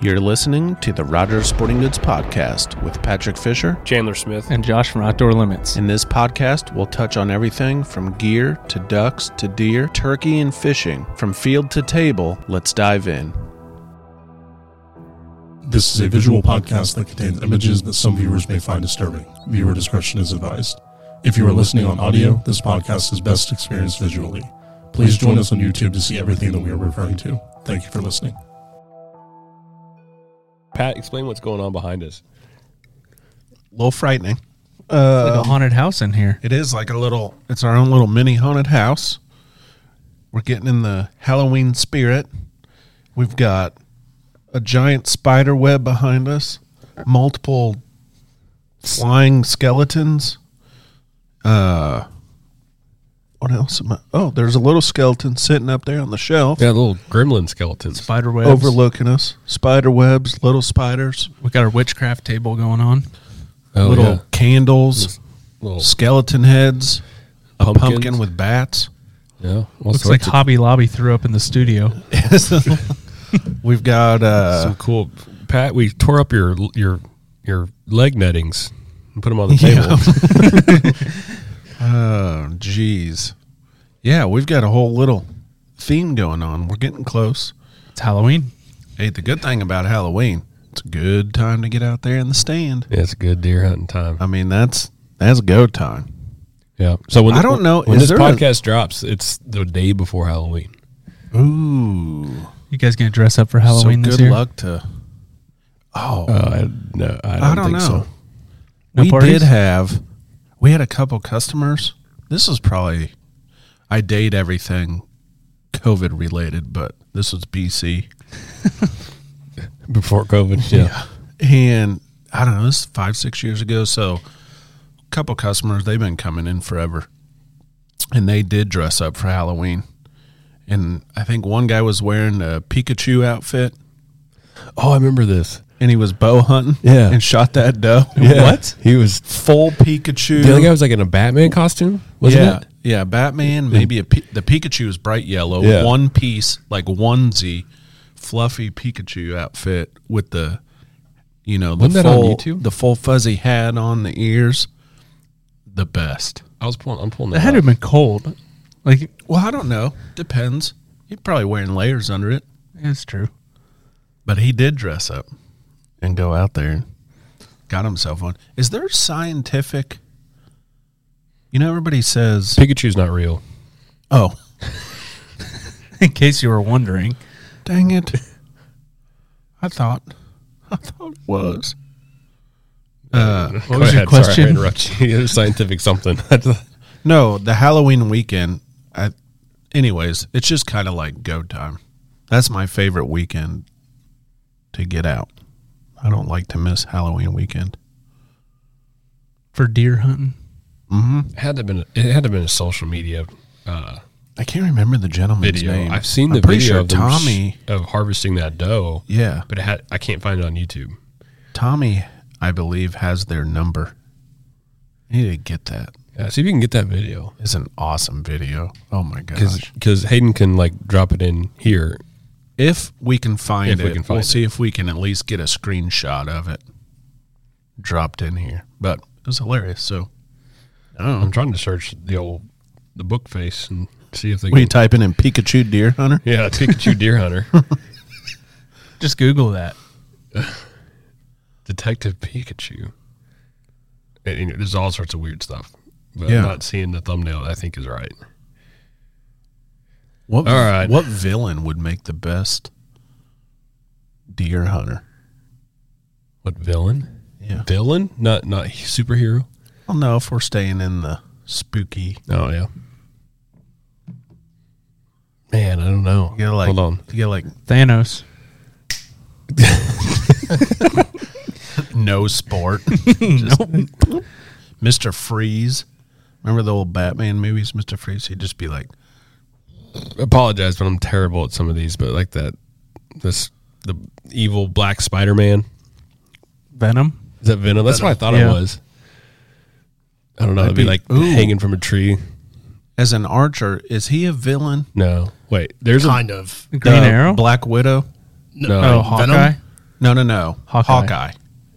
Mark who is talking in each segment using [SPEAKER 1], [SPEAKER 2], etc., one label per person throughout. [SPEAKER 1] You're listening to the Rogers Sporting Goods Podcast with Patrick Fisher.
[SPEAKER 2] Chandler Smith.
[SPEAKER 3] and Josh from Outdoor Limits.
[SPEAKER 1] In this podcast, we'll touch on everything from gear to ducks to deer, turkey and fishing, from field to table. Let's dive in.
[SPEAKER 4] This is a visual podcast that contains images that some viewers may find disturbing. Viewer discretion is advised. If you are listening on audio, this podcast is best experienced visually. Please join us on YouTube to see everything that we are referring to. Thank you for listening.
[SPEAKER 2] Pat, explain what's going on behind us.
[SPEAKER 1] A little frightening.
[SPEAKER 3] like a haunted house in here.
[SPEAKER 1] It is like a little, it's our own little mini haunted house. We're getting in the Halloween spirit. We've got a giant spider web behind us, multiple flying skeletons. Uh, what else am I? Oh, there's a little skeleton sitting up there on the shelf
[SPEAKER 2] Yeah, little gremlin skeletons.
[SPEAKER 3] Spider webs.
[SPEAKER 1] overlooking us. Spider webs, little spiders,
[SPEAKER 3] We got our witchcraft table going on.
[SPEAKER 2] Oh,
[SPEAKER 1] little
[SPEAKER 2] yeah.
[SPEAKER 1] candles,
[SPEAKER 2] little
[SPEAKER 1] skeleton heads, a
[SPEAKER 2] Pumpkins.
[SPEAKER 1] pumpkin with bats.
[SPEAKER 2] yeah. all
[SPEAKER 3] Looks
[SPEAKER 2] sorts
[SPEAKER 3] like
[SPEAKER 2] of-
[SPEAKER 3] Hobby Lobby threw up in the studio.
[SPEAKER 1] We've got uh,
[SPEAKER 2] some cool. Pat, we tore up your your your leg nettings and put them on the table.
[SPEAKER 1] oh geez, yeah, we've got a whole little theme going on. We're getting close.
[SPEAKER 3] It's Halloween.
[SPEAKER 1] Hey, the good thing about Halloween, it's a good time to get out there in the stand.
[SPEAKER 2] yeah, it's a good deer hunting time.
[SPEAKER 1] I mean, that's that's go time.
[SPEAKER 2] Yeah. So when
[SPEAKER 1] I don't know,
[SPEAKER 2] when
[SPEAKER 1] is
[SPEAKER 2] this
[SPEAKER 1] there a-
[SPEAKER 2] podcast drops, it's the day before Halloween.
[SPEAKER 1] Ooh,
[SPEAKER 3] You guys gonna dress up for Halloween
[SPEAKER 1] so
[SPEAKER 3] this
[SPEAKER 1] good
[SPEAKER 3] year?
[SPEAKER 1] luck to. Oh,
[SPEAKER 2] Uh, no, I don't,
[SPEAKER 1] I don't know.
[SPEAKER 2] think so.
[SPEAKER 3] No
[SPEAKER 1] we
[SPEAKER 3] parties?
[SPEAKER 1] did have we had a couple customers. This is probably I date everything COVID related, but this was BC.
[SPEAKER 2] Before COVID, yeah.
[SPEAKER 1] And I don't know, this is five, six years ago. So a couple customers, they've been coming in forever. And they did dress up for Halloween. And I think one guy was wearing a Pikachu outfit
[SPEAKER 2] Oh, I remember this.
[SPEAKER 1] and he was bow hunting
[SPEAKER 2] Yeah.
[SPEAKER 1] and shot that doe.
[SPEAKER 2] What? He was.
[SPEAKER 1] Full Pikachu.
[SPEAKER 2] The other guy was like in a Batman costume, wasn't
[SPEAKER 1] yeah,
[SPEAKER 2] it?
[SPEAKER 1] yeah. Batman, maybe a pi- the Pikachu is bright yellow,
[SPEAKER 2] Yeah.
[SPEAKER 1] one piece like onesie, fluffy Pikachu outfit with the, you know, the
[SPEAKER 2] Wasn't that on
[SPEAKER 1] full
[SPEAKER 2] YouTube?
[SPEAKER 1] the full fuzzy hat on the ears. The best.
[SPEAKER 2] I was pulling. I'm pulling that.
[SPEAKER 3] That had to
[SPEAKER 2] up.
[SPEAKER 3] have been cold. Like
[SPEAKER 1] Well, I don't know. Depends. He's probably wearing layers under it,
[SPEAKER 3] it's true.
[SPEAKER 1] but he did dress up and go out there. and Got himself one. Is there scientific? You know, everybody says,
[SPEAKER 2] Pikachu's not real.
[SPEAKER 1] "Oh,
[SPEAKER 3] In case you were wondering,
[SPEAKER 1] Dang it. I thought I thought it was.
[SPEAKER 2] What
[SPEAKER 3] was your question?
[SPEAKER 2] scientific something.
[SPEAKER 1] No, the Halloween weekend I anyways, it's just kinda like go time. That's my favorite weekend to get out. I don't like to miss Halloween weekend.
[SPEAKER 3] for deer hunting,
[SPEAKER 2] had to have been. It had to have been a social media uh,
[SPEAKER 1] I can't remember the gentleman's
[SPEAKER 2] video.
[SPEAKER 1] name.
[SPEAKER 2] I've seen
[SPEAKER 1] I'm
[SPEAKER 2] the
[SPEAKER 1] pretty
[SPEAKER 2] video
[SPEAKER 1] sure
[SPEAKER 2] of them sh-
[SPEAKER 1] Tommy.
[SPEAKER 2] of harvesting that doe,
[SPEAKER 1] Yeah.
[SPEAKER 2] but it had, I can't find it on YouTube.
[SPEAKER 1] Tommy, I believe, has their number. I need to get that.
[SPEAKER 2] Yeah, see if you can get that video
[SPEAKER 1] It's an awesome video. Oh my gosh.
[SPEAKER 2] because Hayden can like drop it in here.
[SPEAKER 1] If we can find
[SPEAKER 2] If
[SPEAKER 1] it,
[SPEAKER 2] we
[SPEAKER 1] we
[SPEAKER 2] can find
[SPEAKER 1] will
[SPEAKER 2] it.
[SPEAKER 1] see if we can at least get a screenshot of it dropped in here. But it was hilarious. So
[SPEAKER 2] I'm trying to search the old the book face and see if they.
[SPEAKER 1] we
[SPEAKER 2] Can,
[SPEAKER 1] typing in Pikachu deer hunter.
[SPEAKER 2] yeah, Pikachu deer hunter,
[SPEAKER 3] just Google that.
[SPEAKER 2] Detective Pikachu. And, you know, there's all sorts of weird stuff. But
[SPEAKER 1] Yeah.
[SPEAKER 2] I'm not seeing the thumbnail. I think is right.
[SPEAKER 1] What
[SPEAKER 2] All right.
[SPEAKER 1] what villain would make the best deer hunter?
[SPEAKER 2] What villain?
[SPEAKER 1] Yeah.
[SPEAKER 2] Villain? Not not superhero.
[SPEAKER 1] Well no, if we're staying in the spooky
[SPEAKER 2] Oh yeah. Man, I don't know.
[SPEAKER 1] you gotta like
[SPEAKER 2] Hold on.
[SPEAKER 1] you gotta like
[SPEAKER 3] Thanos.
[SPEAKER 1] no sport. Just- Mr. Freeze. Remember the old Batman movies, Mr. Freeze? He'd just be like
[SPEAKER 2] Apologize, but I'm terrible at some of these. But like that, this the evil black Spider Man.
[SPEAKER 3] Venom.
[SPEAKER 2] Is that Venom? That's what I thought it
[SPEAKER 3] Yeah.
[SPEAKER 2] was. I don't know. It'd be,
[SPEAKER 1] be-
[SPEAKER 2] like
[SPEAKER 1] ooh.
[SPEAKER 2] hanging from a tree.
[SPEAKER 1] as an archer, is he a villain?
[SPEAKER 2] No, wait. There's a
[SPEAKER 5] kind of
[SPEAKER 3] Green
[SPEAKER 1] Uh,
[SPEAKER 3] Arrow.
[SPEAKER 1] Black Widow.
[SPEAKER 2] no.
[SPEAKER 3] oh,
[SPEAKER 5] Venom?
[SPEAKER 3] Hawkeye.
[SPEAKER 1] No, no, no.
[SPEAKER 3] Hawkeye.
[SPEAKER 1] Hawkeye.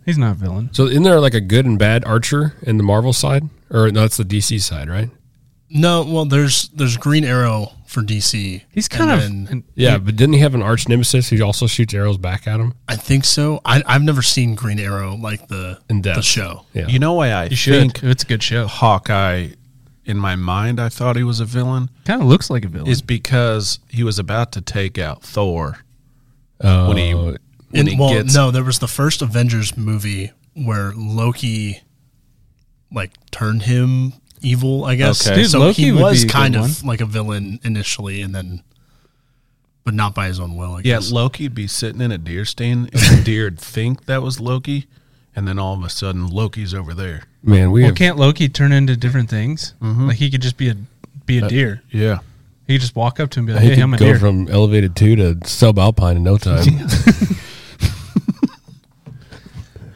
[SPEAKER 3] He's not a villain.
[SPEAKER 2] So isn't there like a good and bad Archer in the Marvel side, or no, that's the DC side, right?
[SPEAKER 5] No, well, there's there's Green Arrow for DC.
[SPEAKER 3] He's
[SPEAKER 5] and
[SPEAKER 3] kind of
[SPEAKER 5] then-
[SPEAKER 3] an-
[SPEAKER 2] Yeah, but didn't he have an arch nemesis who also shoots arrows back at him?
[SPEAKER 5] I think so. I, I've never seen Green Arrow like the
[SPEAKER 2] In depth.
[SPEAKER 5] the show.
[SPEAKER 2] Yeah,
[SPEAKER 1] You know why I
[SPEAKER 3] You should.
[SPEAKER 1] think
[SPEAKER 3] It's a good show.
[SPEAKER 1] Hawkeye, in my mind, I thought he was a villain,
[SPEAKER 3] Kind of looks like a villain.
[SPEAKER 1] is because he was about to take out Thor.
[SPEAKER 2] Oh,
[SPEAKER 1] when he-
[SPEAKER 5] And,
[SPEAKER 1] When he
[SPEAKER 5] well,
[SPEAKER 1] gets-
[SPEAKER 5] no, there was the first Avengers movie where Loki like turned him evil. I guess.
[SPEAKER 1] Okay.
[SPEAKER 3] Dude,
[SPEAKER 5] so
[SPEAKER 3] Loki
[SPEAKER 5] he
[SPEAKER 3] would
[SPEAKER 5] was
[SPEAKER 3] be a good
[SPEAKER 5] kind of
[SPEAKER 3] one.
[SPEAKER 5] like a villain initially, and then, but not by his own will. I
[SPEAKER 1] Yeah,
[SPEAKER 5] guess.
[SPEAKER 1] Loki'd be sitting in a deer stand, and the deer'd think that was Loki, and then all of a sudden Loki's over there.
[SPEAKER 2] man, we
[SPEAKER 3] well,
[SPEAKER 2] have,
[SPEAKER 3] can't Loki turn into different things? Like he could just be a be a deer.
[SPEAKER 1] Yeah,
[SPEAKER 3] He could just walk up to him and be like,
[SPEAKER 2] he
[SPEAKER 3] "Hey,
[SPEAKER 2] could
[SPEAKER 3] I'm a
[SPEAKER 2] go
[SPEAKER 3] deer."
[SPEAKER 2] from elevated two to subalpine in no time.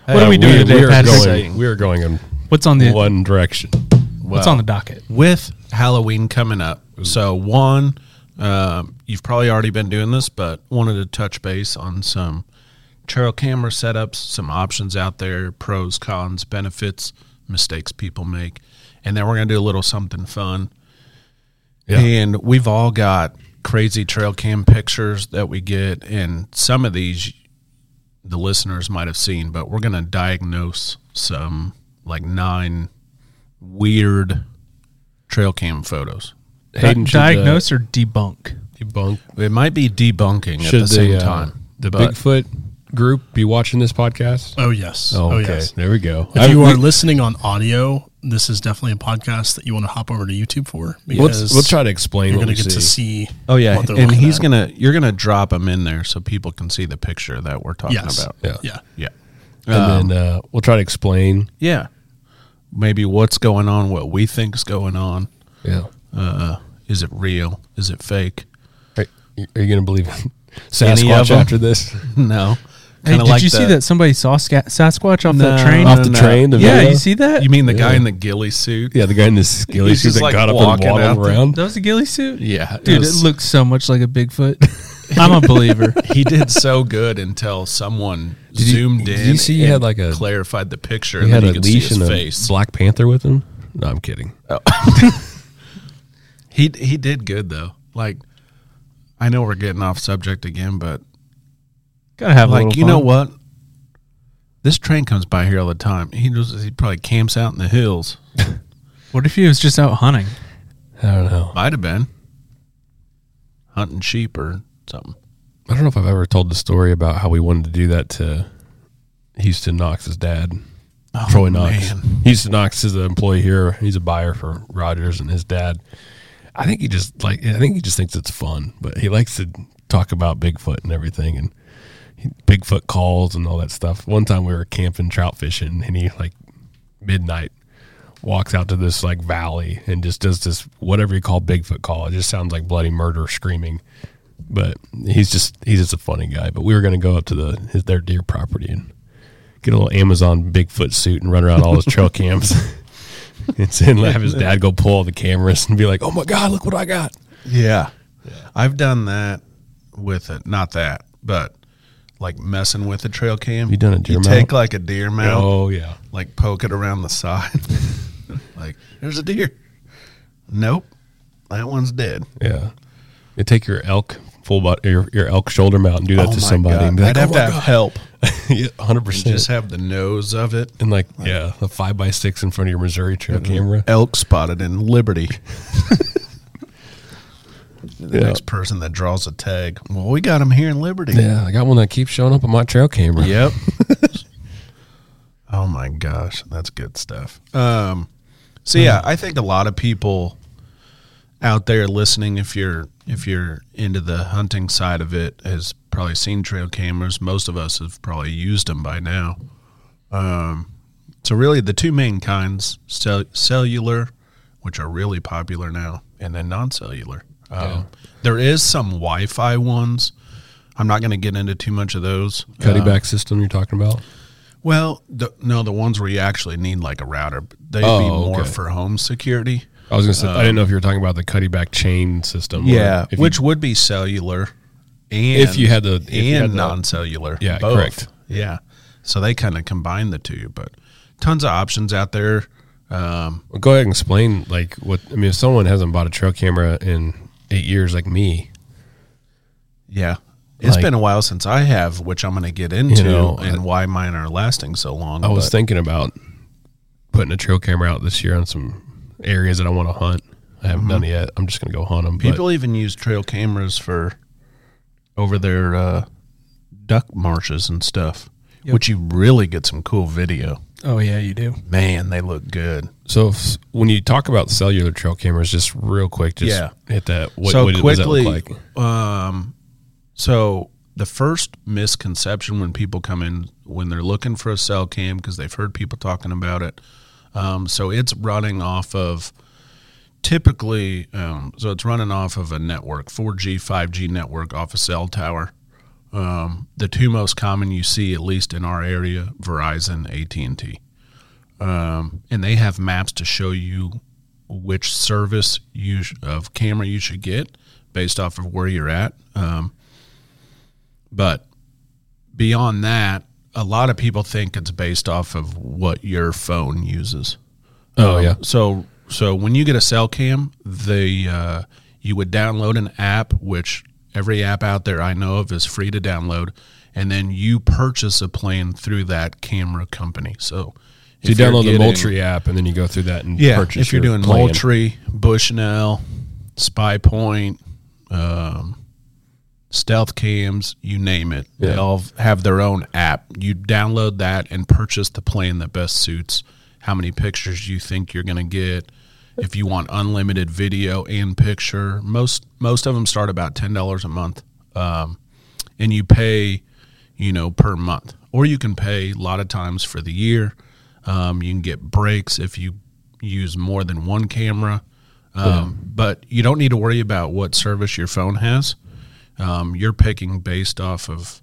[SPEAKER 3] What are we doing today,
[SPEAKER 2] Uh, We are
[SPEAKER 3] Patrick?
[SPEAKER 2] going. We are going in
[SPEAKER 3] What's on the
[SPEAKER 2] one direction.
[SPEAKER 3] What's
[SPEAKER 1] Wow.
[SPEAKER 3] on the docket?
[SPEAKER 1] with Halloween coming up. So one, um, you've probably already been doing this, but wanted to touch base on some trail camera setups, some options out there, pros, cons, benefits, mistakes people make, and then we're gonna do a little something fun.
[SPEAKER 2] Yeah.
[SPEAKER 1] And we've all got crazy trail cam pictures that we get, and some of these the listeners might have seen, but we're gonna diagnose some like nine weird trail cam photos.
[SPEAKER 2] Hayden should, uh,
[SPEAKER 3] diagnose or debunk?
[SPEAKER 2] debunk
[SPEAKER 1] It might be debunking at the,
[SPEAKER 2] should
[SPEAKER 1] same
[SPEAKER 2] uh,
[SPEAKER 1] time.
[SPEAKER 2] the
[SPEAKER 1] but-
[SPEAKER 2] Bigfoot group be watching this podcast?
[SPEAKER 5] Oh yes.
[SPEAKER 2] Oh, okay,
[SPEAKER 5] yes.
[SPEAKER 2] there we go.
[SPEAKER 5] If
[SPEAKER 2] I-
[SPEAKER 5] you
[SPEAKER 2] we-
[SPEAKER 5] are listening on audio, this is definitely a podcast that you want to hop over to YouTube for
[SPEAKER 2] let's
[SPEAKER 5] because
[SPEAKER 2] we'll try to explain
[SPEAKER 5] you're
[SPEAKER 2] what
[SPEAKER 5] going to
[SPEAKER 2] we
[SPEAKER 5] get to
[SPEAKER 2] see.
[SPEAKER 5] see.
[SPEAKER 1] Oh yeah,
[SPEAKER 5] what they're
[SPEAKER 1] and
[SPEAKER 5] looking
[SPEAKER 1] he's
[SPEAKER 5] at.
[SPEAKER 1] gonna you're gonna drop him in there so people can see the picture that we're talking
[SPEAKER 5] Yes.
[SPEAKER 1] about.
[SPEAKER 2] Yeah.
[SPEAKER 5] Yeah.
[SPEAKER 1] Yeah. Um,
[SPEAKER 2] and then uh, we'll try to explain.
[SPEAKER 1] Yeah. Maybe what's going on, what we think's going on.
[SPEAKER 2] Yeah.
[SPEAKER 1] Uh, is it real? Is it fake?
[SPEAKER 2] Are, are you going to believe in
[SPEAKER 1] Any of
[SPEAKER 2] Sasquatch
[SPEAKER 1] 'em?
[SPEAKER 2] after this?
[SPEAKER 1] No.
[SPEAKER 3] Hey,
[SPEAKER 1] Kinda
[SPEAKER 3] did
[SPEAKER 1] like
[SPEAKER 3] you see
[SPEAKER 1] the-
[SPEAKER 3] that somebody saw Sca- Sasquatch off
[SPEAKER 1] No,
[SPEAKER 3] that train?
[SPEAKER 1] no,
[SPEAKER 2] Off the train, the
[SPEAKER 3] yeah,
[SPEAKER 2] video?
[SPEAKER 3] you see that?
[SPEAKER 1] You mean the guy
[SPEAKER 2] Yeah.
[SPEAKER 1] in the ghillie suit?
[SPEAKER 2] Yeah, the guy in the skilly
[SPEAKER 1] He's
[SPEAKER 2] suit
[SPEAKER 1] just,
[SPEAKER 2] that
[SPEAKER 1] like,
[SPEAKER 2] got up and
[SPEAKER 1] walking out
[SPEAKER 2] waddled
[SPEAKER 1] there.
[SPEAKER 2] around.
[SPEAKER 3] that was a ghillie suit.
[SPEAKER 1] Yeah. it
[SPEAKER 3] dude, it,
[SPEAKER 1] was-
[SPEAKER 3] looks so much like a Bigfoot. I'm a believer.
[SPEAKER 1] he did so good until someone
[SPEAKER 2] you-
[SPEAKER 1] zoomed in.
[SPEAKER 2] did you see he
[SPEAKER 1] and
[SPEAKER 2] had like a-
[SPEAKER 1] clarified the picture?
[SPEAKER 2] He
[SPEAKER 1] and
[SPEAKER 2] had
[SPEAKER 1] then you
[SPEAKER 2] a
[SPEAKER 1] could see
[SPEAKER 2] leash
[SPEAKER 1] his
[SPEAKER 2] and a
[SPEAKER 1] face.
[SPEAKER 2] Black Panther with him. No, I'm kidding.
[SPEAKER 1] He he did good though. Like I know we're getting off subject again, but
[SPEAKER 3] Gotta have a
[SPEAKER 1] like
[SPEAKER 3] little
[SPEAKER 1] you know
[SPEAKER 3] fun.
[SPEAKER 1] what? This train comes by here all the time. He just he probably camps out in the hills.
[SPEAKER 3] What if he was just out hunting?
[SPEAKER 2] I don't know.
[SPEAKER 1] Might have been hunting sheep or something.
[SPEAKER 2] I don't know if I've ever told the story about how we wanted to do that to Houston Knox's dad, Troy Knox.
[SPEAKER 1] man.
[SPEAKER 2] Houston Knox is an employee here. He's a buyer for Rogers and his dad. I think he just like I think he just thinks it's fun, but he likes to talk about Bigfoot and everything and he, Bigfoot calls and all that stuff. One time we were camping trout fishing and he like midnight walks out to this like valley and just does this whatever you call Bigfoot call. It just sounds like bloody murder screaming. But he's just he's just a funny guy. But we were gonna go up to the his, their deer property and get a little Amazon Bigfoot suit and run around all his trail cams. and then have his dad go pull all the cameras and be like, "Oh my god, look what I got!"
[SPEAKER 1] Yeah. I've done that with it. Not that, but like messing with a trail cam.
[SPEAKER 2] You done a deer
[SPEAKER 1] you
[SPEAKER 2] mount?
[SPEAKER 1] take like a deer mount.
[SPEAKER 2] Oh yeah,
[SPEAKER 1] like poke it around the side. like, there's a deer. Nope. That one's dead.
[SPEAKER 2] yeah. You take your elk full body, your, your elk shoulder mount and do that to somebody. And be like,
[SPEAKER 1] Oh I'd have
[SPEAKER 2] "Oh
[SPEAKER 1] to
[SPEAKER 2] my
[SPEAKER 1] have
[SPEAKER 2] God."
[SPEAKER 1] help.
[SPEAKER 2] Yeah, hundred
[SPEAKER 1] And
[SPEAKER 2] percent.
[SPEAKER 1] just have the nose of it.
[SPEAKER 2] And like, yeah, a five by six in front of your Missouri trail camera.
[SPEAKER 1] Elk spotted in Liberty. the
[SPEAKER 2] Yeah.
[SPEAKER 1] next person that draws a tag. Well, we got him here in Liberty.
[SPEAKER 2] Yeah, I got one that keeps showing up on my trail camera.
[SPEAKER 1] Yep. oh my gosh, that's good stuff. Um, so yeah, I think a lot of people out there listening, if you're if you're into the hunting side of it, has probably seen trail cameras. Most of us have probably used them by now. Um, so really, the two main kinds: cell- cellular, which are really popular now, and then non-cellular. Um,
[SPEAKER 2] Yeah.
[SPEAKER 1] There is some Wi-Fi ones. I'm not going to get into too much of those.
[SPEAKER 2] Cutty
[SPEAKER 1] Um,
[SPEAKER 2] back system you're talking about.
[SPEAKER 1] well, the, no, the ones where you actually need like a router, they'd
[SPEAKER 2] Oh,
[SPEAKER 1] be more
[SPEAKER 2] okay.
[SPEAKER 1] for home security.
[SPEAKER 2] I was gonna say I didn't
[SPEAKER 1] Um,
[SPEAKER 2] know if you were talking about the cutty back chain system. or if you-
[SPEAKER 1] which would be cellular, and
[SPEAKER 2] If you had the- if
[SPEAKER 1] and
[SPEAKER 2] you had the-
[SPEAKER 1] non-cellular.
[SPEAKER 2] yeah,
[SPEAKER 1] both.
[SPEAKER 2] correct.
[SPEAKER 1] Yeah. So they kind of combine the two, but tons of options out there. Um,
[SPEAKER 2] Well, go ahead and explain like what I mean. If someone hasn't bought a trail camera in eight years, like me,
[SPEAKER 1] yeah. it's
[SPEAKER 2] Like-
[SPEAKER 1] been a while since I have, which I'm going to get into
[SPEAKER 2] know,
[SPEAKER 1] and why mine are lasting so long.
[SPEAKER 2] I was
[SPEAKER 1] but-
[SPEAKER 2] thinking about putting a trail camera out this year on some areas that I want to hunt. I haven't done it yet. I'm just gonna go hunt them.
[SPEAKER 1] Mm-hmm. People even use trail cameras for over their uh, duck marshes and stuff, which you really get some cool video.
[SPEAKER 3] Oh yeah, you do.
[SPEAKER 1] Man, they look good.
[SPEAKER 2] so if, when you talk about cellular trail cameras, just real quick, just
[SPEAKER 1] Yeah.
[SPEAKER 2] hit that. What,
[SPEAKER 1] so
[SPEAKER 2] what does that
[SPEAKER 1] quickly,
[SPEAKER 2] look like?
[SPEAKER 1] um, so the first misconception when people come in when they're looking for a cell cam because they've heard people talking about it. Um, so it's running off of typically, um, so it's running off of a network, 4G, 5G network off a cell tower. Um, the two most common you see, at least in our area, Verizon, AT and T, um, and they have maps to show you which service you sh- of camera you should get based off of where you're at. Um, but beyond that, a lot of people think it's based off of what your phone uses. Um,
[SPEAKER 2] Oh, yeah.
[SPEAKER 1] So so when you get a cell cam, the uh, you would download an app, which every app out there I know of is free to download, and then you purchase a plan through that camera company. So.
[SPEAKER 2] So you
[SPEAKER 1] if you're
[SPEAKER 2] download the
[SPEAKER 1] getting-
[SPEAKER 2] Moultrie app and then you go through that and
[SPEAKER 1] yeah,
[SPEAKER 2] purchase.
[SPEAKER 1] if you're
[SPEAKER 2] your
[SPEAKER 1] doing
[SPEAKER 2] plan.
[SPEAKER 1] Moultrie, Bushnell, Spy Point, um, Stealth Cams, you name it, they
[SPEAKER 2] Yeah.
[SPEAKER 1] all have their own app. You download that and purchase the plan that best suits how many pictures you think you're going to get. If you want unlimited video and picture, most most of them start about ten dollars a month, um, and you pay, you know, per month, or you can pay a lot of times for the year. Um, you can get breaks if you use more than one camera. Um, But you don't need to worry about what service your phone has. Um, you're picking based off of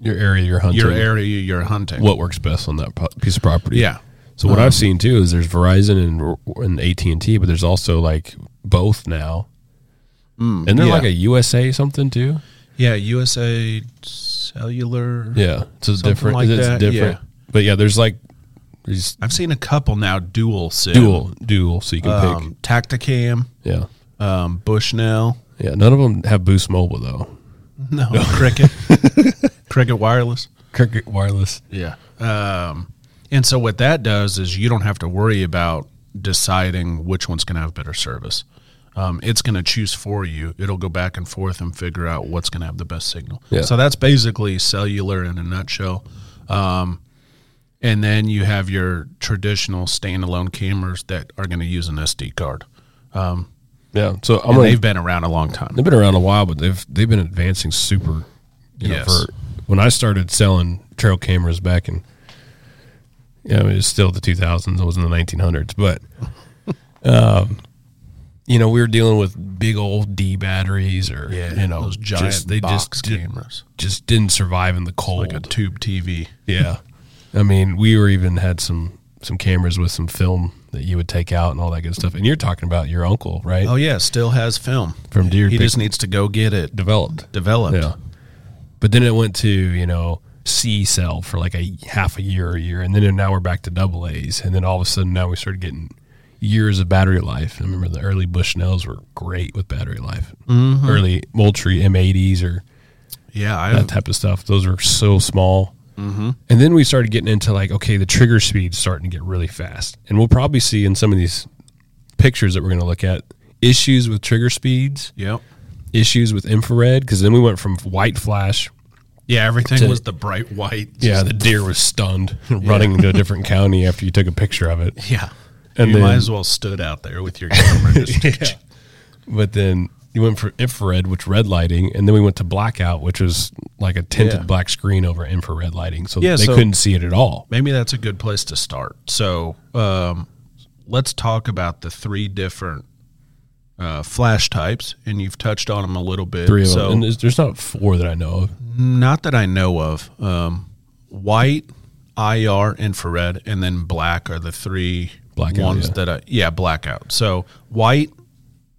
[SPEAKER 2] your area, you're hunting,
[SPEAKER 1] your area you're hunting.
[SPEAKER 2] what works best on that po- piece of property.
[SPEAKER 1] Yeah.
[SPEAKER 2] So
[SPEAKER 1] Um,
[SPEAKER 2] what I've seen too is there's Verizon and and AT and T, but there's also like both now, and they're
[SPEAKER 1] Mm, yeah.
[SPEAKER 2] like a USA something too.
[SPEAKER 1] Yeah, USA Cellular.
[SPEAKER 2] Yeah, so it's
[SPEAKER 1] Something
[SPEAKER 2] different.
[SPEAKER 1] like
[SPEAKER 2] it's
[SPEAKER 1] that,
[SPEAKER 2] different. But yeah, there's like there's
[SPEAKER 1] I've seen a couple now dual SIM.
[SPEAKER 2] dual, dual, so you can
[SPEAKER 1] Um, Tacticam,
[SPEAKER 2] pick. Yeah,
[SPEAKER 1] um, Bushnell.
[SPEAKER 2] yeah. None of them have Boost Mobile though.
[SPEAKER 1] No, Cricket. Cricket Wireless.
[SPEAKER 2] Cricket Wireless.
[SPEAKER 1] Yeah. Um, and so what that does is you don't have to worry about deciding which one's going to have better service. Um, it's going to choose for you. It'll go back and forth and figure out what's going to have the best signal.
[SPEAKER 2] Yeah.
[SPEAKER 1] So that's basically cellular in a nutshell. Um, and then you have your traditional standalone cameras that are going to use an SD card. Um,
[SPEAKER 2] Yeah. So I'm
[SPEAKER 1] and
[SPEAKER 2] gonna
[SPEAKER 1] they've been around a long time.
[SPEAKER 2] They've been around a while, but they've they've been advancing super. You know,
[SPEAKER 1] Yes.
[SPEAKER 2] for when I started selling trail cameras back in, you know, it was still the 2000s. It was in the 1900s, but, um, you know, we were dealing with big old D batteries, or you know,
[SPEAKER 1] those giant
[SPEAKER 2] just, they
[SPEAKER 1] box
[SPEAKER 2] just did,
[SPEAKER 1] cameras,
[SPEAKER 2] just didn't survive in the cold.
[SPEAKER 1] like a tube TV.
[SPEAKER 2] yeah, I mean, we were even had some some cameras with some film that you would take out and all that good stuff. And you're talking about your uncle, right?
[SPEAKER 1] Oh yeah, still has film
[SPEAKER 2] From Deer
[SPEAKER 1] He
[SPEAKER 2] Pick-
[SPEAKER 1] just needs to go get it
[SPEAKER 2] Developed.
[SPEAKER 1] developed.
[SPEAKER 2] Yeah. But then it went to, you know, C cell for like a half a year or a year. And then now we're back to double A's. And then all of a sudden now we started getting years of battery life. I remember the early Bushnells were great with battery life. Early Moultrie M80s or
[SPEAKER 1] Yeah, I
[SPEAKER 2] that type of stuff. Those were so small. Mm-hmm. And then we started getting into like, okay, the trigger speed's starting to get really fast. And we'll probably see in some of these pictures that we're going to look at issues with trigger speeds,
[SPEAKER 1] Yep.
[SPEAKER 2] issues with infrared, because then we went from white flash
[SPEAKER 1] Yeah, everything
[SPEAKER 2] To-
[SPEAKER 1] was the bright white.
[SPEAKER 2] Yeah, the deer was stunned running into a different county after you took a picture of it.
[SPEAKER 1] Yeah.
[SPEAKER 2] And
[SPEAKER 1] you might
[SPEAKER 2] then-
[SPEAKER 1] as well stood out there with your camera. Just,
[SPEAKER 2] But then you went for infrared, which red lighting, and then we went to blackout, which was like a tinted
[SPEAKER 1] Yeah.
[SPEAKER 2] black screen over infrared lighting. So
[SPEAKER 1] Yeah,
[SPEAKER 2] they
[SPEAKER 1] so-
[SPEAKER 2] couldn't see it at all.
[SPEAKER 1] Maybe that's a good place to start. So, um, let's talk about the three different uh, flash types, and you've touched on them a little bit.
[SPEAKER 2] Three of
[SPEAKER 1] so,
[SPEAKER 2] them. And there's- there's not four that I know of.
[SPEAKER 1] not that I know of. Um, white, IR, infrared, and then black are the three
[SPEAKER 2] Blackout,
[SPEAKER 1] ones
[SPEAKER 2] yeah.
[SPEAKER 1] that I yeah blackout. So white,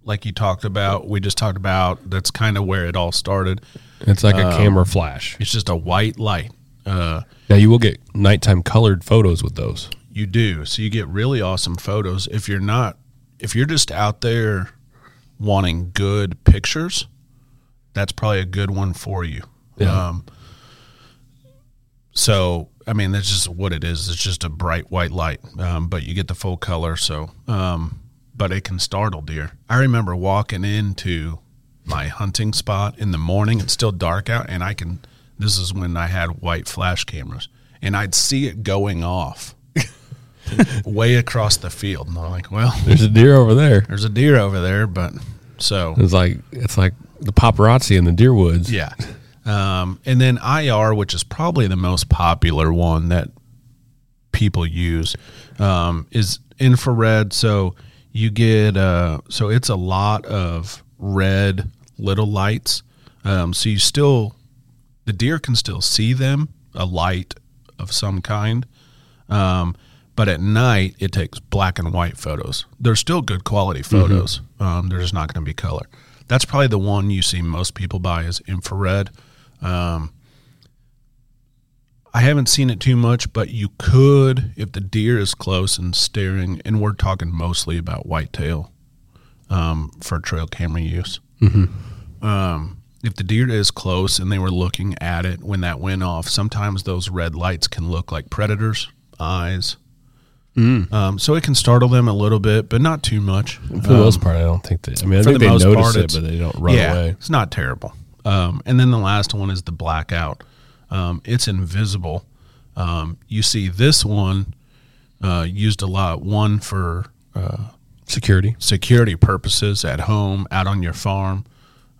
[SPEAKER 1] like you talked about, we just talked about. That's kind of where it all started.
[SPEAKER 2] It's like
[SPEAKER 1] Um,
[SPEAKER 2] a camera flash.
[SPEAKER 1] It's just a white light. Uh,
[SPEAKER 2] Now you will get nighttime colored photos with those.
[SPEAKER 1] you do. So you get really awesome photos. If you're not, if you're just out there wanting good pictures, that's probably a good one for you.
[SPEAKER 2] Yeah.
[SPEAKER 1] Um, so, I mean, that's just what it is. It's just a bright white light, um, but you get the full color. So, um, but it can startle deer. I remember walking into my hunting spot in the morning. It's still dark out, and I can. This is when I had white flash cameras, and I'd see it going off way across the field, and I'm like, "Well,
[SPEAKER 2] There's a deer over there.
[SPEAKER 1] there's a deer over there," but so
[SPEAKER 2] It's like it's like the paparazzi in the deer woods.
[SPEAKER 1] Yeah. Um, and then IR, which is probably the most popular one that people use, um, is infrared. So you get, uh, so it's a lot of red little lights. Um, so you still, the deer can still see them, a light of some kind. Um, but at night, it takes black and white photos. They're still good quality photos. Um, they're just not going to be color. That's probably the one you see most people buy is infrared. Um, I haven't seen it too much, but you could if the deer is close and staring. And we're talking mostly about whitetail um, for trail camera use. Um, if the deer is close and they were looking at it when that went off, sometimes those red lights can look like predators' eyes. Um, so it can startle them a little bit, but not too much.
[SPEAKER 2] For the most part, I don't think they. I mean, I
[SPEAKER 1] Um, for
[SPEAKER 2] think
[SPEAKER 1] the
[SPEAKER 2] they
[SPEAKER 1] most
[SPEAKER 2] notice
[SPEAKER 1] part,
[SPEAKER 2] it,
[SPEAKER 1] it's-
[SPEAKER 2] but they don't run
[SPEAKER 1] yeah,
[SPEAKER 2] away.
[SPEAKER 1] It's not terrible. Um, and then the last one is the blackout. Um, it's invisible. Um, you see this one uh, used a lot. One for uh,
[SPEAKER 2] Security.
[SPEAKER 1] security purposes at home, out on your farm.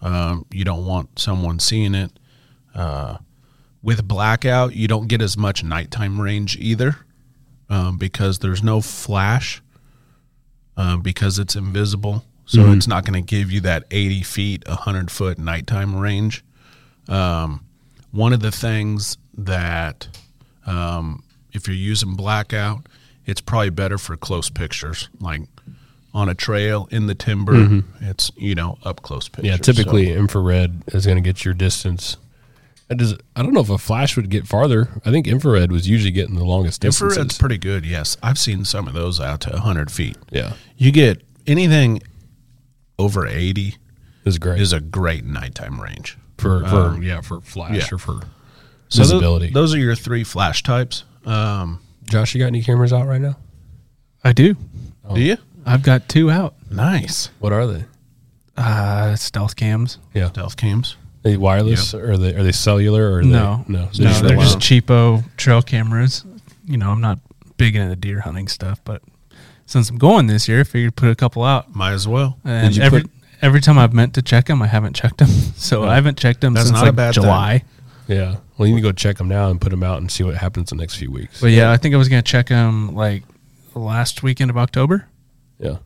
[SPEAKER 1] Um, you don't want someone seeing it. Uh, with blackout, you don't get as much nighttime range either um, because there's no flash um, because it's invisible. So
[SPEAKER 2] Mm-hmm.
[SPEAKER 1] it's not going to give you that 80 feet, 100 foot nighttime range. Um, one of the things that, um, if you're using blackout, it's probably better for close pictures, like on a trail in the timber. It's, you know, up close pictures.
[SPEAKER 2] Mm-hmm. Yeah,
[SPEAKER 1] So-
[SPEAKER 2] typically infrared is going to get your distance. It does, I don't know if a flash would get farther. I think infrared was usually getting the longest distances.
[SPEAKER 1] Infrared's pretty good, yes. I've seen some of those out to 100 feet.
[SPEAKER 2] yeah,
[SPEAKER 1] You get anything over 80
[SPEAKER 2] is great
[SPEAKER 1] is a great nighttime range.
[SPEAKER 2] for for yeah for flash
[SPEAKER 1] yeah.
[SPEAKER 2] or for
[SPEAKER 1] So tho-
[SPEAKER 2] visibility.
[SPEAKER 1] those are your three flash types. Um,
[SPEAKER 2] Josh, you got any cameras out right now?
[SPEAKER 3] I do.
[SPEAKER 2] Oh.
[SPEAKER 1] Do you?
[SPEAKER 3] I've got two out.
[SPEAKER 1] Nice.
[SPEAKER 2] What are they?
[SPEAKER 3] Uh, stealth cams.
[SPEAKER 2] Yeah,
[SPEAKER 1] Stealth cams.
[SPEAKER 2] they wireless or are they are they cellular or are
[SPEAKER 3] No.
[SPEAKER 2] they, no, So
[SPEAKER 3] No,
[SPEAKER 2] just
[SPEAKER 3] they're
[SPEAKER 2] the
[SPEAKER 3] just
[SPEAKER 2] wild.
[SPEAKER 3] cheapo trail cameras. You know, I'm not big into the deer hunting stuff, but since I'm going this year, I figured put a couple out.
[SPEAKER 1] Might as well.
[SPEAKER 3] And
[SPEAKER 2] you
[SPEAKER 3] every
[SPEAKER 2] put- Oh.
[SPEAKER 3] every time I've meant to check them, I haven't checked them. So I haven't checked them
[SPEAKER 1] That's
[SPEAKER 3] since
[SPEAKER 1] not a
[SPEAKER 3] like
[SPEAKER 1] bad thing.
[SPEAKER 3] July.
[SPEAKER 2] yeah. Well, you need to go check them now and put them out and see what happens the next few weeks.
[SPEAKER 3] But yeah, I think I was gonna check them like the last weekend of October,
[SPEAKER 2] yeah,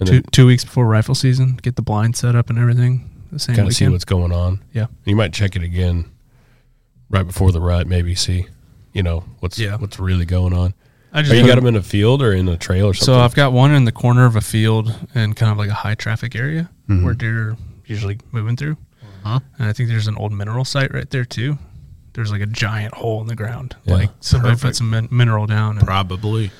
[SPEAKER 2] and
[SPEAKER 3] two
[SPEAKER 2] then
[SPEAKER 3] two weeks before rifle season. Get the blind set up and everything. The same
[SPEAKER 2] kind of
[SPEAKER 3] weekend.
[SPEAKER 2] see what's going on.
[SPEAKER 3] yeah.
[SPEAKER 2] You might check it again right before the rut, maybe see, you know, what's
[SPEAKER 3] Yeah.
[SPEAKER 2] what's really going on.
[SPEAKER 3] I
[SPEAKER 2] Are you
[SPEAKER 3] put
[SPEAKER 2] got
[SPEAKER 3] 'em-
[SPEAKER 2] them in a field or in a trail or something?
[SPEAKER 3] So I've got one in the corner of a field and kind of like a high traffic area
[SPEAKER 2] Mm-hmm.
[SPEAKER 3] where deer are usually moving through.
[SPEAKER 2] Uh-huh.
[SPEAKER 3] And I think there's an old mineral site right there too. There's like a giant hole in the ground.
[SPEAKER 2] Yeah.
[SPEAKER 3] Like somebody put some min- mineral down, and
[SPEAKER 1] Probably.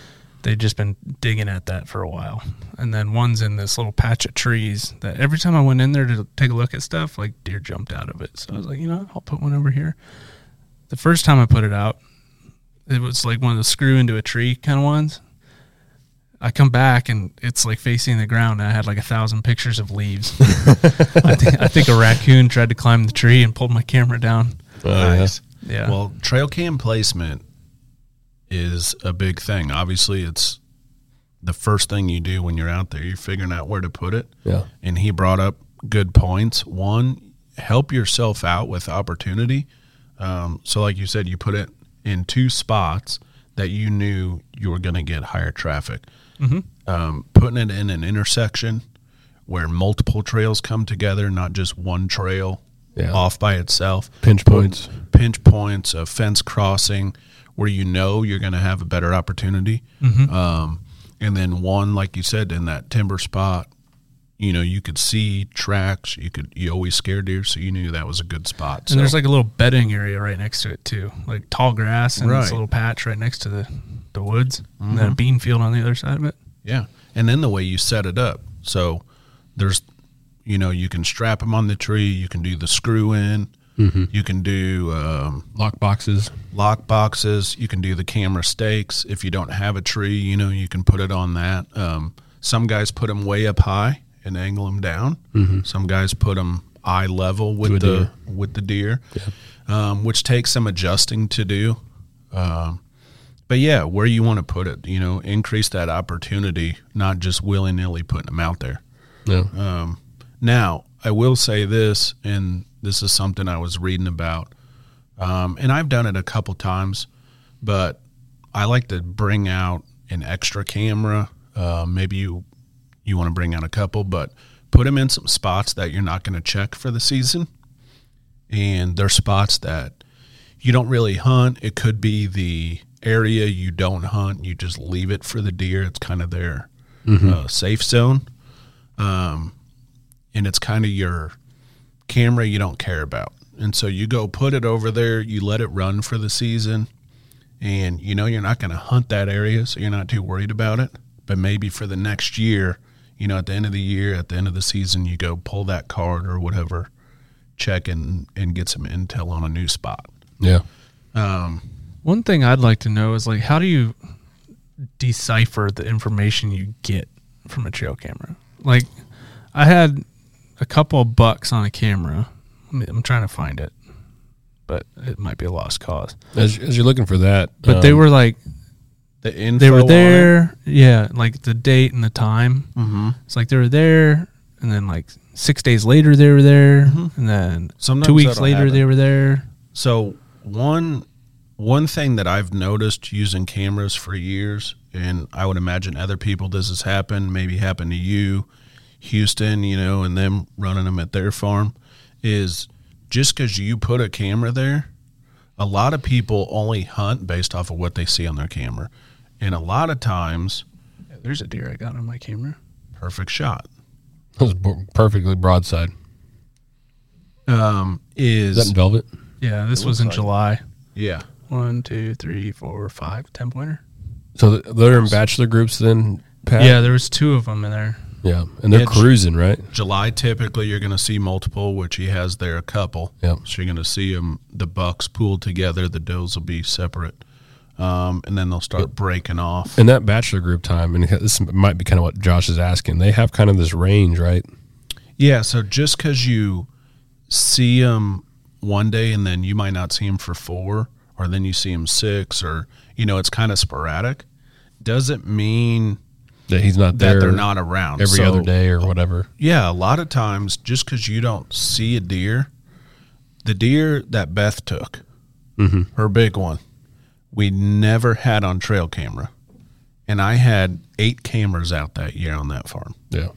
[SPEAKER 3] they've just been digging at that for a while. And then one's in this little patch of trees that every time I went in there to take a look at stuff, like deer jumped out of it. So I was like, you know, I'll put one over here. The first time I put it out, it was like one of the screw into a tree kind of ones. I come back and it's like facing the ground, and I had like a thousand pictures of leaves. I, think, I think a raccoon tried to climb the tree and pulled my camera down.
[SPEAKER 2] Oh, yeah.
[SPEAKER 1] nice.
[SPEAKER 3] Yeah.
[SPEAKER 1] Well, trail cam placement is a big thing. Obviously, it's the first thing you do when you're out there. You're figuring out where to put it.
[SPEAKER 2] Yeah.
[SPEAKER 1] And he brought up good points. One, help yourself out with opportunity. Um, so, like you said, you put it in two spots that you knew you were going to get higher traffic.
[SPEAKER 2] Mm-hmm.
[SPEAKER 1] Um, putting it in an intersection where multiple trails come together, not just one trail
[SPEAKER 2] Yeah.
[SPEAKER 1] off by itself
[SPEAKER 2] pinch points.
[SPEAKER 1] pinch points, a fence crossing where you know you're going to have a better opportunity. Um, and then one, like you said, in that timber spot you know, you could see tracks. You could you always scare deer, so you knew that was a good spot. So
[SPEAKER 3] And there's like a little bedding area right next to it too, like tall grass and
[SPEAKER 1] Right.
[SPEAKER 3] this little patch right Mm-hmm. next to the the woods, and then a bean field on the other side of it.
[SPEAKER 1] yeah, and then the way you set it up. So there's, you know, you can strap them on the tree. You can do the screw in. You can do um,
[SPEAKER 2] Mm-hmm. Lock boxes.
[SPEAKER 1] lock boxes. You can do the camera stakes. If you don't have a tree, you know, you can put it on that. Um, some guys put them way up high and angle them down. Some guys put them eye level with
[SPEAKER 2] Mm-hmm. To a
[SPEAKER 1] the
[SPEAKER 2] deer.
[SPEAKER 1] with the deer, um, which takes some adjusting to do. Um, but yeah, where you want to put it, you know, increase that opportunity, not just willy nilly putting them out there.
[SPEAKER 2] No.
[SPEAKER 1] Um, now, I will say this, and this is something I was reading about, um, and I've done it a couple times, but I like to bring out an extra camera. Uh, maybe you you want to bring out a couple, but put them in some spots that you're not going to check for the season, and they're spots that you don't really hunt. It could be the area you don't hunt. You just leave it for the deer. It's kind of their uh, safe zone Um, and it's kind of your camera you don't care about. And so you go put it over there, you let it run for the season, and you know you're not going to hunt that area, so you're not too worried about it. But maybe for the next year, you know, at the end of the year, at the end of the season, you go pull that card or whatever, check and, and get some intel on a new spot.
[SPEAKER 2] Yeah.
[SPEAKER 3] One thing I'd like to know is like, how do you decipher the information you get from a trail camera? Like, I had a couple of bucks on a camera. I mean, I'm trying to find it, but it might be a lost cause.
[SPEAKER 2] As, as you're looking for that,
[SPEAKER 3] But they
[SPEAKER 2] um,
[SPEAKER 3] were like,
[SPEAKER 1] The info
[SPEAKER 3] they were
[SPEAKER 1] on it-
[SPEAKER 3] there. Yeah, like the date and the time. Mm-hmm. It's like they were there, and then like six days later they were there, and then
[SPEAKER 1] Sometimes
[SPEAKER 3] two weeks
[SPEAKER 1] that'll
[SPEAKER 3] later they
[SPEAKER 1] happen.
[SPEAKER 3] were there.
[SPEAKER 1] So one one thing that I've noticed using cameras for years, and I would imagine other people this has happened, maybe happened to you, Houston, you know, and them running them at their farm, is just because you put a camera there, a lot of people only hunt based off of what they see on their camera, and a lot of times,
[SPEAKER 3] There's a deer I got on my camera.
[SPEAKER 1] perfect shot
[SPEAKER 2] that was b- perfectly broadside.
[SPEAKER 1] um,
[SPEAKER 2] Is that
[SPEAKER 1] is
[SPEAKER 2] in velvet?
[SPEAKER 3] Yeah, this was in July.
[SPEAKER 1] yeah.
[SPEAKER 3] One, two, three, four, five, ten pointer.
[SPEAKER 2] So th- they're in bachelor groups then, Pat?
[SPEAKER 3] Yeah, there was two of them in there.
[SPEAKER 2] Yeah. And they're
[SPEAKER 1] Yeah, it's-
[SPEAKER 2] cruising, right?
[SPEAKER 1] July typically you're going to see multiple, which he has there a couple.
[SPEAKER 2] Yep.
[SPEAKER 1] So you're going to see them the bucks pooled together. The does will be separate, um, and then they'll start breaking off.
[SPEAKER 2] In that bachelor group time, and this might be kind of what Josh is asking, they have kind of this range, right?
[SPEAKER 1] Yeah. So just because you see them one day and then you might not see them for four, or then you see them six, or you know it's kind of sporadic, doesn't mean
[SPEAKER 2] That he's not
[SPEAKER 1] that
[SPEAKER 2] there.
[SPEAKER 1] they're, not around
[SPEAKER 2] every
[SPEAKER 1] So-
[SPEAKER 2] other day or whatever.
[SPEAKER 1] Yeah, a lot of times, just because you don't see a deer, the deer that Beth took, her big one, we never had on trail camera. And I had eight cameras out that year on that farm,
[SPEAKER 2] Yeah.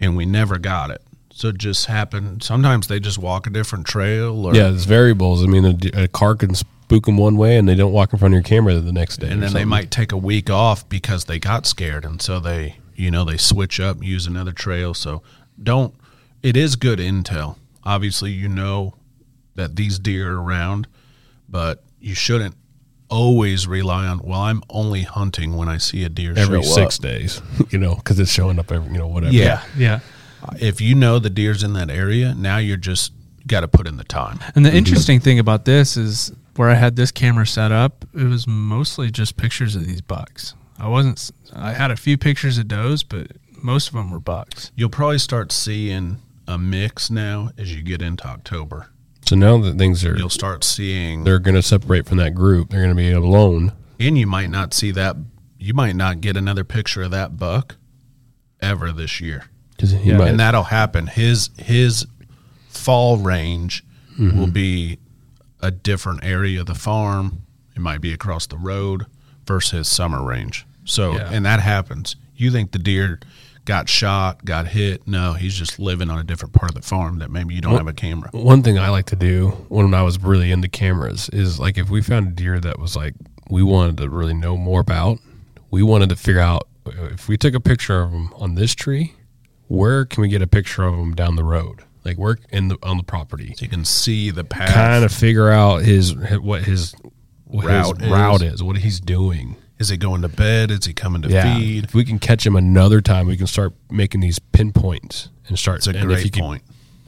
[SPEAKER 1] and we never got it. So it just happened. Sometimes they just walk a different trail, or
[SPEAKER 2] Yeah, it's variables. I mean, a, d- a car can spook them one way, and they don't walk in front of your camera the next day.
[SPEAKER 1] and
[SPEAKER 2] or
[SPEAKER 1] then they
[SPEAKER 2] something.
[SPEAKER 1] might take a week off because they got scared, and so they, you know, they switch up, use another trail. So don't. It is good intel. Obviously, you know that these deer are around, but you shouldn't always rely on. Well, I'm only hunting when I see a deer
[SPEAKER 2] every
[SPEAKER 1] show
[SPEAKER 2] six
[SPEAKER 1] up."
[SPEAKER 2] days, you know, because it's showing up every, you know, whatever.
[SPEAKER 1] Yeah.
[SPEAKER 3] Yeah.
[SPEAKER 1] If you know the deer's in that area, now you're just got to put in the time.
[SPEAKER 3] And the interesting thing about this is where I had this camera set up, it was mostly just pictures of these bucks. I wasn't, s- I had a few pictures of does, but most of them were bucks.
[SPEAKER 1] You'll probably start seeing a mix now as you get into October.
[SPEAKER 2] So now that things are,
[SPEAKER 1] You'll start seeing
[SPEAKER 2] they're going to separate from that group. They're going to be alone.
[SPEAKER 1] and you might not see that you might not get another picture of that buck ever this year
[SPEAKER 2] Because he might,
[SPEAKER 1] and that'll happen his his fall range will
[SPEAKER 2] Mm-hmm.
[SPEAKER 1] be a different area of the farm it might be across the road versus his summer range so
[SPEAKER 3] Yeah.
[SPEAKER 1] and that happens you think the deer got shot got hit no he's just living on a different part of the farm that maybe you don't have a camera
[SPEAKER 2] one thing I like to do when I was really into cameras is like if we found a deer that was like we wanted to really know more about, we wanted to figure out if we took a picture of him on this tree, where can we get a picture of him down the road? Like where in the on the property?
[SPEAKER 1] So you can see the path.
[SPEAKER 2] Kind of figure out his what his what
[SPEAKER 1] Route
[SPEAKER 2] his
[SPEAKER 1] is.
[SPEAKER 2] route is, what he's doing.
[SPEAKER 1] Is he going to bed? Is he coming to
[SPEAKER 2] Yeah.
[SPEAKER 1] feed?
[SPEAKER 2] If we can catch him another time, we can start making these pinpoints and start.
[SPEAKER 1] It's a
[SPEAKER 2] and if you
[SPEAKER 1] great
[SPEAKER 2] could-
[SPEAKER 1] point.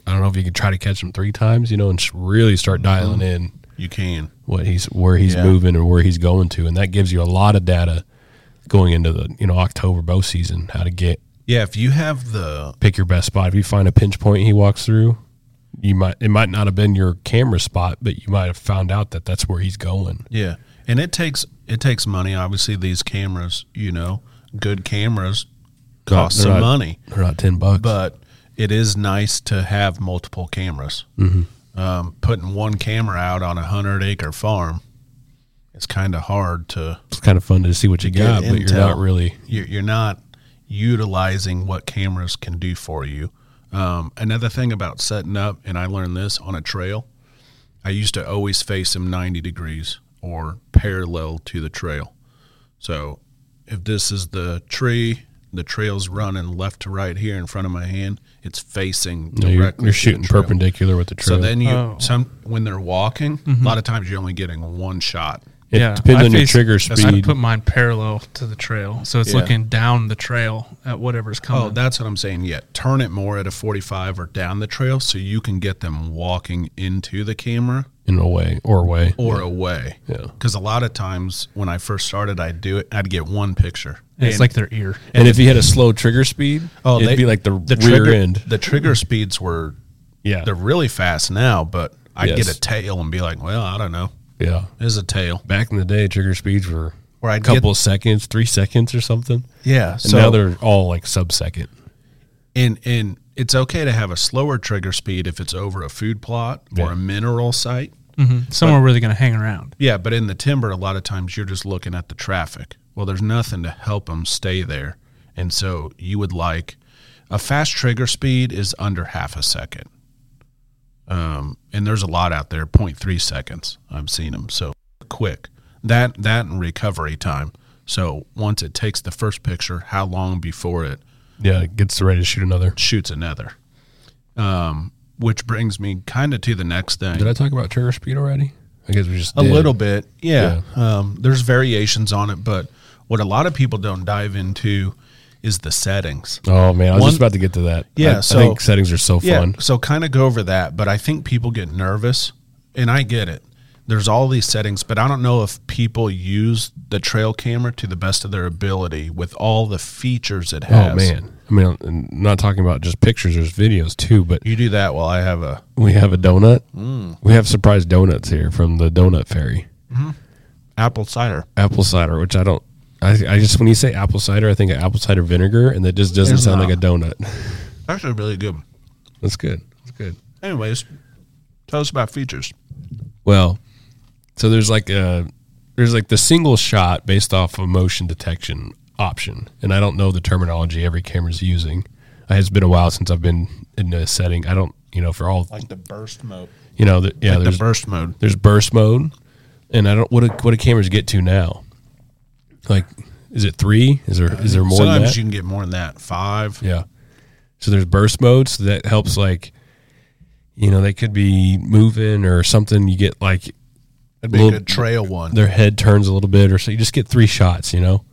[SPEAKER 2] I don't know if you can try to catch him three times, you know, and s- really start dialing in
[SPEAKER 1] You can.
[SPEAKER 2] what he's where he's
[SPEAKER 1] Uh-huh. Yeah.
[SPEAKER 2] moving and where he's going to, and that gives you a lot of data going into the you know October bow season. How to get
[SPEAKER 1] Yeah, if you have the
[SPEAKER 2] pick your best spot. If you find a pinch point he walks through, you might it might not have been your camera spot, but you might have found out that that's where he's going.
[SPEAKER 1] yeah, and it takes it takes money. Obviously, these cameras, you know, good cameras cost
[SPEAKER 2] they're
[SPEAKER 1] some
[SPEAKER 2] not-
[SPEAKER 1] money.
[SPEAKER 2] They're not ten bucks,
[SPEAKER 1] but it is nice to have multiple cameras. Um, putting one camera out on a hundred acre farm, it's kind of hard to.
[SPEAKER 2] it's kind of fun to see what you
[SPEAKER 1] get
[SPEAKER 2] got, but you're not
[SPEAKER 1] intel.
[SPEAKER 2] really.
[SPEAKER 1] You're, you're not utilizing what cameras can do for you. Um, another thing about setting up, and I learned this on a trail. I used to always face him 90 degrees or parallel to the trail. So if this is the tree, the trail's running left to right here in front of my hand, it's facing
[SPEAKER 2] You
[SPEAKER 1] directly.
[SPEAKER 2] know, you're,
[SPEAKER 1] to the
[SPEAKER 2] you're shooting
[SPEAKER 1] trail.
[SPEAKER 2] perpendicular with the
[SPEAKER 1] So
[SPEAKER 2] trail.
[SPEAKER 1] then you
[SPEAKER 3] Oh.
[SPEAKER 1] some when they're walking, a lot of times you're only getting one shot.
[SPEAKER 2] it
[SPEAKER 3] yeah,
[SPEAKER 2] depends
[SPEAKER 3] I
[SPEAKER 2] on your
[SPEAKER 3] face-
[SPEAKER 2] trigger
[SPEAKER 3] I
[SPEAKER 2] speed.
[SPEAKER 3] put mine parallel to the trail, so it's
[SPEAKER 1] Yeah.
[SPEAKER 3] looking down the trail at whatever's
[SPEAKER 1] Oh,
[SPEAKER 3] coming.
[SPEAKER 1] that's what I'm saying. Yeah, turn it more at a 45 or down the trail so you can get them walking into the camera
[SPEAKER 2] in a way or way.
[SPEAKER 1] or away.
[SPEAKER 2] Yeah.
[SPEAKER 1] Because a lot of times when I first started, I'd do it. I'd get one picture.
[SPEAKER 3] And it's like their ear.
[SPEAKER 2] And if you had a slow trigger speed, oh, it'd
[SPEAKER 1] they-
[SPEAKER 2] be like the, rear
[SPEAKER 1] trigger,
[SPEAKER 2] end.
[SPEAKER 1] The trigger speeds were
[SPEAKER 2] Yeah,
[SPEAKER 1] they're really fast now, but I would
[SPEAKER 2] Yes.
[SPEAKER 1] get a tail and be like, well, I don't know,
[SPEAKER 2] yeah.
[SPEAKER 1] there's a tail.
[SPEAKER 2] Back in the day, trigger speeds were
[SPEAKER 1] Or
[SPEAKER 2] a
[SPEAKER 1] I'd
[SPEAKER 2] couple of seconds, three seconds or something.
[SPEAKER 1] get yeah.
[SPEAKER 2] And now they're all like sub second.
[SPEAKER 1] and and it's okay to have a slower trigger speed if it's over a food plot or
[SPEAKER 2] Yeah.
[SPEAKER 1] a mineral site.
[SPEAKER 3] Somewhere where they're going to hang around.
[SPEAKER 1] Yeah, but in the timber, a lot of times you're just looking at the traffic. Well, there's nothing to help them stay there, and so you would like a fast trigger speed is under half a second. Um, and there's a lot out there, 0.3 seconds. I've seen them so quick. That that and recovery time. So once it takes the first picture, how long before it
[SPEAKER 2] Yeah, it gets ready to shoot another.
[SPEAKER 1] shoots another. Um, which brings me kind of to the next thing.
[SPEAKER 2] Did I talk about trigger speed already? I guess we just
[SPEAKER 1] a
[SPEAKER 2] did.
[SPEAKER 1] little bit, yeah. Um, there's variations on it, but what a lot of people don't dive into is the settings.
[SPEAKER 2] Oh man, I was
[SPEAKER 1] One-
[SPEAKER 2] just about to get to that.
[SPEAKER 1] Yeah,
[SPEAKER 2] I,
[SPEAKER 1] so-
[SPEAKER 2] I think settings are so fun.
[SPEAKER 1] So kind of go over that, but I think people get nervous, and I get it. There's all these settings, but I don't know if people use the trail camera to the best of their ability with all the features it has.
[SPEAKER 2] Oh man, I mean, I'm not talking about just pictures. There's videos too, but
[SPEAKER 1] You do that while I have a
[SPEAKER 2] we have a donut.
[SPEAKER 1] Mm.
[SPEAKER 2] We have surprise donuts here from the Donut Fairy.
[SPEAKER 1] apple cider.
[SPEAKER 2] Apple cider, which I don't. I, I just when you say apple cider, I think of apple cider vinegar, and that just doesn't
[SPEAKER 1] It's
[SPEAKER 2] sound
[SPEAKER 1] not.
[SPEAKER 2] like a donut.
[SPEAKER 1] Actually, really good.
[SPEAKER 2] That's good. That's good.
[SPEAKER 1] Anyways, tell us about features.
[SPEAKER 2] Well, so there's like a there's like the single shot based off of motion detection option, and I don't know the terminology every camera's using. Uh, It's been a while since I've been in a setting. I don't, you know, for all
[SPEAKER 1] Like the burst mode.
[SPEAKER 2] you know, the, yeah,
[SPEAKER 1] Like the
[SPEAKER 2] there's
[SPEAKER 1] burst mode.
[SPEAKER 2] there's burst mode, and I don't what do, what do cameras get to now? Like, is it three? Is there is there more? than
[SPEAKER 1] Sometimes
[SPEAKER 2] that?
[SPEAKER 1] you can get more than that. Five.
[SPEAKER 2] Yeah. So there's burst modes that helps like you know, they could be moving or something. You get like
[SPEAKER 1] That'd be
[SPEAKER 2] Well,
[SPEAKER 1] a good trail one.
[SPEAKER 2] their head turns a little bit or so you just get three shots, you know?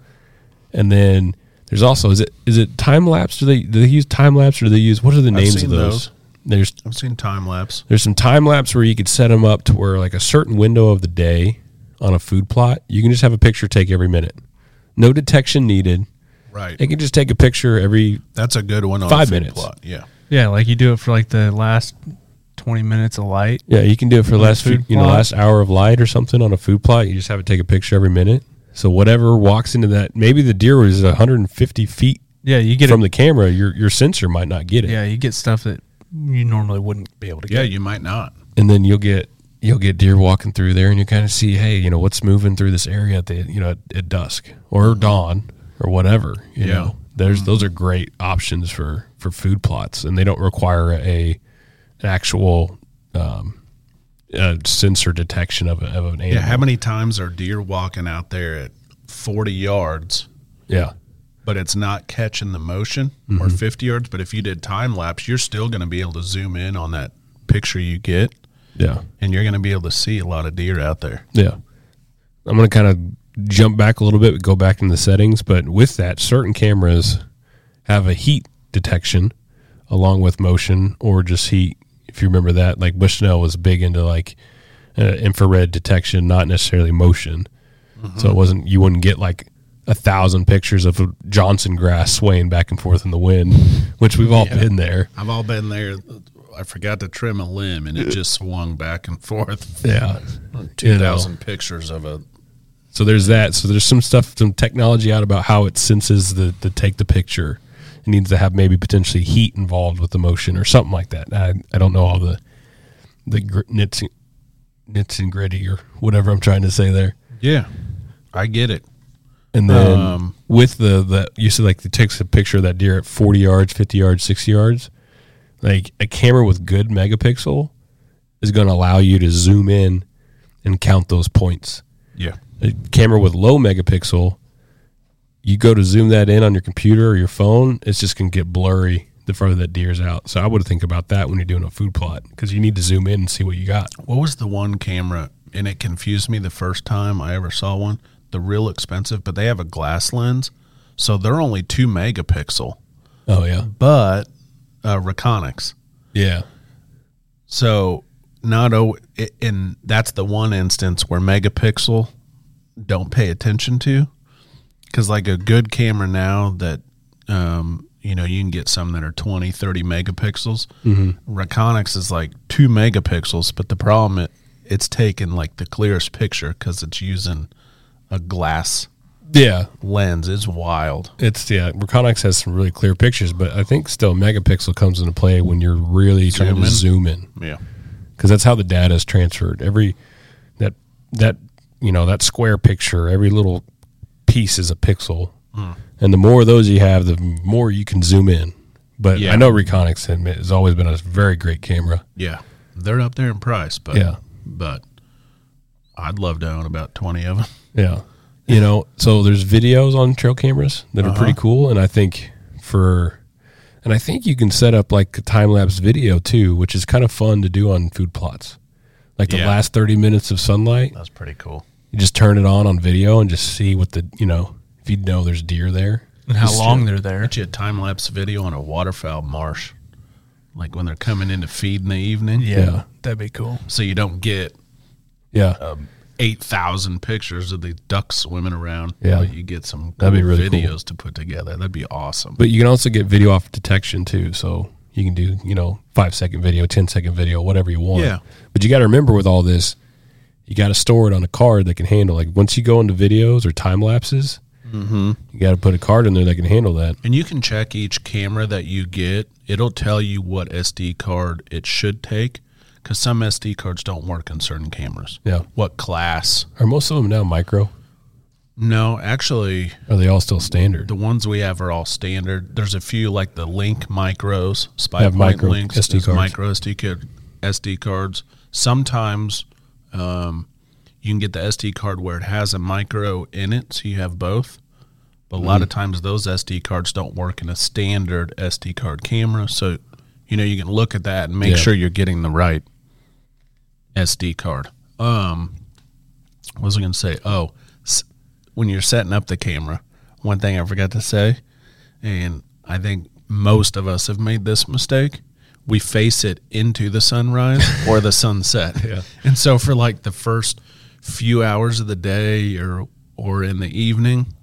[SPEAKER 2] And then there's also is it is it time lapse? Do they do they use time lapse or do they use what are the names
[SPEAKER 1] seen
[SPEAKER 2] of those?
[SPEAKER 1] those.
[SPEAKER 2] There's
[SPEAKER 1] I've seen time lapse.
[SPEAKER 2] there's some time lapse where you could set them up to where like a certain window of the day on a food plot, you can just have a picture take every minute. No detection needed.
[SPEAKER 1] Right.
[SPEAKER 2] They can just take a picture every
[SPEAKER 1] That's a good one. On
[SPEAKER 2] Five
[SPEAKER 1] food
[SPEAKER 2] minutes.
[SPEAKER 1] Plot. Yeah.
[SPEAKER 3] Yeah, like you do it for like the last 20 minutes of light.
[SPEAKER 2] Yeah, you can do it for the last
[SPEAKER 3] food
[SPEAKER 2] few, you know
[SPEAKER 3] plot.
[SPEAKER 2] last hour of light or something on a food plot. You just have it take a picture every minute. So whatever walks into that, maybe the deer was 150 feet
[SPEAKER 3] Yeah, you get
[SPEAKER 2] from
[SPEAKER 3] it.
[SPEAKER 2] the camera. Your your sensor might not get it,
[SPEAKER 3] yeah, you get stuff that you normally wouldn't be able to
[SPEAKER 1] Yeah,
[SPEAKER 3] get.
[SPEAKER 1] you might not.
[SPEAKER 2] and then you'll get you'll get deer walking through there, and you kind of see, hey, you know what's moving through this area at the you know at, at dusk or dawn or whatever. You
[SPEAKER 1] Yeah.
[SPEAKER 2] know, there's those are great options for for food plots, and they don't require a an actual um, uh, sensor detection of, a, of an animal.
[SPEAKER 1] Yeah. How many times are deer walking out there at 40 yards,
[SPEAKER 2] yeah.
[SPEAKER 1] but it's not catching the motion
[SPEAKER 2] Mm-hmm.
[SPEAKER 1] or 50 yards. But if you did time lapse, you're still going to be able to zoom in on that picture you get,
[SPEAKER 2] Yeah.
[SPEAKER 1] and you're going to be able to see a lot of deer out there.
[SPEAKER 2] Yeah. I'm going to kind of jump back a little bit, go back in the settings. But with that, certain cameras have a heat detection along with motion or just heat. If you remember that, like Bushnell was big into like uh, infrared detection, not necessarily motion.
[SPEAKER 1] Mm-hmm.
[SPEAKER 2] So it wasn't, you wouldn't get like a thousand pictures of Johnson grass swaying back and forth in the wind, which we've all been there.
[SPEAKER 1] I've all been there. I forgot to trim a limb, and it just swung back and forth.
[SPEAKER 2] Yeah.
[SPEAKER 1] Two thousand pictures of a
[SPEAKER 2] So there's that. So there's some stuff, some technology out about how it senses the the take the picture. It needs to have maybe potentially heat involved with the motion or something like that. I, I don't know all the the gr- nits nits and gritty or whatever I'm trying to say there.
[SPEAKER 1] yeah. I get it.
[SPEAKER 2] And then
[SPEAKER 1] Um,
[SPEAKER 2] with the the you said like it takes a picture of that deer at 40 yards, 50 yards, 60 yards. Like a camera with good megapixel is going to allow you to zoom in and count those points
[SPEAKER 1] Yeah,
[SPEAKER 2] a camera with low megapixel, you go to zoom that in on your computer or your phone, it's just going to get blurry the further that deer's out. So I would think about that when you're doing a food plot because you need to zoom in and see what you got.
[SPEAKER 1] What was the one camera? And it confused me the first time I ever saw one. The real expensive, but they have a glass lens, so they're only two megapixel.
[SPEAKER 2] Oh yeah,
[SPEAKER 1] But uh, Reconyx,
[SPEAKER 2] yeah,
[SPEAKER 1] so not oh, and that's the one instance where megapixel don't pay attention to, because like a good camera now that um, you know you can get some that are 20, 30 megapixels. Reconyx is like two megapixels, but the problem it, it's taking like the clearest picture because it's using a glass
[SPEAKER 2] yeah.
[SPEAKER 1] lens. It's wild.
[SPEAKER 2] It's yeah. Reconyx has some really clear pictures, but I think still megapixel comes into play when you're really trying
[SPEAKER 1] Zoom
[SPEAKER 2] to
[SPEAKER 1] in.
[SPEAKER 2] zoom in.
[SPEAKER 1] Yeah,
[SPEAKER 2] because that's how the data is transferred. Every that that you know that square picture, every little piece is a pixel,
[SPEAKER 1] Hmm.
[SPEAKER 2] and the more of those you have, the more you can zoom in. But
[SPEAKER 1] Yeah.
[SPEAKER 2] I know Reconyx has always been a very great camera.
[SPEAKER 1] yeah, they're up there in price, but
[SPEAKER 2] Yeah.
[SPEAKER 1] but I'd love to own about twenty of them.
[SPEAKER 2] Yeah. You know, so there's videos on trail cameras that are
[SPEAKER 1] Uh-huh.
[SPEAKER 2] pretty cool. And I think for, and I think you can set up like a time lapse video too, which is kind of fun to do on food plots. Like the
[SPEAKER 1] Yeah.
[SPEAKER 2] last 30 minutes of sunlight,
[SPEAKER 1] That's pretty cool.
[SPEAKER 2] you just turn it on on video and just see what the, you know, if you know there's deer there.
[SPEAKER 3] and how long they're there.
[SPEAKER 1] Get you a time lapse video on a waterfowl marsh, like when they're coming in to feed in the evening.
[SPEAKER 2] Yeah.
[SPEAKER 3] That'd be cool.
[SPEAKER 1] So you don't get
[SPEAKER 2] Yeah.
[SPEAKER 1] Uh, eight thousand pictures of the ducks swimming around.
[SPEAKER 2] Yeah.
[SPEAKER 1] but you get some
[SPEAKER 2] That'd be
[SPEAKER 1] cool
[SPEAKER 2] really cool.
[SPEAKER 1] videos to put together. That'd be awesome.
[SPEAKER 2] But you can also get video off detection too. So you can do, you know, five second video, ten second video, whatever you want.
[SPEAKER 1] Yeah.
[SPEAKER 2] But you got to remember with all this, you got to store it on a card that can handle. Like once you go into videos or time lapses,
[SPEAKER 1] Mm-hmm.
[SPEAKER 2] you got to put a card in there that can handle that.
[SPEAKER 1] and you can check each camera that you get. It'll tell you what SD card it should take, because some SD cards don't work in certain cameras.
[SPEAKER 2] Yeah.
[SPEAKER 1] What class?
[SPEAKER 2] Are most of them now micro?
[SPEAKER 1] No, actually,
[SPEAKER 2] Are they all still standard?
[SPEAKER 1] The ones we have are all standard. There's a few like the Link micros, Spy
[SPEAKER 2] Have
[SPEAKER 1] Point
[SPEAKER 2] micro
[SPEAKER 1] Links,
[SPEAKER 2] SD
[SPEAKER 1] there's
[SPEAKER 2] cards.
[SPEAKER 1] micro SD card, SD cards. Sometimes um, you can get the SD card where it has a micro in it, so you have both. But a
[SPEAKER 2] Mm.
[SPEAKER 1] lot of times those SD cards don't work in a standard SD card camera, so you know you can look at that and make
[SPEAKER 2] Yeah.
[SPEAKER 1] sure you're getting the right SD card. Um, what was I going to say? Oh, s- when you're setting up the camera, one thing I forgot to say, and I think most of us have made this mistake. We face it into the sunrise or the sunset.
[SPEAKER 2] Yeah.
[SPEAKER 1] And so for like the first few hours of the day or or in the evening,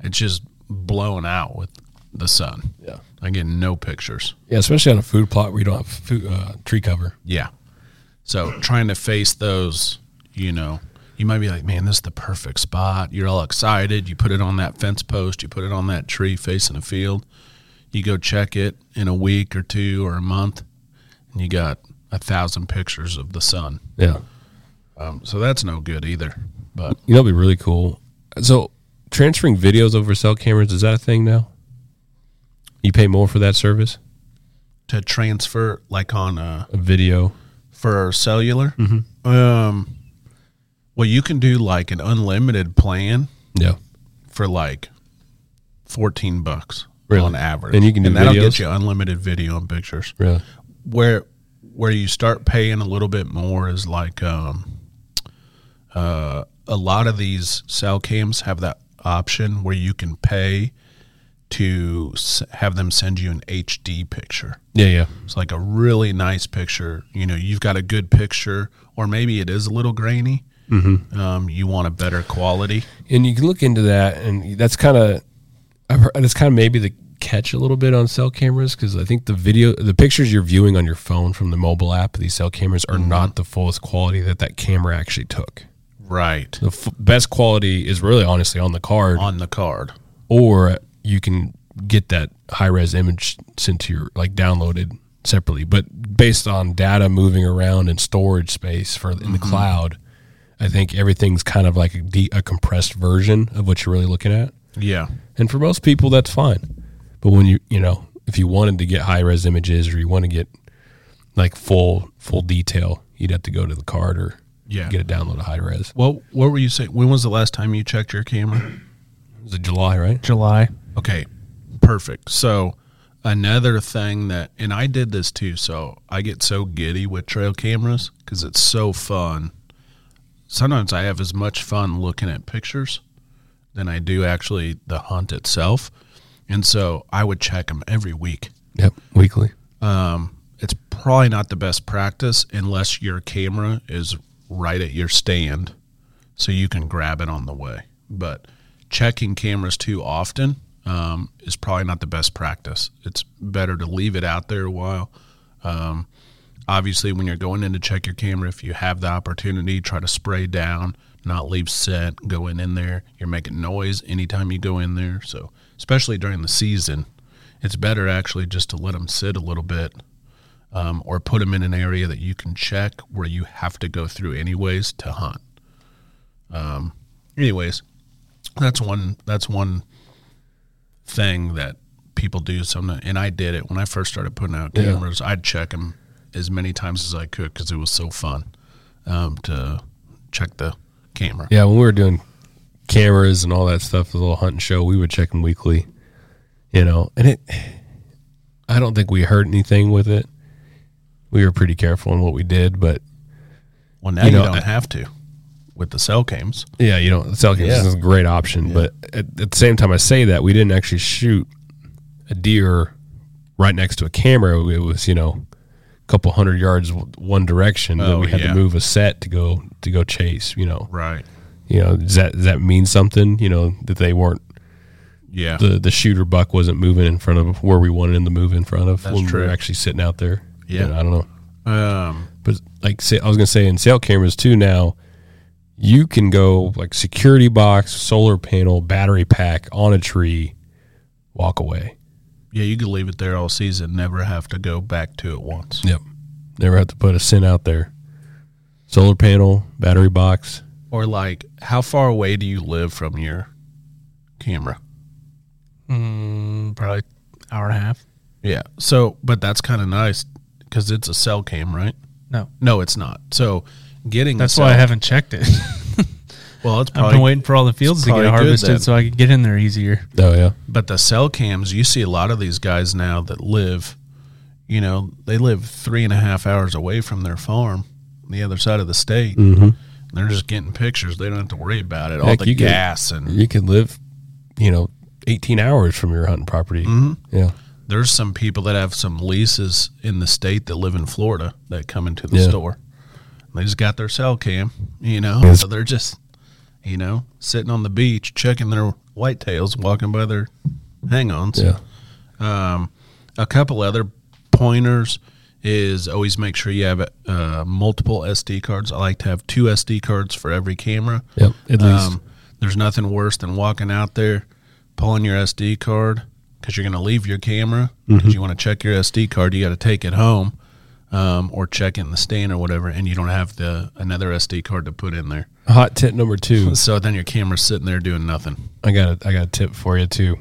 [SPEAKER 1] it's just blown out with the sun.
[SPEAKER 2] Yeah.
[SPEAKER 1] I get no pictures.
[SPEAKER 2] Yeah, especially on a food plot where you don't have food, uh, tree cover.
[SPEAKER 1] Yeah. So trying to face those, you know, you might be like, man, this is the perfect spot. You're all excited. You put it on that fence post, you put it on that tree facing a field. You go check it in a week or two or a month, and you got a thousand pictures of the sun.
[SPEAKER 2] Yeah.
[SPEAKER 1] Um, so that's no good either. But
[SPEAKER 2] You know, it'd be really cool. So, transferring videos over cell cameras is that a thing now? You pay more for that service,
[SPEAKER 1] to transfer, like on a,
[SPEAKER 2] a video.
[SPEAKER 1] for cellular, um, well, you can do like an unlimited plan
[SPEAKER 2] Yeah,
[SPEAKER 1] for like 14 bucks
[SPEAKER 2] Really?
[SPEAKER 1] on average.
[SPEAKER 2] And you can do
[SPEAKER 1] that'll
[SPEAKER 2] videos?
[SPEAKER 1] get you unlimited video and pictures.
[SPEAKER 2] Really?
[SPEAKER 1] Where where you start paying a little bit more is like um uh a lot of these cell cams have that option where you can pay to s- have them send you an HD picture.
[SPEAKER 2] Yeah, yeah.
[SPEAKER 1] It's like a really nice picture. You know, you've got a good picture, or maybe it is a little grainy.
[SPEAKER 2] Mm-hmm.
[SPEAKER 1] Um, you want a better quality.
[SPEAKER 2] and you can look into that and that's kind of I've heard, that's kind of maybe the catch a little bit on cell cameras because i think the video the pictures you're viewing on your phone from the mobile app these cell cameras are not the fullest quality that that camera actually took
[SPEAKER 1] Right.
[SPEAKER 2] the f- best quality is really honestly on the card
[SPEAKER 1] On the card.
[SPEAKER 2] or you can get that high res image sent to your like downloaded separately but based on data moving around and storage space for in the cloud i think everything's kind of like a, de- a compressed version of what you're really looking at
[SPEAKER 1] Yeah.
[SPEAKER 2] and for most people, that's fine. But when you, you know, if you wanted to get high res images or you want to get like full, full detail, you'd have to go to the card or
[SPEAKER 1] Yeah.
[SPEAKER 2] get a download of high res.
[SPEAKER 1] Well, what were you saying? When was the last time you checked your camera?
[SPEAKER 2] Is it July, right?
[SPEAKER 3] July.
[SPEAKER 1] Okay. Perfect. So, another thing that, and I did this too. So, I get so giddy with trail cameras because it's so fun. Sometimes I have as much fun looking at pictures than I do actually the hunt itself. And so, I would check them every week.
[SPEAKER 2] Yep. Weekly.
[SPEAKER 1] um, it's probably not the best practice unless your camera is right at your stand so you can grab it on the way. But checking cameras too often um, is probably not the best practice. It's better to leave it out there a while. Um, obviously, when you're going in to check your camera, if you have the opportunity, try to spray down, not leave set going in there. You're making noise anytime you go in there. So, especially during the season, it's better actually just to let them sit a little bit um, or put them in an area that you can check where you have to go through anyways to hunt. Um, anyways, that's one that's one thing that people do sometimes, and I did it when I first started putting out
[SPEAKER 2] Yeah.
[SPEAKER 1] cameras. I'd check them as many times as I could because it was so fun um, to check the camera.
[SPEAKER 2] Yeah. When we were doing cameras and all that stuff, the little hunting show, we would check them weekly, you know, and it, I don't think we hurt anything with it. We were pretty careful in what we did, but
[SPEAKER 1] Well, now
[SPEAKER 2] You
[SPEAKER 1] you,
[SPEAKER 2] know,
[SPEAKER 1] don't
[SPEAKER 2] I-
[SPEAKER 1] have to with the cell cams.
[SPEAKER 2] Yeah, you don't sell cases is a great option, but at, at the same time, I say that we didn't actually shoot a deer right next to a camera. It was you know a couple hundred yards w- one direction. then
[SPEAKER 1] Oh,
[SPEAKER 2] we had
[SPEAKER 1] yeah.
[SPEAKER 2] to move a set to go to go chase. You know,
[SPEAKER 1] Right.
[SPEAKER 2] you know does that does that mean something? You know that they weren't
[SPEAKER 1] Yeah.
[SPEAKER 2] the the shooter buck wasn't moving in front of where we wanted him to move in front of when we
[SPEAKER 1] true.
[SPEAKER 2] were actually sitting out there.
[SPEAKER 1] Yeah.
[SPEAKER 2] You know, I don't know.
[SPEAKER 1] um,
[SPEAKER 2] But like say, I was gonna say, in cell cameras too now, you can go like security box, solar panel, battery pack on a tree, walk away.
[SPEAKER 1] Yeah, you could leave it there all season, never have to go back to it once.
[SPEAKER 2] Yep. Never have to put a cent out there. Solar panel, battery box.
[SPEAKER 1] Or like, how far away do you live from your camera?
[SPEAKER 3] Mm, probably hour and a half.
[SPEAKER 1] Yeah. So, but that's kind of nice because it's a cell cam, right?
[SPEAKER 3] No.
[SPEAKER 1] No, it's not. So, getting a
[SPEAKER 3] That's why I
[SPEAKER 1] cell-
[SPEAKER 3] haven't checked it.
[SPEAKER 1] Well, it's
[SPEAKER 3] I've been
[SPEAKER 1] probably.
[SPEAKER 3] waiting for all the fields to
[SPEAKER 1] probably
[SPEAKER 3] get
[SPEAKER 1] good then.
[SPEAKER 3] harvested so I could get in there easier.
[SPEAKER 2] Oh yeah.
[SPEAKER 1] But the cell cams, you see a lot of these guys now that live, you know, they live three and a half hours away from their farm, on the other side of the state. And They're just getting pictures. They don't have to worry about it. all
[SPEAKER 2] Mm-hmm. Heck,
[SPEAKER 1] the
[SPEAKER 2] you could-
[SPEAKER 1] gas and
[SPEAKER 2] You can live, you know, eighteen hours from your hunting property. Mm-hmm. Yeah.
[SPEAKER 1] there's some people that have some leases in the state that live in Florida that come into the
[SPEAKER 2] Yeah.
[SPEAKER 1] store. They just got their cell cam, you know. So they're just, you know, sitting on the beach checking their whitetails, walking by their hang-ons.
[SPEAKER 2] Yeah.
[SPEAKER 1] Um, a couple other pointers is always make sure you have uh, multiple SD cards. I like to have two SD cards for every camera.
[SPEAKER 2] Yep. At least.
[SPEAKER 1] Um, there's nothing worse than walking out there, pulling your SD card because you're going to leave your camera because
[SPEAKER 2] Mm-hmm.
[SPEAKER 1] you want to check your SD card. You got to take it home um, or check it in the stand or whatever, and you don't have the another SD card to put in there.
[SPEAKER 2] Hot tip number two.
[SPEAKER 1] So then your camera's sitting there doing nothing.
[SPEAKER 2] I got a, I got a tip for you too.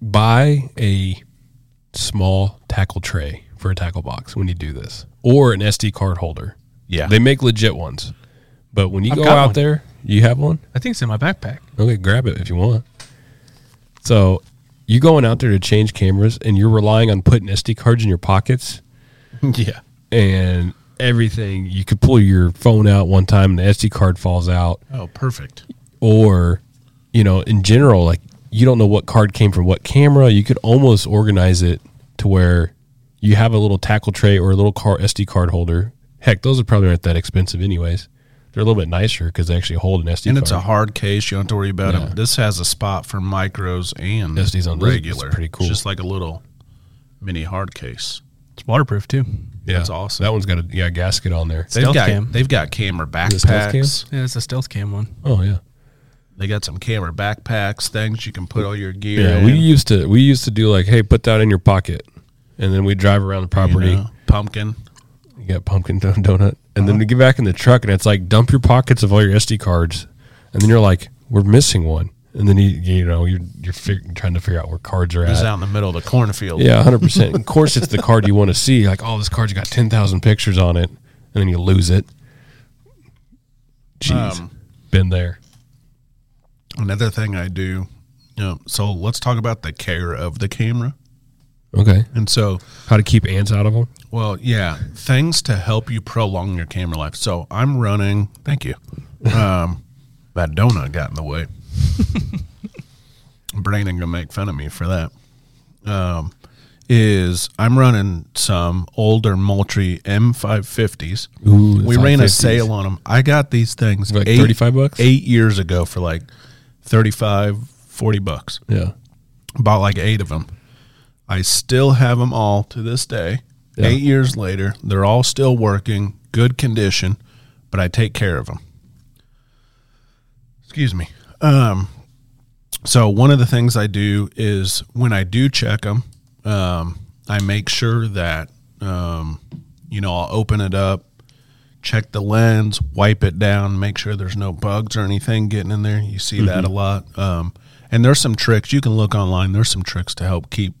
[SPEAKER 2] Buy a small tackle tray for a tackle box when you do this, or an SD card holder.
[SPEAKER 1] Yeah.
[SPEAKER 2] They make legit ones, but when you
[SPEAKER 3] I've
[SPEAKER 2] go
[SPEAKER 3] got
[SPEAKER 2] out
[SPEAKER 3] one.
[SPEAKER 2] there, you have one.
[SPEAKER 3] I think it's in my backpack.
[SPEAKER 2] Okay, grab it if you want. So You're going out there to change cameras and you're relying on putting SD cards in your pockets
[SPEAKER 1] yeah.
[SPEAKER 2] and everything. You could pull your phone out one time and the SD card falls out,
[SPEAKER 1] Oh, perfect.
[SPEAKER 2] or you know, in general, like you don't know what card came from what camera. You could almost organize it to where you have a little tackle tray or a little car SD card holder. Heck, those are probably aren't that expensive, anyways. They're a little bit nicer because they actually hold an SD.
[SPEAKER 1] And
[SPEAKER 2] card.
[SPEAKER 1] it's a hard case. You don't have to worry about
[SPEAKER 2] Yeah.
[SPEAKER 1] it. This has a spot for micros and
[SPEAKER 2] SDs on this. It's
[SPEAKER 1] regular.
[SPEAKER 2] pretty cool.
[SPEAKER 1] just like a little mini hard case.
[SPEAKER 3] It's waterproof too.
[SPEAKER 2] yeah.
[SPEAKER 1] that's awesome.
[SPEAKER 2] That one's got a yeah gasket on there.
[SPEAKER 1] They've
[SPEAKER 3] Stealth
[SPEAKER 1] got
[SPEAKER 3] cam.
[SPEAKER 1] they've got camera
[SPEAKER 2] it stealth cam?
[SPEAKER 1] backpacks.
[SPEAKER 3] Yeah, it's a stealth cam one.
[SPEAKER 2] Oh yeah.
[SPEAKER 1] They got some camera backpacks, things you can put all your gear.
[SPEAKER 2] Yeah,
[SPEAKER 1] in,
[SPEAKER 2] we used to we used to do like, hey, put that in your pocket, and then we drive around the
[SPEAKER 1] you
[SPEAKER 2] property. You,
[SPEAKER 1] know, pumpkin.
[SPEAKER 2] get pumpkin don- donut, and then we get back in the truck, and it's like dump your pockets of all your SD cards, and then you're like, we're missing one, and then you you know you're you're fig- trying to figure out where cards are
[SPEAKER 1] It's
[SPEAKER 2] at.
[SPEAKER 1] out in the middle of the cornfield.
[SPEAKER 2] Yeah, hundred percent. Of course, it's the card you want to see. Like, oh, this card's got ten thousand pictures on it, and then you lose it. Jeez,
[SPEAKER 1] Um,
[SPEAKER 2] been there.
[SPEAKER 1] Another thing I do. You know, so let's talk about the care of the camera.
[SPEAKER 2] Okay,
[SPEAKER 1] And so
[SPEAKER 2] how to keep ants out of them?
[SPEAKER 1] Well, yeah, things to help you prolong your camera life. So I'm running. Thank you. Um, that donut got in the way. Brandon gonna make fun of me for that. Um, is I'm running some older Moultrie M550s.
[SPEAKER 2] Ooh, the
[SPEAKER 1] we ran a
[SPEAKER 2] 550s.
[SPEAKER 1] sale on them. I got these things
[SPEAKER 2] Like 35 bucks?
[SPEAKER 1] eight years ago for like 35, 40 bucks
[SPEAKER 2] Yeah.
[SPEAKER 1] bought like eight of them. I still have them all to this day.
[SPEAKER 2] Yeah.
[SPEAKER 1] Eight years later, they're all still working, good condition, but I take care of them. Excuse me. Um, so one of the things I do is when I do check them, um, I make sure that um, you know I'll open it up, check the lens, wipe it down, make sure there's no bugs or anything getting in there. You see that a lot. Um, and there's some tricks you can look online. There's some tricks to help keep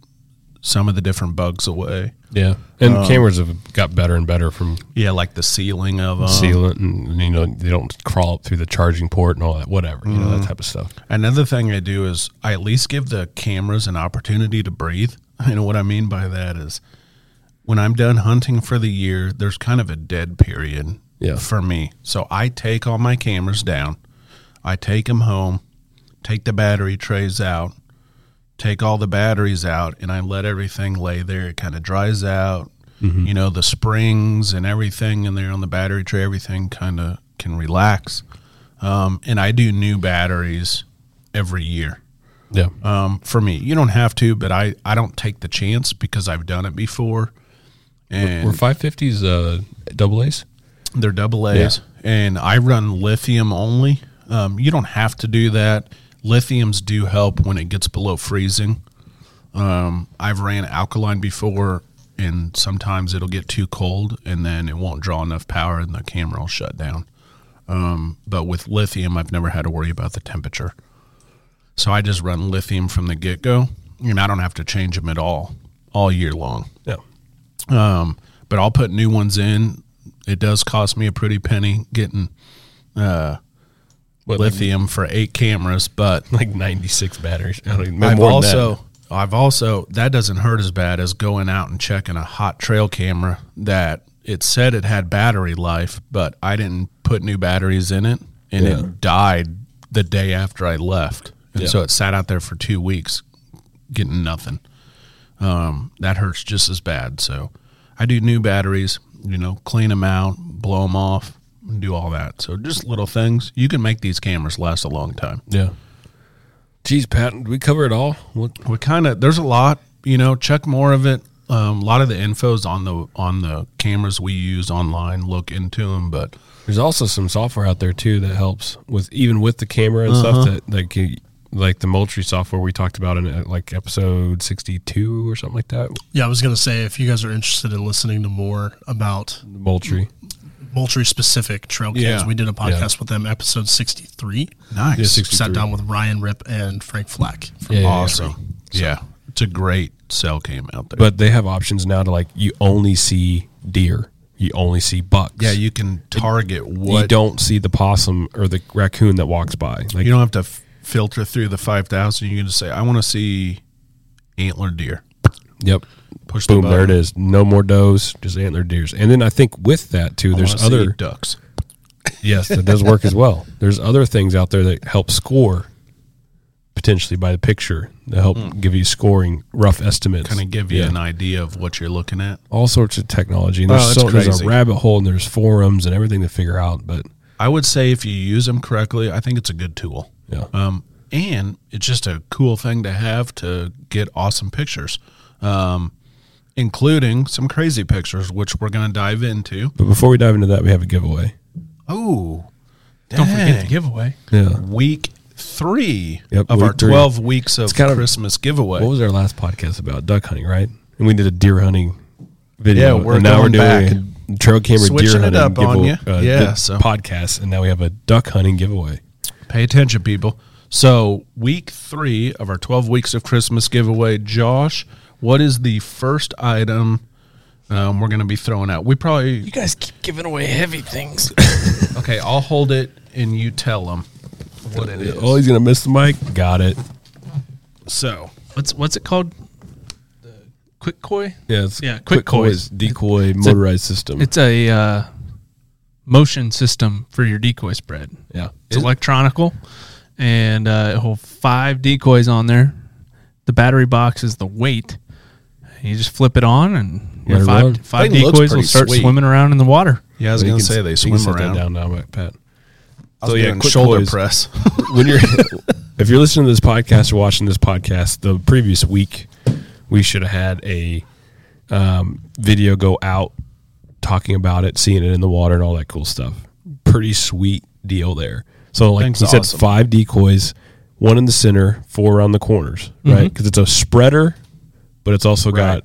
[SPEAKER 1] some of the different bugs away.
[SPEAKER 2] Yeah, and cameras have got better and better from
[SPEAKER 1] Yeah, like the sealing of them.
[SPEAKER 2] sealant, and you know they don't crawl up through the charging port and all that, whatever, you know that type of stuff.
[SPEAKER 1] Another thing I do is I at least give the cameras an opportunity to breathe. You know what I mean by that is when I'm done hunting for the year, there's kind of a dead period
[SPEAKER 2] Yeah.
[SPEAKER 1] for me. So I take all my cameras down, I take them home, take the battery trays out, take all the batteries out, and I let everything lay there. It kind of dries out. You know, the springs and everything in there on the battery tray, everything kind of can relax. Um, and I do new batteries every year
[SPEAKER 2] Yeah,
[SPEAKER 1] um, for me. You don't have to, but I, I don't take the chance because I've done it before. And
[SPEAKER 2] were five fifties uh, double A's?
[SPEAKER 1] they're double A's, and I run lithium only. Um, you don't have to do that. Lithiums do help when it gets below freezing. Um, I've ran alkaline before, and sometimes it'll get too cold, and then it won't draw enough power, and the camera will shut down. Um, but with lithium, I've never had to worry about the temperature. So I just run lithium from the get go, and I don't have to change them at all, all year long.
[SPEAKER 2] Yeah,
[SPEAKER 1] Um, but I'll put new ones in. It does cost me a pretty penny getting uh,
[SPEAKER 2] what, like,
[SPEAKER 1] lithium for eight cameras, but
[SPEAKER 2] like ninety six batteries. I don't even,
[SPEAKER 1] I've
[SPEAKER 2] more than
[SPEAKER 1] also I've also that doesn't hurt as bad as going out and checking a hot trail camera that it said it had battery life, but I didn't put new batteries in it and
[SPEAKER 2] Yeah.
[SPEAKER 1] it died the day after I left. And
[SPEAKER 2] Yeah.
[SPEAKER 1] so it sat out there for two weeks getting nothing. Um, that hurts just as bad. So I do new batteries, you know, clean them out, blow them off, and do all that. So just little things. You can make these cameras last a long time.
[SPEAKER 2] that. yeah. Geez, Pat, did we cover it all? What,
[SPEAKER 1] we kind of there's a lot you know check more of it um, a lot of the info's on the on the cameras we use online look into them but
[SPEAKER 2] there's also some software out there too that helps with even with the camera and stuff that that can. Like the Moultrie software we talked about in uh, like episode sixty two or something like that.
[SPEAKER 5] Yeah, I was gonna say if you guys are interested in listening to more about
[SPEAKER 2] Moultrie,
[SPEAKER 5] Moultrie specific trail cams,
[SPEAKER 1] Yeah.
[SPEAKER 5] we did a podcast with them, episode sixty three.
[SPEAKER 1] nice
[SPEAKER 2] yeah, sixty
[SPEAKER 5] Sat
[SPEAKER 2] three.
[SPEAKER 5] down with Ryan Rip and Frank Flack. From
[SPEAKER 2] Yeah.
[SPEAKER 1] awesome yeah it's a great cell cam out there
[SPEAKER 2] but they have options now to like you only see deer, you only see bucks.
[SPEAKER 1] yeah you can target
[SPEAKER 2] you
[SPEAKER 1] what you don't,
[SPEAKER 2] don't see the possum or the raccoon that walks by. Like
[SPEAKER 1] have to f- filter through the 5000 you can just say i want to see antler deer.
[SPEAKER 2] Yep.
[SPEAKER 1] Push the
[SPEAKER 2] Boom. There it
[SPEAKER 1] button.
[SPEAKER 2] is. No more does. Just antler deers. And then I think with that too,
[SPEAKER 1] Oh, I
[SPEAKER 2] there's
[SPEAKER 1] wanna see
[SPEAKER 2] other
[SPEAKER 1] ducks.
[SPEAKER 2] yes that does work as well. There's other things out there that help score potentially by the picture that help give you scoring rough estimates.
[SPEAKER 1] Kind of Hmm. give you
[SPEAKER 2] Yeah.
[SPEAKER 1] an idea of what you're looking at.
[SPEAKER 2] all sorts of technology. And
[SPEAKER 1] Oh,
[SPEAKER 2] there's,
[SPEAKER 1] it's
[SPEAKER 2] so, there's
[SPEAKER 1] crazy.
[SPEAKER 2] a rabbit hole and there's forums and everything to figure out. But
[SPEAKER 1] I would say if you use them correctly, I think it's a good tool.
[SPEAKER 2] yeah,
[SPEAKER 1] Um, and it's just a cool thing to have to get awesome pictures, um, including some crazy pictures, which we're going to dive into.
[SPEAKER 2] but before we dive into that, we have a giveaway.
[SPEAKER 1] Oh,
[SPEAKER 3] Don't forget the giveaway.
[SPEAKER 2] Yeah.
[SPEAKER 1] Week three
[SPEAKER 2] Yep,
[SPEAKER 1] of
[SPEAKER 2] week
[SPEAKER 1] our
[SPEAKER 2] three.
[SPEAKER 1] 12 weeks of
[SPEAKER 2] kind of-
[SPEAKER 1] Christmas giveaway.
[SPEAKER 2] What was our last podcast about? Duck hunting, right? And we did a deer hunting
[SPEAKER 1] Yeah,
[SPEAKER 2] video.
[SPEAKER 1] we're
[SPEAKER 2] and now
[SPEAKER 1] going
[SPEAKER 2] we're doing a trail camera
[SPEAKER 1] Switching
[SPEAKER 2] deer
[SPEAKER 1] it
[SPEAKER 2] hunting
[SPEAKER 1] up on ya.
[SPEAKER 2] uh,
[SPEAKER 1] Yeah,
[SPEAKER 2] the
[SPEAKER 1] so-
[SPEAKER 2] podcast, and now we have a duck hunting giveaway.
[SPEAKER 1] Pay attention, people. So, week three of our 12 weeks of Christmas giveaway, Josh, what is the first item um, we're going to be throwing out? We probably,
[SPEAKER 3] You guys keep giving away heavy things.
[SPEAKER 1] okay, I'll hold it and you tell them what it is.
[SPEAKER 2] Oh, he's gonna miss the mic. Got it.
[SPEAKER 1] So,
[SPEAKER 3] what's what's it called? The quick koi.
[SPEAKER 2] Yeah, it's
[SPEAKER 3] Yeah, quick
[SPEAKER 2] coys, decoy motorized system.
[SPEAKER 3] It's a uh, motion system for your decoy spread.
[SPEAKER 2] yeah,
[SPEAKER 3] It's electronical, and uh, it holds five decoys on there. The battery box is the weight. You just flip it on, and your
[SPEAKER 2] Let it run.
[SPEAKER 3] five, five
[SPEAKER 1] Thing looks
[SPEAKER 3] decoys will
[SPEAKER 1] pretty
[SPEAKER 3] start
[SPEAKER 1] sweet.
[SPEAKER 3] swimming around in the water.
[SPEAKER 1] yeah, I was
[SPEAKER 2] You
[SPEAKER 1] going
[SPEAKER 2] can
[SPEAKER 1] to say
[SPEAKER 2] s-
[SPEAKER 1] they
[SPEAKER 2] you
[SPEAKER 1] swim
[SPEAKER 2] can set that
[SPEAKER 1] around.
[SPEAKER 2] down now, but Pat.
[SPEAKER 1] I was
[SPEAKER 2] So, yeah,
[SPEAKER 1] doing
[SPEAKER 2] quick
[SPEAKER 1] shoulder
[SPEAKER 2] poise.
[SPEAKER 1] press.
[SPEAKER 2] when you're if you're listening to this podcast or watching this podcast, the previous week we should have had a um, video go out talking about it, seeing it in the water, and all that cool stuff. Pretty sweet deal there. So like
[SPEAKER 1] Thing's
[SPEAKER 2] he said,
[SPEAKER 1] awesome.
[SPEAKER 2] five decoys, one in the center, four around the corners,
[SPEAKER 1] Mm-hmm.
[SPEAKER 2] right? Because it's a spreader, but it's also
[SPEAKER 1] Right.
[SPEAKER 2] got.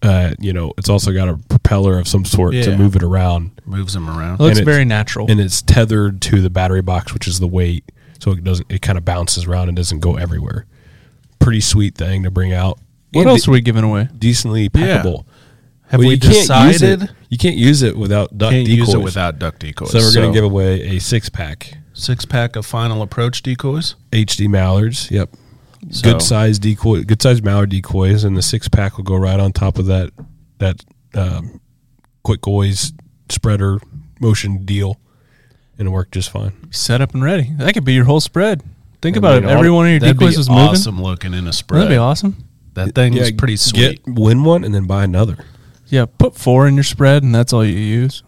[SPEAKER 2] Uh, you know, it's also got a propeller of some sort
[SPEAKER 1] Yeah.
[SPEAKER 2] to move it around
[SPEAKER 1] Moves them around.
[SPEAKER 3] It looks
[SPEAKER 2] it's-
[SPEAKER 3] very natural.
[SPEAKER 2] and it's tethered to the battery box, which is the weight, so it doesn't it kind of bounces around and doesn't go everywhere. Pretty sweet thing to bring out.
[SPEAKER 3] What
[SPEAKER 2] And
[SPEAKER 3] else
[SPEAKER 2] de-
[SPEAKER 3] are we giving away?
[SPEAKER 2] decently packable?
[SPEAKER 1] Have
[SPEAKER 2] Well,
[SPEAKER 1] we
[SPEAKER 2] you can't use it-
[SPEAKER 1] decided?
[SPEAKER 2] you can't use it without duck
[SPEAKER 1] Can't
[SPEAKER 2] decoys.
[SPEAKER 1] use it without duck decoys.
[SPEAKER 2] so we're going to give away a six pack
[SPEAKER 1] six pack of final approach decoys.
[SPEAKER 2] HD mallards. Yep,
[SPEAKER 1] So-
[SPEAKER 2] good size decoy, good size mallard decoys, and the six pack will go right on top of that that um, quick goys spreader motion deal, and it'll work just fine.
[SPEAKER 3] Set up and ready. That could be your whole spread. Think
[SPEAKER 2] I
[SPEAKER 3] about
[SPEAKER 2] mean,
[SPEAKER 3] it.
[SPEAKER 2] all-
[SPEAKER 3] Every one of your
[SPEAKER 1] That'd
[SPEAKER 3] decoys
[SPEAKER 1] be
[SPEAKER 3] is moving.
[SPEAKER 1] awesome looking in a
[SPEAKER 3] That'd
[SPEAKER 1] spread.
[SPEAKER 3] be awesome.
[SPEAKER 1] That thing was pretty sweet.
[SPEAKER 2] Get win one and then buy another.
[SPEAKER 3] Yeah, put four in your spread, and that's all you use.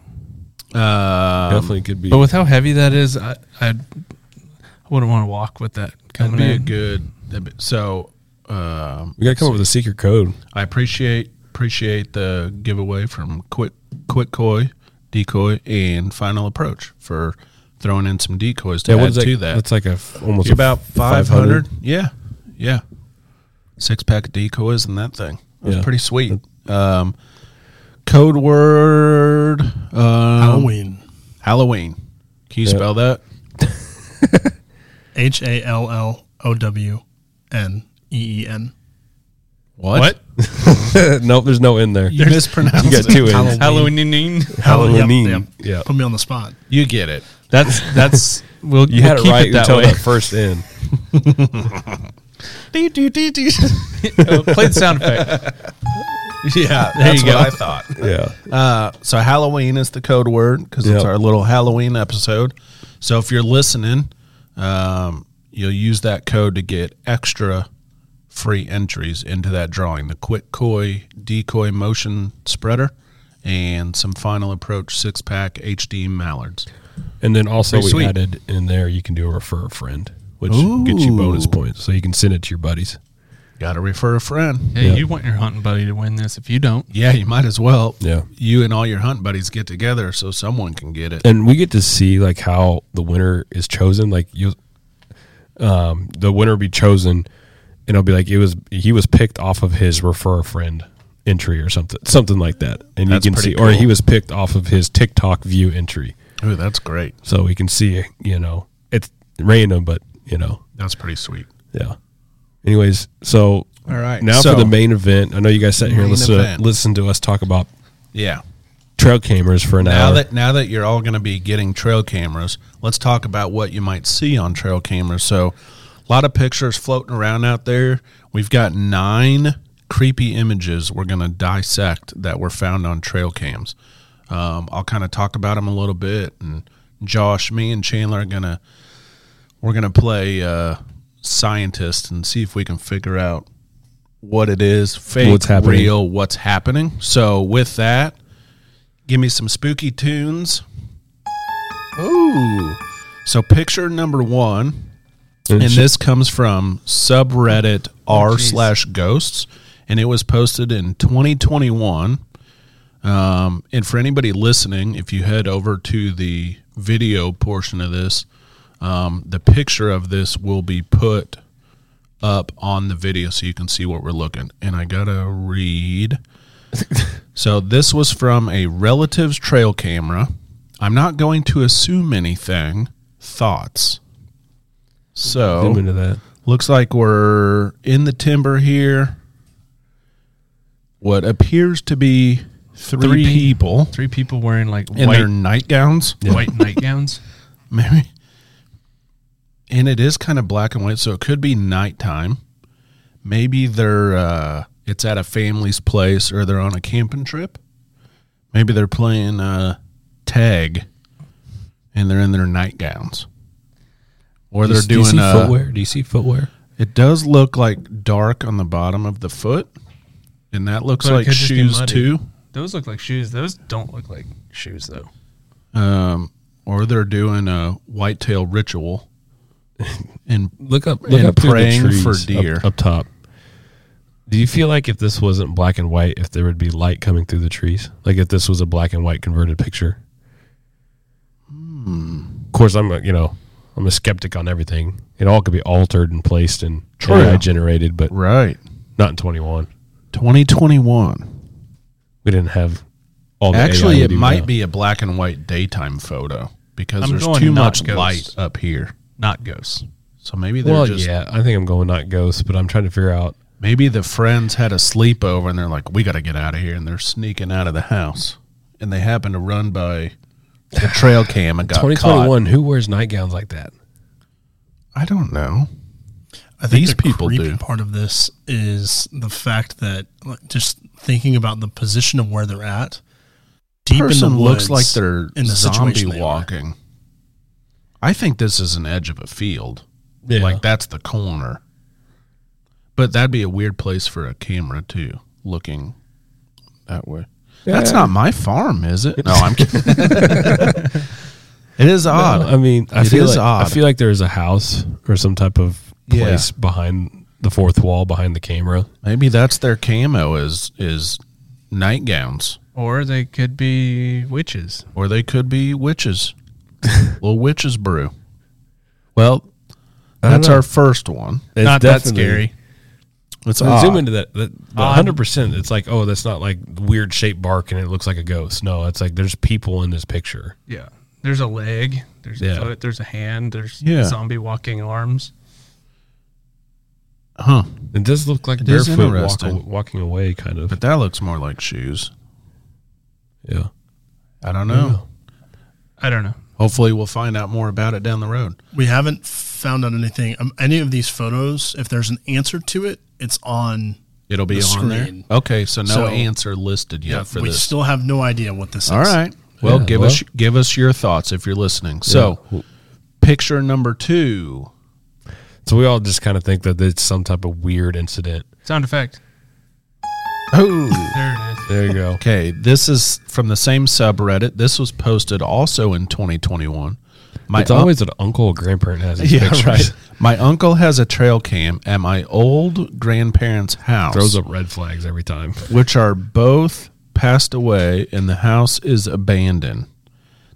[SPEAKER 1] Um,
[SPEAKER 2] Definitely could be.
[SPEAKER 3] But with how heavy that is, I I'd, I wouldn't want to walk with that
[SPEAKER 1] That'd
[SPEAKER 3] coming
[SPEAKER 1] be a
[SPEAKER 3] in.
[SPEAKER 1] good. that'd be- So um,
[SPEAKER 2] we gotta come up with a secret code.
[SPEAKER 1] I appreciate appreciate the giveaway from Quick Quick Coy Decoy and Final Approach for throwing in some decoys to
[SPEAKER 2] Yeah, what
[SPEAKER 1] add
[SPEAKER 2] is that?
[SPEAKER 1] to that.
[SPEAKER 2] That's like a f- almost
[SPEAKER 1] It's
[SPEAKER 2] a
[SPEAKER 1] about
[SPEAKER 2] f-
[SPEAKER 1] five hundred. Yeah, yeah. Six pack of decoys and that thing. It was
[SPEAKER 2] Yeah.
[SPEAKER 1] pretty sweet. Um, code word um, Halloween.
[SPEAKER 5] Halloween.
[SPEAKER 1] Can you
[SPEAKER 2] Yeah.
[SPEAKER 1] spell that?
[SPEAKER 5] H A L L O W N E E N.
[SPEAKER 1] What?
[SPEAKER 2] nope, there's no in there.
[SPEAKER 1] You mispronounced
[SPEAKER 2] You got two
[SPEAKER 1] it.
[SPEAKER 2] in.
[SPEAKER 3] Halloween.
[SPEAKER 2] Halloween. Yeah.
[SPEAKER 5] Put me on the spot.
[SPEAKER 1] You get it.
[SPEAKER 3] That's that's we'll,
[SPEAKER 2] You
[SPEAKER 3] we'll
[SPEAKER 2] had it
[SPEAKER 3] keep
[SPEAKER 2] right
[SPEAKER 3] it that
[SPEAKER 2] until
[SPEAKER 3] way.
[SPEAKER 2] that first in.
[SPEAKER 3] Play the sound effect.
[SPEAKER 1] Yeah,
[SPEAKER 3] There
[SPEAKER 1] that's
[SPEAKER 3] you go.
[SPEAKER 1] what I thought.
[SPEAKER 2] Yeah.
[SPEAKER 1] Uh, so Halloween is the code word because it's
[SPEAKER 2] Yep.
[SPEAKER 1] our little Halloween episode. So if you're listening, um, you'll use that code to get extra free entries into that drawing: the quick koi decoy motion spreader and some final approach six pack HD mallards.
[SPEAKER 2] And then also
[SPEAKER 1] Pretty
[SPEAKER 2] we
[SPEAKER 1] sweet.
[SPEAKER 2] added in there you can do a refer a friend, which gets you bonus
[SPEAKER 1] Ooh.
[SPEAKER 2] points. So you can send it to your buddies.
[SPEAKER 1] Got to refer a friend.
[SPEAKER 3] Hey,
[SPEAKER 2] Yeah.
[SPEAKER 3] you want your hunting buddy to win this? If you don't,
[SPEAKER 1] Yeah, you might as well.
[SPEAKER 2] Yeah.
[SPEAKER 1] you and all your hunt buddies get together so someone can get it.
[SPEAKER 2] and we get to see like how the winner is chosen. Like you, um, the winner will be chosen, and it'll be like it was he was picked off of his refer a friend entry or something, something like that. And
[SPEAKER 1] That's
[SPEAKER 2] you can
[SPEAKER 1] pretty
[SPEAKER 2] see, or
[SPEAKER 1] cool.
[SPEAKER 2] he was picked off of his TikTok view entry,
[SPEAKER 1] Ooh, that's great.
[SPEAKER 2] so we can see. You know, it's random, but you know,
[SPEAKER 1] That's pretty sweet.
[SPEAKER 2] yeah. Anyways, so
[SPEAKER 1] All right.
[SPEAKER 2] now
[SPEAKER 1] So-
[SPEAKER 2] for the main event. I know you guys sat here and
[SPEAKER 1] Main
[SPEAKER 2] listen
[SPEAKER 1] event.
[SPEAKER 2] to, listen to us talk about
[SPEAKER 1] Yeah.
[SPEAKER 2] trail cameras for an
[SPEAKER 1] Now
[SPEAKER 2] hour.
[SPEAKER 1] that now that you're all going to be getting trail cameras, let's talk about what you might see on trail cameras. So, A lot of pictures floating around out there. We've got nine creepy images we're going to dissect that were found on trail cams. Um, I'll kind of talk about them a little bit, and Josh, me, and Chandler are gonna we're gonna play uh, scientist and see if we can figure out what it is, fake,
[SPEAKER 2] What's happening.
[SPEAKER 1] real, what's happening. So with that, give me some spooky tunes. Ooh, so picture number one and this comes from subreddit r slash ghosts and it was posted in 2021 um, and for anybody listening if you head over to the video portion of this um, the picture of this will be put up on the video so you can see what we're looking and i gotta read so this was from a relative's trail camera i'm not going to assume anything thoughts so
[SPEAKER 2] Zoom into that.
[SPEAKER 1] Looks like we're in the timber here. What appears to be three,
[SPEAKER 3] Three.
[SPEAKER 1] people
[SPEAKER 3] Three people wearing like
[SPEAKER 1] in
[SPEAKER 3] white
[SPEAKER 1] their nightgowns,
[SPEAKER 3] white nightgowns.
[SPEAKER 1] maybe. And it is kind of black and white, so it could be nighttime. Maybe they're uh, it's at a family's place or they're on a camping trip. Maybe they're playing uh, tag, and they're in their nightgowns, or they're
[SPEAKER 2] do you
[SPEAKER 1] doing
[SPEAKER 2] see
[SPEAKER 1] uh,
[SPEAKER 2] footwear? Do you see footwear?
[SPEAKER 1] It does look like dark on the bottom of the foot, and that looks
[SPEAKER 3] But it
[SPEAKER 1] like
[SPEAKER 3] could just be
[SPEAKER 1] shoes
[SPEAKER 3] muddy.
[SPEAKER 1] too.
[SPEAKER 3] Those look like shoes. Those don't look like shoes though.
[SPEAKER 1] Um, or they're doing a whitetail ritual and
[SPEAKER 2] Look up, look
[SPEAKER 1] And
[SPEAKER 2] up through
[SPEAKER 1] praying
[SPEAKER 2] the trees
[SPEAKER 1] for
[SPEAKER 2] up-
[SPEAKER 1] deer.
[SPEAKER 2] up, top. Do you feel like if this wasn't black and white, if there would be light coming through the trees? Like if this was a black and white converted picture?
[SPEAKER 1] Hmm.
[SPEAKER 2] Of course, I'm a you know I'm a skeptic on everything. It all could be altered and placed and AI generated, but
[SPEAKER 1] right.
[SPEAKER 2] not in 21.
[SPEAKER 1] 2021.
[SPEAKER 2] We didn't have all. The AI
[SPEAKER 1] Actually,
[SPEAKER 2] we
[SPEAKER 1] it
[SPEAKER 2] do
[SPEAKER 1] might
[SPEAKER 2] now.
[SPEAKER 1] be a black and white daytime photo because
[SPEAKER 3] I'm
[SPEAKER 1] there's
[SPEAKER 3] going
[SPEAKER 1] too
[SPEAKER 3] not
[SPEAKER 1] much
[SPEAKER 3] ghost.
[SPEAKER 1] light up here.
[SPEAKER 3] Not ghosts.
[SPEAKER 1] So maybe they're
[SPEAKER 2] Well,
[SPEAKER 1] just
[SPEAKER 2] yeah, I think I'm going not ghosts, but I'm trying to figure out.
[SPEAKER 1] maybe the friends had a sleepover and they're like, "We got to get out of here," and they're sneaking out of the house, and they happen to run by the trail cam and got 2021.
[SPEAKER 2] 2021. Who wears nightgowns like that?
[SPEAKER 1] I don't know.
[SPEAKER 5] I think
[SPEAKER 1] These
[SPEAKER 5] the
[SPEAKER 1] people
[SPEAKER 5] creepy
[SPEAKER 1] do.
[SPEAKER 5] part of this is the fact that like, just thinking about the position of where they're at. Deep
[SPEAKER 1] person looks like they're
[SPEAKER 5] in the
[SPEAKER 1] zombie
[SPEAKER 5] situation they are.
[SPEAKER 1] walking. I think this is an edge of a field. Like that's the corner. But that'd be a weird place for a camera too, looking that way. That's not my farm, is it? No, I'm kidding. it is odd.
[SPEAKER 2] I mean, I
[SPEAKER 1] It
[SPEAKER 2] feel
[SPEAKER 1] is
[SPEAKER 2] like, I
[SPEAKER 1] odd.
[SPEAKER 2] feel like there is a house or some type of
[SPEAKER 1] Yeah.
[SPEAKER 2] place behind the fourth wall, behind the camera.
[SPEAKER 1] Maybe that's their camo is is nightgowns.
[SPEAKER 3] Or they could be witches.
[SPEAKER 1] Or they could be witches. Little witches brew.
[SPEAKER 2] Well,
[SPEAKER 1] That's our first one.
[SPEAKER 3] Not that scary.
[SPEAKER 1] It's
[SPEAKER 2] So
[SPEAKER 1] odd.
[SPEAKER 2] zoom into that. that hundred percent. It's like, oh, that's not like weird shaped bark, and it looks like a ghost. No, it's like there's people in this picture.
[SPEAKER 3] Yeah. There's a leg. There's
[SPEAKER 2] Yeah.
[SPEAKER 3] a foot. There's a hand. There's
[SPEAKER 1] Yeah.
[SPEAKER 3] zombie walking arms.
[SPEAKER 1] Huh.
[SPEAKER 2] It does look like
[SPEAKER 1] is
[SPEAKER 2] barefoot walk,
[SPEAKER 1] interesting.
[SPEAKER 2] walking away, kind of.
[SPEAKER 1] But that looks more like shoes.
[SPEAKER 2] Yeah.
[SPEAKER 1] I don't know.
[SPEAKER 3] I don't know.
[SPEAKER 1] Hopefully, we'll find out more about it down the road.
[SPEAKER 5] We haven't found out anything. Um, any of these photos, if there's an answer to it, it's on.
[SPEAKER 1] It'll be
[SPEAKER 5] The
[SPEAKER 1] on
[SPEAKER 5] screen.
[SPEAKER 1] there. Okay, so no
[SPEAKER 5] So-
[SPEAKER 1] answer listed yet for
[SPEAKER 5] we
[SPEAKER 1] this.
[SPEAKER 5] still have no idea what this
[SPEAKER 1] All
[SPEAKER 5] is.
[SPEAKER 1] right. Well,
[SPEAKER 2] Yeah,
[SPEAKER 1] give
[SPEAKER 2] well.
[SPEAKER 1] us give us your thoughts if you're listening. So, picture number two.
[SPEAKER 2] So we all just kind of think that it's some type of weird incident.
[SPEAKER 3] Sound effect.
[SPEAKER 1] Oh.
[SPEAKER 3] There it is.
[SPEAKER 2] There you go.
[SPEAKER 1] Okay, this is from the same subreddit. This was posted also in 2021. My
[SPEAKER 2] It's always an uncle or grandparent has these
[SPEAKER 1] yeah,
[SPEAKER 2] pictures.
[SPEAKER 1] right. My uncle has a trail cam at my old grandparents' house.
[SPEAKER 2] Throws up red flags every time.
[SPEAKER 1] which are both passed away and the house is abandoned.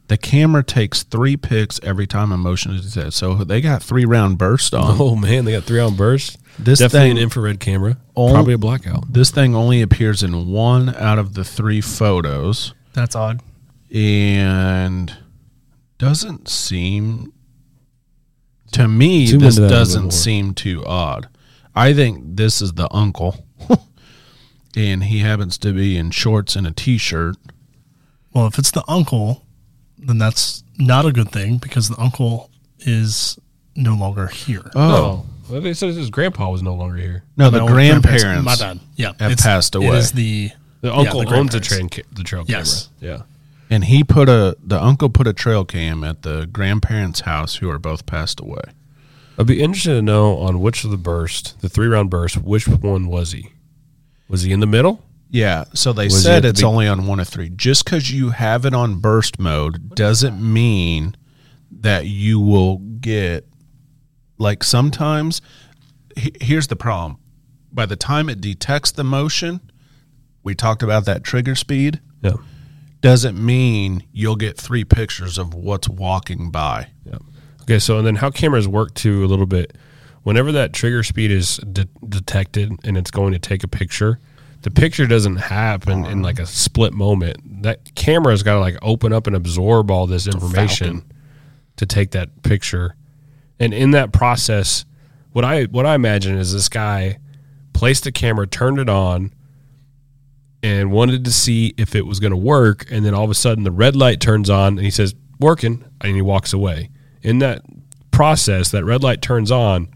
[SPEAKER 1] The camera takes three pics every time a motion is detected. So they got three round burst on.
[SPEAKER 2] Oh man, they got three on burst.
[SPEAKER 1] This
[SPEAKER 2] Definitely
[SPEAKER 1] thing-
[SPEAKER 2] an infrared camera.
[SPEAKER 1] All-
[SPEAKER 2] Probably a blackout.
[SPEAKER 1] This thing only appears in one out of the three photos
[SPEAKER 3] That's odd.
[SPEAKER 1] and doesn't seem to me
[SPEAKER 2] Zoom
[SPEAKER 1] this
[SPEAKER 2] into that a little bit
[SPEAKER 1] doesn't
[SPEAKER 2] more.
[SPEAKER 1] seem too odd. I think this is the uncle. and he happens to be in shorts and a t-shirt.
[SPEAKER 5] Well, if it's the uncle, then that's not a good thing because the uncle is no longer here.
[SPEAKER 1] Oh,
[SPEAKER 2] Well, they said his grandpa was no longer here.
[SPEAKER 1] No, the
[SPEAKER 5] No,
[SPEAKER 1] grandparents,
[SPEAKER 5] My bad. Yeah.
[SPEAKER 1] have
[SPEAKER 5] it's-
[SPEAKER 1] passed
[SPEAKER 5] It
[SPEAKER 1] away.
[SPEAKER 5] is the
[SPEAKER 2] The uncle
[SPEAKER 5] the
[SPEAKER 2] owns the
[SPEAKER 5] grandparents.
[SPEAKER 2] train, ca- the trail
[SPEAKER 5] Yes.
[SPEAKER 2] camera. Yeah.
[SPEAKER 1] and he put a the uncle put a trail cam at the grandparents' house, who are both passed away.
[SPEAKER 2] I'd be interested to know on which of the burst, the three round burst, which one was he? Was he in the middle?
[SPEAKER 1] Yeah, so they
[SPEAKER 2] Was
[SPEAKER 1] said
[SPEAKER 2] it
[SPEAKER 1] it's
[SPEAKER 2] the-
[SPEAKER 1] only on one of three. Just because you have it on burst mode doesn't mean that you will get. Like sometimes, he- here's the problem. By the time it detects the motion, we talked about that trigger speed,
[SPEAKER 2] Yeah.
[SPEAKER 1] doesn't mean you'll get three pictures of what's walking by.
[SPEAKER 2] Yeah. Okay. So, and then how cameras work too a little bit. Whenever that trigger speed is de- detected and it's going to take a picture, the picture doesn't happen in like a split moment. That camera's got to like open up and absorb all this information to take that picture. And in that process, what I what I imagine is this guy placed the camera, turned it on, and wanted to see if it was going to work. And then all of a sudden, the red light turns on, and he says, "Working," and he walks away. In that process, that red light turns on.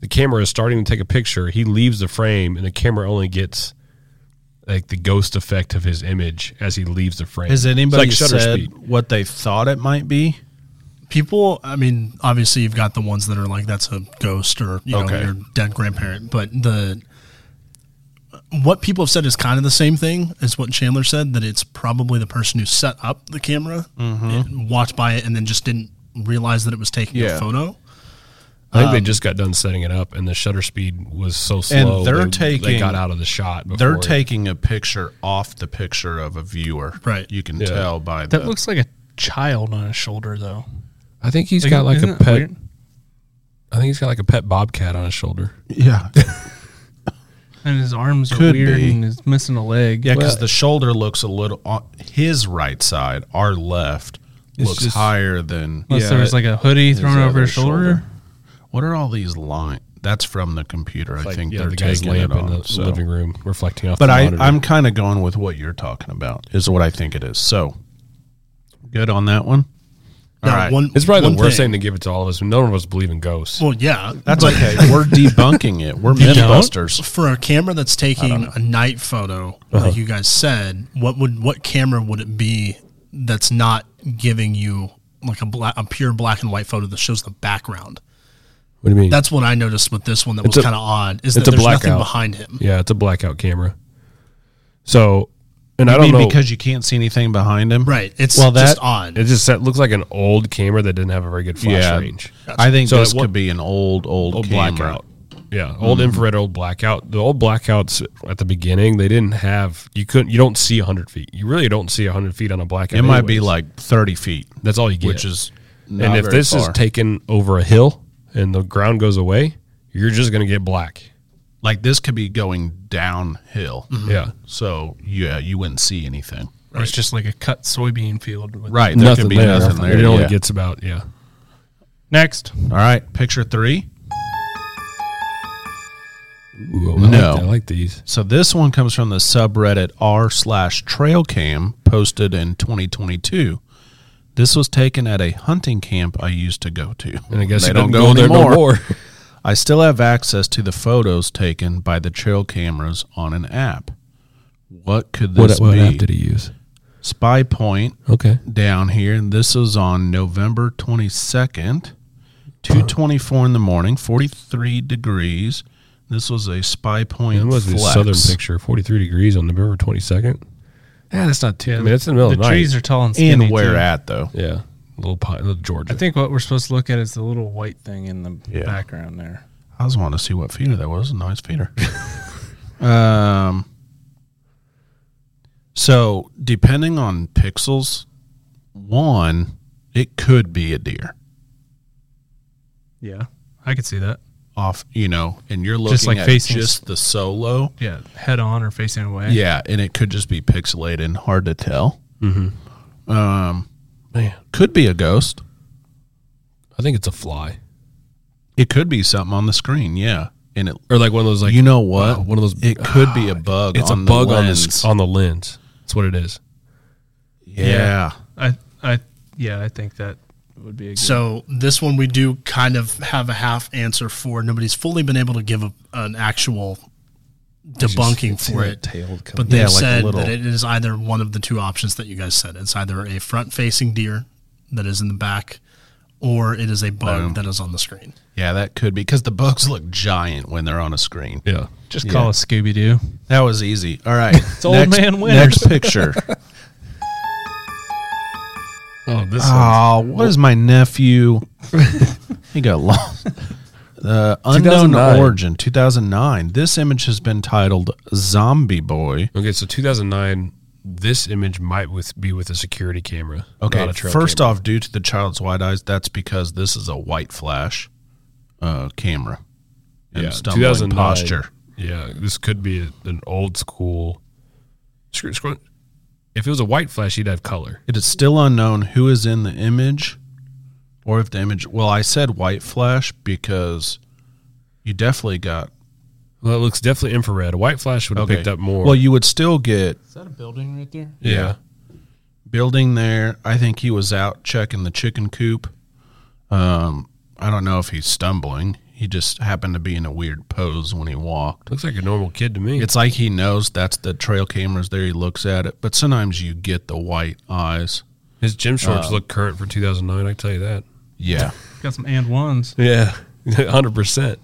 [SPEAKER 2] The camera is starting to take a picture. He leaves the frame, and the camera only gets like the ghost effect of his image as he leaves the frame.
[SPEAKER 1] Has
[SPEAKER 2] It's like
[SPEAKER 1] anybody
[SPEAKER 2] shutter
[SPEAKER 1] said
[SPEAKER 2] speed.
[SPEAKER 1] what they thought it might be?
[SPEAKER 5] people i mean obviously you've got the ones that are like that's a ghost or you know
[SPEAKER 1] Okay.
[SPEAKER 5] your dead grandparent but the what people have said is kind of the same thing as what chandler said that it's probably the person who set up the camera
[SPEAKER 2] Mm-hmm.
[SPEAKER 5] and walked by it and then just didn't realize that it was taking
[SPEAKER 1] Yeah.
[SPEAKER 5] a photo
[SPEAKER 2] I think they just got done setting it up, and the shutter speed was so slow.
[SPEAKER 1] Um, And they're
[SPEAKER 2] they, they
[SPEAKER 1] taking-
[SPEAKER 2] got out of the shot. Before
[SPEAKER 1] They're
[SPEAKER 2] it-
[SPEAKER 1] taking a picture off the picture of a viewer.
[SPEAKER 5] Right.
[SPEAKER 1] You can
[SPEAKER 2] Yeah.
[SPEAKER 1] tell by
[SPEAKER 3] That
[SPEAKER 1] the-
[SPEAKER 3] looks like a child on his shoulder, though.
[SPEAKER 2] I think he's
[SPEAKER 3] Isn't-
[SPEAKER 2] got like a
[SPEAKER 3] isn't that
[SPEAKER 2] pet.
[SPEAKER 3] weird?
[SPEAKER 2] I think he's got like a pet bobcat on his shoulder.
[SPEAKER 1] Yeah.
[SPEAKER 3] and his arms are
[SPEAKER 1] Could
[SPEAKER 3] weird,
[SPEAKER 1] be.
[SPEAKER 3] and he's missing a leg.
[SPEAKER 1] Yeah, because
[SPEAKER 2] Well-
[SPEAKER 1] the shoulder looks a little on his right side, our left
[SPEAKER 2] It's
[SPEAKER 1] looks
[SPEAKER 2] just-
[SPEAKER 1] higher than.
[SPEAKER 3] unless
[SPEAKER 2] yeah,
[SPEAKER 3] there was like a hoodie thrown over
[SPEAKER 1] other
[SPEAKER 3] his shoulder.
[SPEAKER 1] What are all these lines? That's from the computer. I
[SPEAKER 2] Like,
[SPEAKER 1] think
[SPEAKER 2] yeah,
[SPEAKER 1] they're
[SPEAKER 2] the guy's
[SPEAKER 1] taking it
[SPEAKER 2] lamp in
[SPEAKER 1] on.
[SPEAKER 2] the
[SPEAKER 1] so.
[SPEAKER 2] living room, reflecting off.
[SPEAKER 1] But
[SPEAKER 2] the
[SPEAKER 1] I,
[SPEAKER 2] monitor.
[SPEAKER 1] I'm kind of going with what you're talking about. Is what I think it is. So good on that one. All
[SPEAKER 5] Now,
[SPEAKER 1] right.
[SPEAKER 5] one-
[SPEAKER 2] It's probably
[SPEAKER 5] one
[SPEAKER 2] the worst thing. to give it to all of us. None of us believe in ghosts.
[SPEAKER 5] well yeah
[SPEAKER 1] That's
[SPEAKER 5] but
[SPEAKER 1] okay. We're debunking it. We're
[SPEAKER 5] You don't?
[SPEAKER 1] Mythbusters.
[SPEAKER 5] for a camera that's taking a night photo
[SPEAKER 2] Uh-huh.
[SPEAKER 5] like you guys said what would what camera would it be that's not giving you like a black a pure black and white photo that shows the background
[SPEAKER 2] what do you mean?
[SPEAKER 5] that's what i noticed with this one that
[SPEAKER 2] It's
[SPEAKER 5] was
[SPEAKER 2] a-
[SPEAKER 5] kind of odd is
[SPEAKER 2] it's
[SPEAKER 5] that
[SPEAKER 2] a
[SPEAKER 5] there's nothing
[SPEAKER 2] blackout.
[SPEAKER 5] behind him
[SPEAKER 2] yeah, it's a blackout camera. So, and I
[SPEAKER 1] I
[SPEAKER 2] don't
[SPEAKER 1] mean,
[SPEAKER 2] know
[SPEAKER 1] because you can't see anything behind him.
[SPEAKER 5] right it's
[SPEAKER 1] Well,
[SPEAKER 5] just
[SPEAKER 1] that-
[SPEAKER 5] odd
[SPEAKER 2] it just that looks like an old camera that didn't have a very good flash
[SPEAKER 1] Yeah.
[SPEAKER 2] range.
[SPEAKER 1] I think
[SPEAKER 2] So
[SPEAKER 1] this
[SPEAKER 2] it wa-
[SPEAKER 1] could be an old, old,
[SPEAKER 2] old
[SPEAKER 1] camera.
[SPEAKER 2] blackout. Yeah, old
[SPEAKER 1] Mm-hmm.
[SPEAKER 2] infrared, old blackout. The old blackouts at the beginning, they didn't have. You couldn't. You don't see hundred feet. You really don't see hundred feet on a blackout.
[SPEAKER 1] It might be
[SPEAKER 2] anyways.
[SPEAKER 1] like 30 feet,
[SPEAKER 2] that's all you get.
[SPEAKER 1] which is not
[SPEAKER 2] and if
[SPEAKER 1] very
[SPEAKER 2] this is
[SPEAKER 1] far.
[SPEAKER 2] taken over a hill and the ground goes away, you're just gonna get black.
[SPEAKER 1] like this could be going downhill.
[SPEAKER 2] Yeah,
[SPEAKER 1] So yeah, you wouldn't see anything.
[SPEAKER 3] Or It's just like a cut soybean field. With
[SPEAKER 1] Right. There
[SPEAKER 2] nothing
[SPEAKER 1] could be
[SPEAKER 2] there.
[SPEAKER 1] nothing there.
[SPEAKER 2] It only
[SPEAKER 1] yeah.
[SPEAKER 2] gets about yeah.
[SPEAKER 3] Next,
[SPEAKER 1] All right. Picture three.
[SPEAKER 2] Ooh,
[SPEAKER 1] No.
[SPEAKER 2] I like these.
[SPEAKER 1] So this one comes from the subreddit r slash trailcam posted in 2022. This was taken at a hunting camp I used to go to.
[SPEAKER 2] And I guess
[SPEAKER 1] they
[SPEAKER 2] you
[SPEAKER 1] don't go,
[SPEAKER 2] don't go there
[SPEAKER 1] anymore.
[SPEAKER 2] no more.
[SPEAKER 1] I still have access to the photos taken by the trail cameras on an app. What could this be?
[SPEAKER 2] he use?
[SPEAKER 1] Spy Point
[SPEAKER 2] Okay.
[SPEAKER 1] down here, and this is on November 22nd, 224 in the morning, 43 degrees. This was a Spy Point
[SPEAKER 2] It was the
[SPEAKER 1] flex.
[SPEAKER 2] southern picture, 43 degrees on November 22nd.
[SPEAKER 3] yeah, that's not too.
[SPEAKER 2] mean, it's in the middle of the night.
[SPEAKER 3] trees are tall and skinny.
[SPEAKER 1] And where
[SPEAKER 3] too.
[SPEAKER 1] at, though.
[SPEAKER 2] Yeah. Little, pi- little Georgia.
[SPEAKER 3] I think what we're supposed to look at is the little white thing in the
[SPEAKER 1] Yeah.
[SPEAKER 3] background there.
[SPEAKER 1] I was wanting to see what feeder that was. A nice feeder. um, so, depending on pixels, one, it could be a deer
[SPEAKER 3] Yeah, I could see that.
[SPEAKER 1] off, you know, and you're looking
[SPEAKER 3] Just like
[SPEAKER 1] at
[SPEAKER 3] facing-
[SPEAKER 1] just the solo.
[SPEAKER 3] Yeah, head on or facing away.
[SPEAKER 1] Yeah, and it could just be pixelated and hard to tell. Mm-hmm. Um,
[SPEAKER 2] Man,
[SPEAKER 1] could be a ghost.
[SPEAKER 2] I think it's a fly.
[SPEAKER 1] It could be something on the screen. Yeah, and it.
[SPEAKER 2] Or like one of those, like,
[SPEAKER 1] you know what?
[SPEAKER 2] wow, one of those. Ah,
[SPEAKER 1] It could be a bug.
[SPEAKER 2] it's a
[SPEAKER 1] on the
[SPEAKER 2] bug on the,
[SPEAKER 1] lens.
[SPEAKER 2] sc- oh, on the lens. That's what it is.
[SPEAKER 1] yeah.
[SPEAKER 3] I, I, yeah, I think that would be a good.
[SPEAKER 5] So this one we do kind of have a half answer for. Nobody's fully been able to give a, an actual debunking for it. But they
[SPEAKER 1] Yeah,
[SPEAKER 5] have
[SPEAKER 1] like a
[SPEAKER 5] said
[SPEAKER 1] little-
[SPEAKER 5] that it is either one of the two options that you guys said. It's either a front-facing deer that is in the back, or it is a bug that is on the screen.
[SPEAKER 1] Yeah, that could be because the bugs look giant when they're on a screen.
[SPEAKER 2] Yeah.
[SPEAKER 3] Just call us Scooby Doo.
[SPEAKER 1] That was easy. All right. it's
[SPEAKER 3] old man
[SPEAKER 1] Next
[SPEAKER 3] Winters.
[SPEAKER 1] picture.
[SPEAKER 2] Oh, this
[SPEAKER 1] oh, what is my nephew? he got lost. Uh, unknown
[SPEAKER 2] 2009.
[SPEAKER 1] origin, 2009. This image has been titled "Zombie Boy."
[SPEAKER 2] Okay, so 2009. This image might with be with a security camera.
[SPEAKER 1] Okay,
[SPEAKER 2] not a trail
[SPEAKER 1] first
[SPEAKER 2] camera.
[SPEAKER 1] off, due to the child's wide eyes, that's because this is a white flash uh, camera. And
[SPEAKER 2] yeah,
[SPEAKER 1] stumbling
[SPEAKER 2] 2009.
[SPEAKER 1] posture.
[SPEAKER 2] Yeah, this could be a, an old school. Screw, screw, if it was a white flash, you'd have color.
[SPEAKER 1] It is still unknown who is in the image or if the image. Well, I said white flash because you definitely got.
[SPEAKER 2] Well, it looks definitely infrared. A white flash would have picked up more.
[SPEAKER 1] Well, you would still get
[SPEAKER 3] Is that a building right there?
[SPEAKER 2] yeah.
[SPEAKER 1] building there. I think he was out checking the chicken coop. Um, I don't know if he's stumbling. He just happened to be in a weird pose when he walked.
[SPEAKER 2] looks like a normal kid to me.
[SPEAKER 1] It's like he knows that's the trail cameras there. He looks at it, but sometimes you get the white eyes.
[SPEAKER 2] His gym
[SPEAKER 1] uh,
[SPEAKER 2] shorts look current for 2009. I can tell you that.
[SPEAKER 1] Yeah.
[SPEAKER 3] Got some and ones.
[SPEAKER 2] Yeah, hundred percent.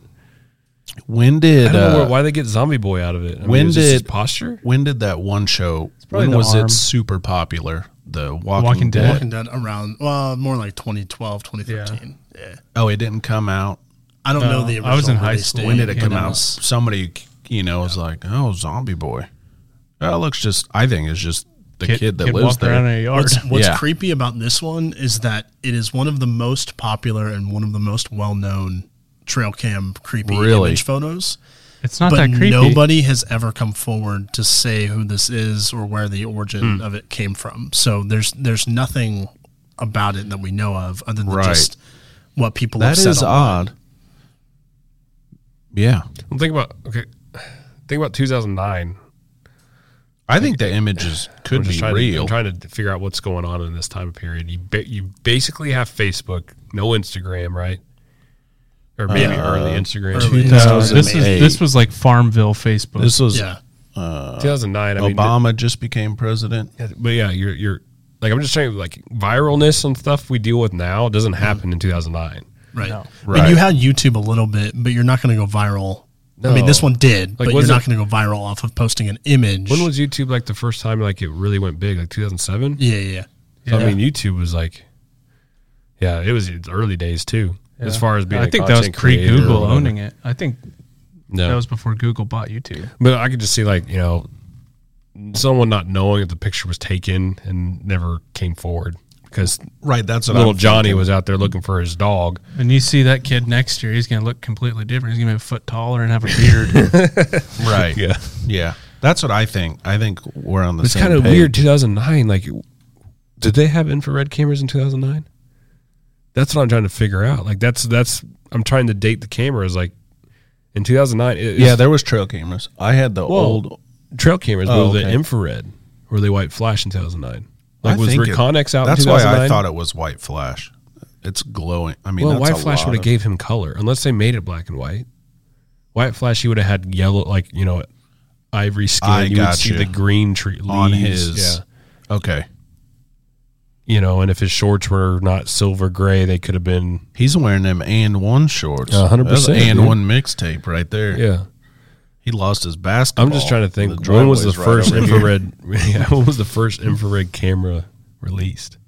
[SPEAKER 1] When
[SPEAKER 2] I
[SPEAKER 1] did
[SPEAKER 2] don't know
[SPEAKER 1] uh,
[SPEAKER 2] where, why they get zombie boy out of it. I mean,
[SPEAKER 1] when
[SPEAKER 2] is this his
[SPEAKER 1] did-
[SPEAKER 2] posture?
[SPEAKER 1] When did that one show?
[SPEAKER 3] probably
[SPEAKER 1] When
[SPEAKER 3] the
[SPEAKER 1] was
[SPEAKER 3] arm.
[SPEAKER 1] it super popular? The Walking,
[SPEAKER 3] Walking
[SPEAKER 1] Dead.
[SPEAKER 3] Dead.
[SPEAKER 5] Walking Dead around, well, more like 2012, 2013. Yeah.
[SPEAKER 1] Oh, it didn't come out.
[SPEAKER 5] I don't
[SPEAKER 3] No,
[SPEAKER 5] know the original.
[SPEAKER 3] I was in high
[SPEAKER 5] release
[SPEAKER 3] school.
[SPEAKER 5] date.
[SPEAKER 1] When did it come
[SPEAKER 5] And
[SPEAKER 1] out?
[SPEAKER 5] was-
[SPEAKER 1] Somebody, you know, was like, "Oh, Zombie Boy." That looks just. I think it's just the kid, that lives
[SPEAKER 3] walked around
[SPEAKER 1] there.
[SPEAKER 3] in a yard.
[SPEAKER 5] What's, what's
[SPEAKER 1] Yeah.
[SPEAKER 5] creepy about this one is that it is one of the most popular and one of the most well known trail cam creepy
[SPEAKER 1] Really?
[SPEAKER 5] image photos.
[SPEAKER 3] It's not
[SPEAKER 5] but
[SPEAKER 3] that creepy.
[SPEAKER 5] nobody has ever come forward to say who this is or where the
[SPEAKER 2] Hmm.
[SPEAKER 5] origin of it came from. So there's there's nothing about it that we know of other than
[SPEAKER 1] Right.
[SPEAKER 5] just what people
[SPEAKER 1] That
[SPEAKER 5] have said.
[SPEAKER 1] is
[SPEAKER 5] on-
[SPEAKER 1] odd. Yeah,
[SPEAKER 2] Well, think about okay. Think about 2009.
[SPEAKER 1] I think the images could
[SPEAKER 2] I'm
[SPEAKER 1] be
[SPEAKER 2] just trying To,
[SPEAKER 1] real.
[SPEAKER 2] I'm trying to figure out what's going on in this time period. You ba- you basically have Facebook, no Instagram, right? Or maybe
[SPEAKER 1] Uh,
[SPEAKER 2] early Instagram.
[SPEAKER 5] early.
[SPEAKER 3] this is this was like Farmville Facebook.
[SPEAKER 1] this was
[SPEAKER 5] Yeah.
[SPEAKER 2] 2009. I mean,
[SPEAKER 1] Obama just became president.
[SPEAKER 2] th- but yeah, you're you're like I'm just saying like viralness and stuff we deal with now doesn't
[SPEAKER 1] Mm-hmm.
[SPEAKER 2] happen in 2009.
[SPEAKER 5] Right. I
[SPEAKER 1] Right.
[SPEAKER 5] mean, you had YouTube a little bit, but you're not going to go viral. I mean,
[SPEAKER 2] No.
[SPEAKER 5] this one did, but you're
[SPEAKER 2] was
[SPEAKER 5] not
[SPEAKER 2] it-
[SPEAKER 5] going to go viral off of posting an image.
[SPEAKER 2] When was YouTube like the first time like it really went big? Like 2007.
[SPEAKER 5] yeah, yeah,
[SPEAKER 2] So,
[SPEAKER 5] yeah.
[SPEAKER 2] I mean, YouTube was like, yeah, it was its early days too. As far as being,
[SPEAKER 3] I
[SPEAKER 2] a
[SPEAKER 3] think that was
[SPEAKER 2] content creator
[SPEAKER 3] pre Google
[SPEAKER 2] or whatever.
[SPEAKER 3] owning it. I think
[SPEAKER 2] No,
[SPEAKER 3] that was before Google bought YouTube.
[SPEAKER 2] but I could just see like you know, someone not knowing that the picture was taken and never came forward because
[SPEAKER 1] Right, that's what
[SPEAKER 2] little
[SPEAKER 1] I'm
[SPEAKER 2] Johnny
[SPEAKER 1] thinking.
[SPEAKER 2] was out there looking for his dog.
[SPEAKER 3] And you see that kid next year, he's going to look completely different. He's going to be a foot taller and have a beard.
[SPEAKER 1] Right. yeah. Yeah. That's what I think. I think we're on the
[SPEAKER 2] It's
[SPEAKER 1] same
[SPEAKER 2] kind of
[SPEAKER 1] page.
[SPEAKER 2] weird. 2009, like, did they have infrared cameras in 2009? That's what I'm trying to figure out. Like, that's that's I'm trying to date the cameras. Like, in 2009, it,
[SPEAKER 1] Yeah, there was trail cameras. I had the old.
[SPEAKER 2] old trail cameras
[SPEAKER 1] Oh,
[SPEAKER 2] were the
[SPEAKER 1] okay.
[SPEAKER 2] infrared or they white flash in 2009.
[SPEAKER 1] I
[SPEAKER 2] Like was
[SPEAKER 1] think it-
[SPEAKER 2] Reconyx out?
[SPEAKER 1] That's
[SPEAKER 2] in
[SPEAKER 1] why
[SPEAKER 2] 2009?
[SPEAKER 1] I thought it was white flash. It's glowing. I mean,
[SPEAKER 2] well,
[SPEAKER 1] that's
[SPEAKER 2] white
[SPEAKER 1] a
[SPEAKER 2] flash
[SPEAKER 1] lot
[SPEAKER 2] would have
[SPEAKER 1] of-
[SPEAKER 2] gave him color unless they made it black and white. White flash, he would have had yellow, like you know, ivory skin.
[SPEAKER 1] I
[SPEAKER 2] you
[SPEAKER 1] got
[SPEAKER 2] would see
[SPEAKER 1] you.
[SPEAKER 2] the green tree leaves.
[SPEAKER 1] on his.
[SPEAKER 2] yeah.
[SPEAKER 1] Okay,
[SPEAKER 2] You know, and if his shorts were not silver gray, they could have been.
[SPEAKER 1] he's wearing them and one shorts.
[SPEAKER 2] A hundred
[SPEAKER 1] That's
[SPEAKER 2] percent,
[SPEAKER 1] And
[SPEAKER 2] dude.
[SPEAKER 1] one mixtape right there.
[SPEAKER 2] Yeah,
[SPEAKER 1] He lost his basketball.
[SPEAKER 2] I'm just trying to
[SPEAKER 1] The
[SPEAKER 2] think. When was the
[SPEAKER 1] driveway's right
[SPEAKER 2] first
[SPEAKER 1] over here.
[SPEAKER 2] infrared? yeah, when was the first infrared camera released?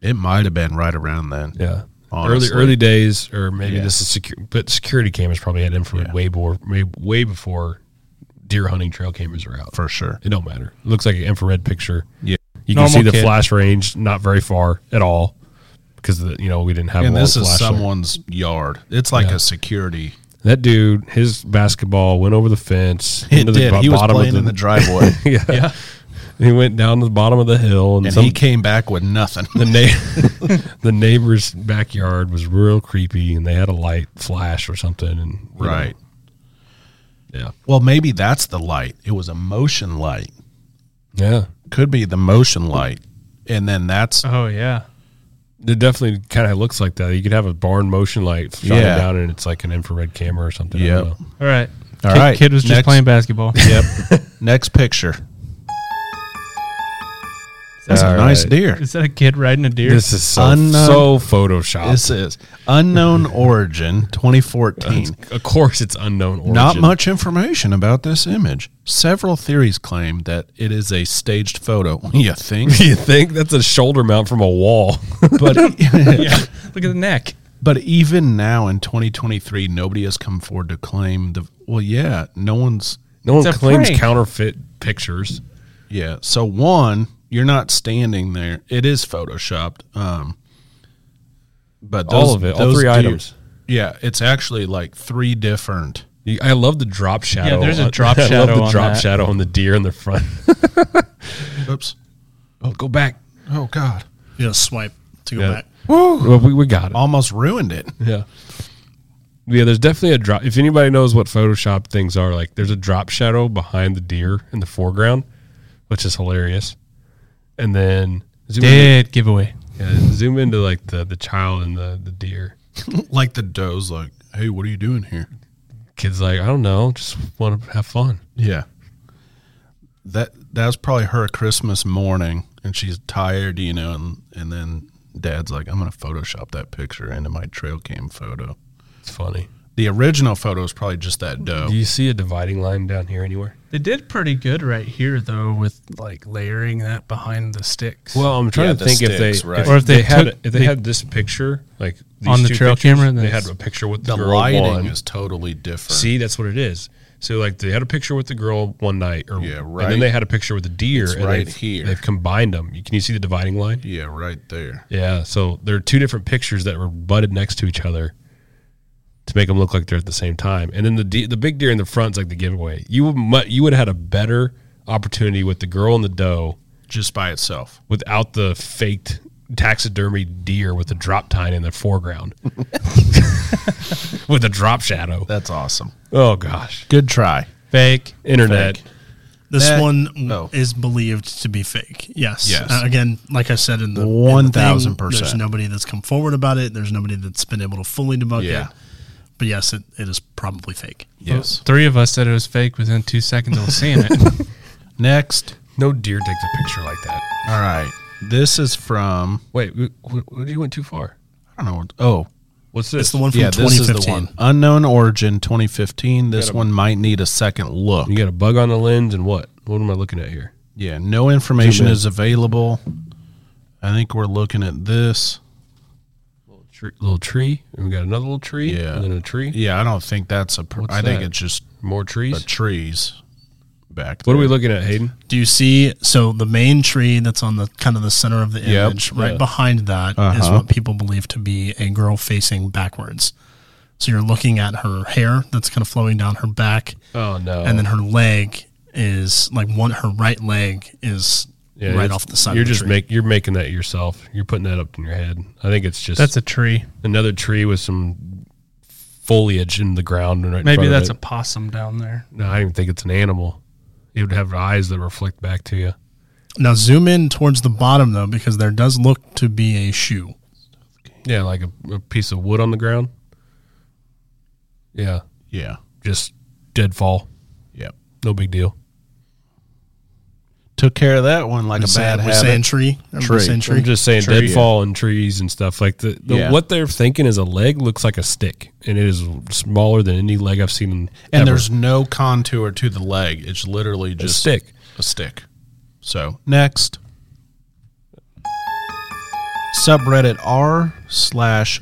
[SPEAKER 1] It might have been right around then.
[SPEAKER 2] Yeah.
[SPEAKER 1] Honestly.
[SPEAKER 2] Early early days, or maybe
[SPEAKER 1] Yeah.
[SPEAKER 2] this is secure, but security cameras probably had infrared way before way, way before deer hunting trail cameras were out.
[SPEAKER 1] for sure.
[SPEAKER 2] It don't matter. It looks like an infrared picture.
[SPEAKER 1] Yeah.
[SPEAKER 2] you
[SPEAKER 3] Normal
[SPEAKER 2] can see the
[SPEAKER 3] kid.
[SPEAKER 2] flash range not very far at all because the, you know we didn't have.
[SPEAKER 1] And
[SPEAKER 2] a
[SPEAKER 1] this is
[SPEAKER 2] flash there.
[SPEAKER 1] someone's yard. It's like
[SPEAKER 2] Yeah.
[SPEAKER 1] a security.
[SPEAKER 2] That dude, his basketball went over the fence.
[SPEAKER 1] It
[SPEAKER 2] into
[SPEAKER 1] did.
[SPEAKER 2] bo-
[SPEAKER 1] He was playing in the driveway,
[SPEAKER 2] yeah. He went down to the bottom of the hill, and,
[SPEAKER 1] and
[SPEAKER 2] some,
[SPEAKER 1] he came back with nothing.
[SPEAKER 2] the na- the neighbor's backyard was real creepy, and they had a light flash or something, and you know,
[SPEAKER 1] Right.
[SPEAKER 2] Yeah.
[SPEAKER 1] Well, maybe that's the light. It was a motion light.
[SPEAKER 2] Yeah.
[SPEAKER 1] Could be the motion light. And then that's
[SPEAKER 3] oh, yeah.
[SPEAKER 2] It definitely kind of looks like that. You could have a barn motion light shining
[SPEAKER 1] Yeah.
[SPEAKER 2] down, and it's like an infrared camera or something. I
[SPEAKER 1] Yep.
[SPEAKER 2] don't know.
[SPEAKER 3] All right.
[SPEAKER 1] All
[SPEAKER 3] kid,
[SPEAKER 1] right,
[SPEAKER 3] Kid was just
[SPEAKER 1] next.
[SPEAKER 3] playing basketball.
[SPEAKER 1] Yep. Next picture. That's
[SPEAKER 2] All
[SPEAKER 1] a nice
[SPEAKER 2] right.
[SPEAKER 1] deer.
[SPEAKER 3] Is that a kid riding a deer?
[SPEAKER 2] This is so,
[SPEAKER 1] Unknown-
[SPEAKER 2] so photoshopped.
[SPEAKER 1] This is unknown origin 2014.
[SPEAKER 2] of course, it's unknown origin.
[SPEAKER 1] Not much information about this image. Several theories claim that it is a staged photo. You think?
[SPEAKER 2] You think that's a shoulder mount from a wall?
[SPEAKER 1] but
[SPEAKER 3] yeah. Look at the neck.
[SPEAKER 1] but even now in 2023, nobody has come forward to claim the. Well, yeah, no one's.
[SPEAKER 2] No one
[SPEAKER 3] It's a
[SPEAKER 2] claims
[SPEAKER 3] prank.
[SPEAKER 2] counterfeit pictures.
[SPEAKER 1] Yeah. So one, you're not standing there. It is photoshopped. Um. But
[SPEAKER 2] all
[SPEAKER 1] those-
[SPEAKER 2] of it, all
[SPEAKER 1] those
[SPEAKER 2] three
[SPEAKER 1] deer-
[SPEAKER 2] items.
[SPEAKER 1] Yeah, it's actually like three different.
[SPEAKER 2] You- I love the drop shadow.
[SPEAKER 3] there's a
[SPEAKER 2] on-
[SPEAKER 3] drop
[SPEAKER 2] I love
[SPEAKER 3] shadow
[SPEAKER 2] the
[SPEAKER 3] on
[SPEAKER 2] drop
[SPEAKER 3] that.
[SPEAKER 2] shadow on the deer in the front.
[SPEAKER 1] Oops.
[SPEAKER 2] oh, go back.
[SPEAKER 1] Oh God.
[SPEAKER 5] You gotta swipe to go
[SPEAKER 2] Yeah.
[SPEAKER 5] back.
[SPEAKER 2] Well, we, we got it.
[SPEAKER 1] Almost ruined it.
[SPEAKER 2] Yeah. Yeah, there's definitely a drop. If anybody knows what Photoshop things are, like there's a drop shadow behind the deer in the foreground, which is hilarious. And then zoom, in,
[SPEAKER 3] Dead giveaway.
[SPEAKER 2] yeah, zoom into like the, the child and the, the deer.
[SPEAKER 1] Like the doe's like, hey, what are you doing here?
[SPEAKER 2] Kid's like, I don't know, just want to have fun.
[SPEAKER 1] Yeah. That that was probably her Christmas morning and she's tired, you know, and, and then dad's like, I'm gonna Photoshop that picture into my trail cam photo.
[SPEAKER 2] It's funny.
[SPEAKER 1] The original photo is probably just that doe.
[SPEAKER 2] Do you see a dividing line down here anywhere?
[SPEAKER 3] They did pretty good right here though, with like layering that behind the sticks.
[SPEAKER 2] Well, I'm trying
[SPEAKER 1] Yeah,
[SPEAKER 2] to
[SPEAKER 1] the
[SPEAKER 2] think if
[SPEAKER 1] sticks,
[SPEAKER 2] they
[SPEAKER 1] right.
[SPEAKER 2] or if they, had
[SPEAKER 3] took-
[SPEAKER 2] if they,
[SPEAKER 3] they-
[SPEAKER 2] had this picture like these
[SPEAKER 3] On the
[SPEAKER 2] two
[SPEAKER 3] trail camera,
[SPEAKER 2] they
[SPEAKER 3] that's-
[SPEAKER 2] had a picture with the,
[SPEAKER 1] The
[SPEAKER 2] girl
[SPEAKER 1] lighting
[SPEAKER 2] one.
[SPEAKER 1] is totally different.
[SPEAKER 2] See, that's what it is. So like they had a picture with the girl one night, or
[SPEAKER 1] Yeah,
[SPEAKER 2] And
[SPEAKER 1] right.
[SPEAKER 2] then they had a picture with the deer,
[SPEAKER 1] It's
[SPEAKER 2] and
[SPEAKER 1] right
[SPEAKER 2] they've,
[SPEAKER 1] here.
[SPEAKER 2] They've combined them. You, can you see the dividing line?
[SPEAKER 1] Yeah, right there.
[SPEAKER 2] Yeah. So there are two different pictures that were butted next to each other to make them look like they're at the same time. And then the de- the big deer in the front's like the giveaway. You would mu- you would have had a better opportunity with the girl and the doe
[SPEAKER 1] Just by itself.
[SPEAKER 2] without the faked taxidermy deer with the drop tine in the foreground with a drop shadow.
[SPEAKER 1] That's awesome.
[SPEAKER 2] Oh gosh.
[SPEAKER 1] Good try.
[SPEAKER 2] Fake internet.
[SPEAKER 5] This
[SPEAKER 1] That-
[SPEAKER 5] one w-
[SPEAKER 1] oh.
[SPEAKER 5] is believed to be fake. Yes.
[SPEAKER 1] Yes.
[SPEAKER 5] Uh, again, like I said in the in the
[SPEAKER 1] One
[SPEAKER 5] thing,
[SPEAKER 1] thousand percent.
[SPEAKER 5] There's nobody that's come forward about it. There's nobody that's been able to fully debunk
[SPEAKER 1] Yeah.
[SPEAKER 5] it. But yes, it, it is probably fake.
[SPEAKER 1] Yes.
[SPEAKER 3] three of us said it was fake within two seconds of seeing it.
[SPEAKER 1] Next.
[SPEAKER 2] No deer takes a picture like that.
[SPEAKER 1] All right. This is from
[SPEAKER 2] Wait, what, you went too far?
[SPEAKER 1] I don't know. Oh,
[SPEAKER 2] What's this?
[SPEAKER 5] It's the one from
[SPEAKER 1] yeah, this is
[SPEAKER 5] 2015.
[SPEAKER 1] the one. Unknown origin 2015. This one might need a second look.
[SPEAKER 2] you got a bug on the lens and what? What am I looking at here?
[SPEAKER 1] Yeah, no information
[SPEAKER 2] Zoom in.
[SPEAKER 1] is available. I think we're looking at this.
[SPEAKER 2] Tree, little tree. And we got another little tree.
[SPEAKER 1] Yeah.
[SPEAKER 2] And then a tree.
[SPEAKER 1] Yeah, I don't think that's a. Pr-
[SPEAKER 2] What's
[SPEAKER 1] I think
[SPEAKER 2] that?
[SPEAKER 1] it's just
[SPEAKER 2] More
[SPEAKER 1] the
[SPEAKER 2] trees.
[SPEAKER 1] trees back.
[SPEAKER 2] what are
[SPEAKER 1] there.
[SPEAKER 2] we looking at, Hayden?
[SPEAKER 5] Do you see? So the main tree that's on the kind of the center of the
[SPEAKER 1] Yep.
[SPEAKER 5] image, right
[SPEAKER 2] Yeah.
[SPEAKER 5] behind that, is
[SPEAKER 1] Uh-huh.
[SPEAKER 5] what people believe to be a girl facing backwards. So you're looking at her hair that's kind of flowing down her back,
[SPEAKER 2] Oh no.
[SPEAKER 5] and then her leg is like one. Her right leg is
[SPEAKER 2] Yeah,
[SPEAKER 5] right
[SPEAKER 2] it's-
[SPEAKER 5] off the side.
[SPEAKER 2] You're
[SPEAKER 5] of the
[SPEAKER 2] just
[SPEAKER 5] tree.
[SPEAKER 2] make you're making that yourself. You're putting that up in your head. I think it's just
[SPEAKER 3] that's a tree.
[SPEAKER 2] another tree with some foliage in the ground. Right in
[SPEAKER 3] Maybe
[SPEAKER 2] front of
[SPEAKER 3] that's
[SPEAKER 2] it.
[SPEAKER 3] a possum down there.
[SPEAKER 2] No, I don't even think it's an animal. It would have eyes that reflect back to you.
[SPEAKER 5] now zoom in towards the bottom though, because there does look to be a shoe.
[SPEAKER 2] Yeah, like a, a piece of wood on the ground. Yeah,
[SPEAKER 1] Yeah.
[SPEAKER 2] just deadfall.
[SPEAKER 1] Yep.
[SPEAKER 2] No big deal.
[SPEAKER 1] Took care of that one like a bad
[SPEAKER 5] we're
[SPEAKER 1] habit.
[SPEAKER 5] saying tree. Everybody
[SPEAKER 1] Tree.
[SPEAKER 5] saying tree.
[SPEAKER 2] I'm just saying
[SPEAKER 1] Tree,
[SPEAKER 2] deadfall and trees and stuff like the, the
[SPEAKER 1] Yeah.
[SPEAKER 2] what they're thinking is a leg looks like a stick and it is smaller than any leg I've seen. In
[SPEAKER 1] and
[SPEAKER 2] ever.
[SPEAKER 1] there's no contour to the leg. It's literally
[SPEAKER 2] a
[SPEAKER 1] just
[SPEAKER 2] stick.
[SPEAKER 1] a stick. So next, subreddit r slash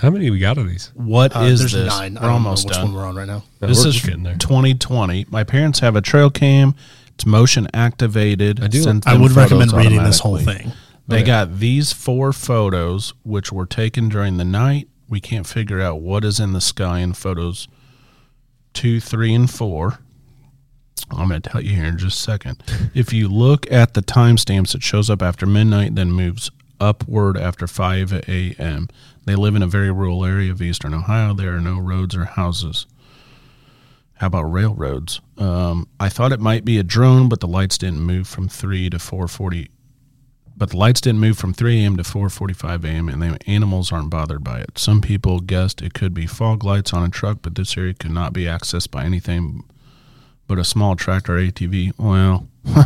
[SPEAKER 2] How many we got of these?
[SPEAKER 1] what is
[SPEAKER 5] Uh, there's
[SPEAKER 1] this?
[SPEAKER 5] nine. I
[SPEAKER 1] We're
[SPEAKER 5] don't
[SPEAKER 1] almost
[SPEAKER 5] know which
[SPEAKER 1] done.
[SPEAKER 5] one we're on right now.
[SPEAKER 2] No,
[SPEAKER 1] This
[SPEAKER 2] we're
[SPEAKER 1] is
[SPEAKER 2] just getting there.
[SPEAKER 1] 2020. My parents have a trail cam. It's motion activated. I
[SPEAKER 2] do-
[SPEAKER 5] I would recommend reading this whole thing.
[SPEAKER 1] They got these four photos, which were taken during the night. We can't figure out what is in the sky in photos two, three, and four. I'm going to tell you here in just a second. if you look at the timestamps, it shows up after midnight, then moves upward after 5 a.m. They live in a very rural area of eastern Ohio. There are no roads or houses. How about railroads? Um, I thought it might be a drone, but the lights didn't move from 3 to 440 but the lights didn't move from 3 a.m. to 4:45 a.m. and the animals aren't bothered by it. Some people guessed it could be fog lights on a truck, but this area could not be accessed by anything but a small tractor ATV. Well,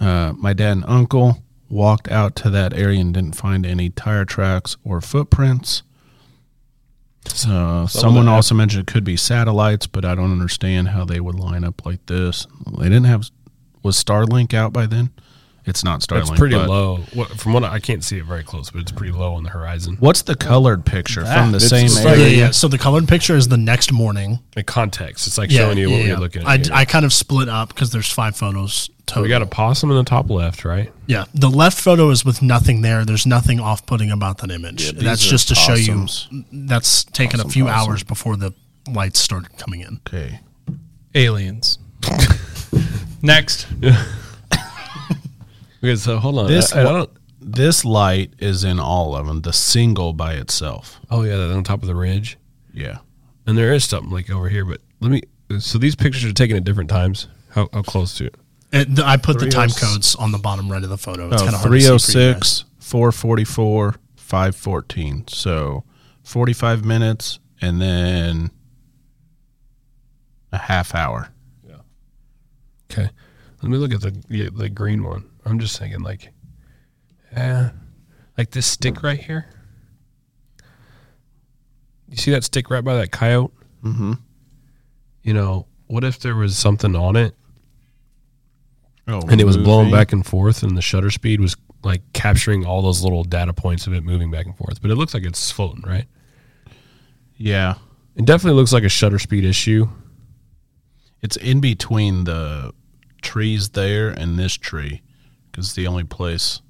[SPEAKER 1] uh, my dad and uncle walked out to that area and didn't find any tire tracks or footprints. So someone also mentioned it could be satellites, but I don't understand how they would line up like this. They didn't have was Starlink out by then? It's not Starlink.
[SPEAKER 2] It's pretty
[SPEAKER 1] but-
[SPEAKER 2] low. What, from what I, I can't see it very close, but it's pretty low on the horizon.
[SPEAKER 1] What's the colored picture from the
[SPEAKER 6] it's
[SPEAKER 1] same
[SPEAKER 6] just
[SPEAKER 5] Yeah,
[SPEAKER 1] area?
[SPEAKER 5] yeah, yeah. So the colored picture is the next morning.
[SPEAKER 2] The context. It's like showing you what
[SPEAKER 5] yeah,
[SPEAKER 2] we
[SPEAKER 5] yeah.
[SPEAKER 2] are looking at.
[SPEAKER 5] I,
[SPEAKER 2] here.
[SPEAKER 5] I kind of split up because there's five photos total.
[SPEAKER 2] we got a possum in the top left, right?
[SPEAKER 5] yeah. The left photo is with nothing there. There's nothing off putting about that image.
[SPEAKER 6] these
[SPEAKER 5] that's
[SPEAKER 6] are
[SPEAKER 5] just to
[SPEAKER 6] possums.
[SPEAKER 5] show you that's taken a few hours before the lights started coming in.
[SPEAKER 1] Okay.
[SPEAKER 3] Aliens. Next.
[SPEAKER 2] Okay, so hold on.
[SPEAKER 1] This
[SPEAKER 2] I- I
[SPEAKER 1] wa-
[SPEAKER 2] don't-
[SPEAKER 1] This light is in all of them, the single by itself.
[SPEAKER 2] oh yeah, that's on top of the ridge,
[SPEAKER 1] Yeah.
[SPEAKER 2] and there is something like over here. But let me. So these pictures are taken at different times. How, how close to it?
[SPEAKER 5] It, I put the time
[SPEAKER 2] oh
[SPEAKER 5] codes on the bottom right of the photo. It's kind of hard to see for you
[SPEAKER 1] 306,
[SPEAKER 5] guys.
[SPEAKER 1] 444, 514. So 45 minutes and then a half hour.
[SPEAKER 2] Okay, let me look at the yeah, the green one. I'm just thinking like, yeah, like this stick right here. You see that stick right by that coyote? Mm-hmm. You know, what if there was something on it
[SPEAKER 1] Oh,
[SPEAKER 2] and it was blowing
[SPEAKER 1] moving.
[SPEAKER 2] back and forth, and the shutter speed was like capturing all those little data points of it moving back and forth? But it looks like it's floating, right?
[SPEAKER 1] Yeah.
[SPEAKER 2] It definitely looks like a shutter speed issue.
[SPEAKER 1] It's in between the trees there and this tree because it's the only place.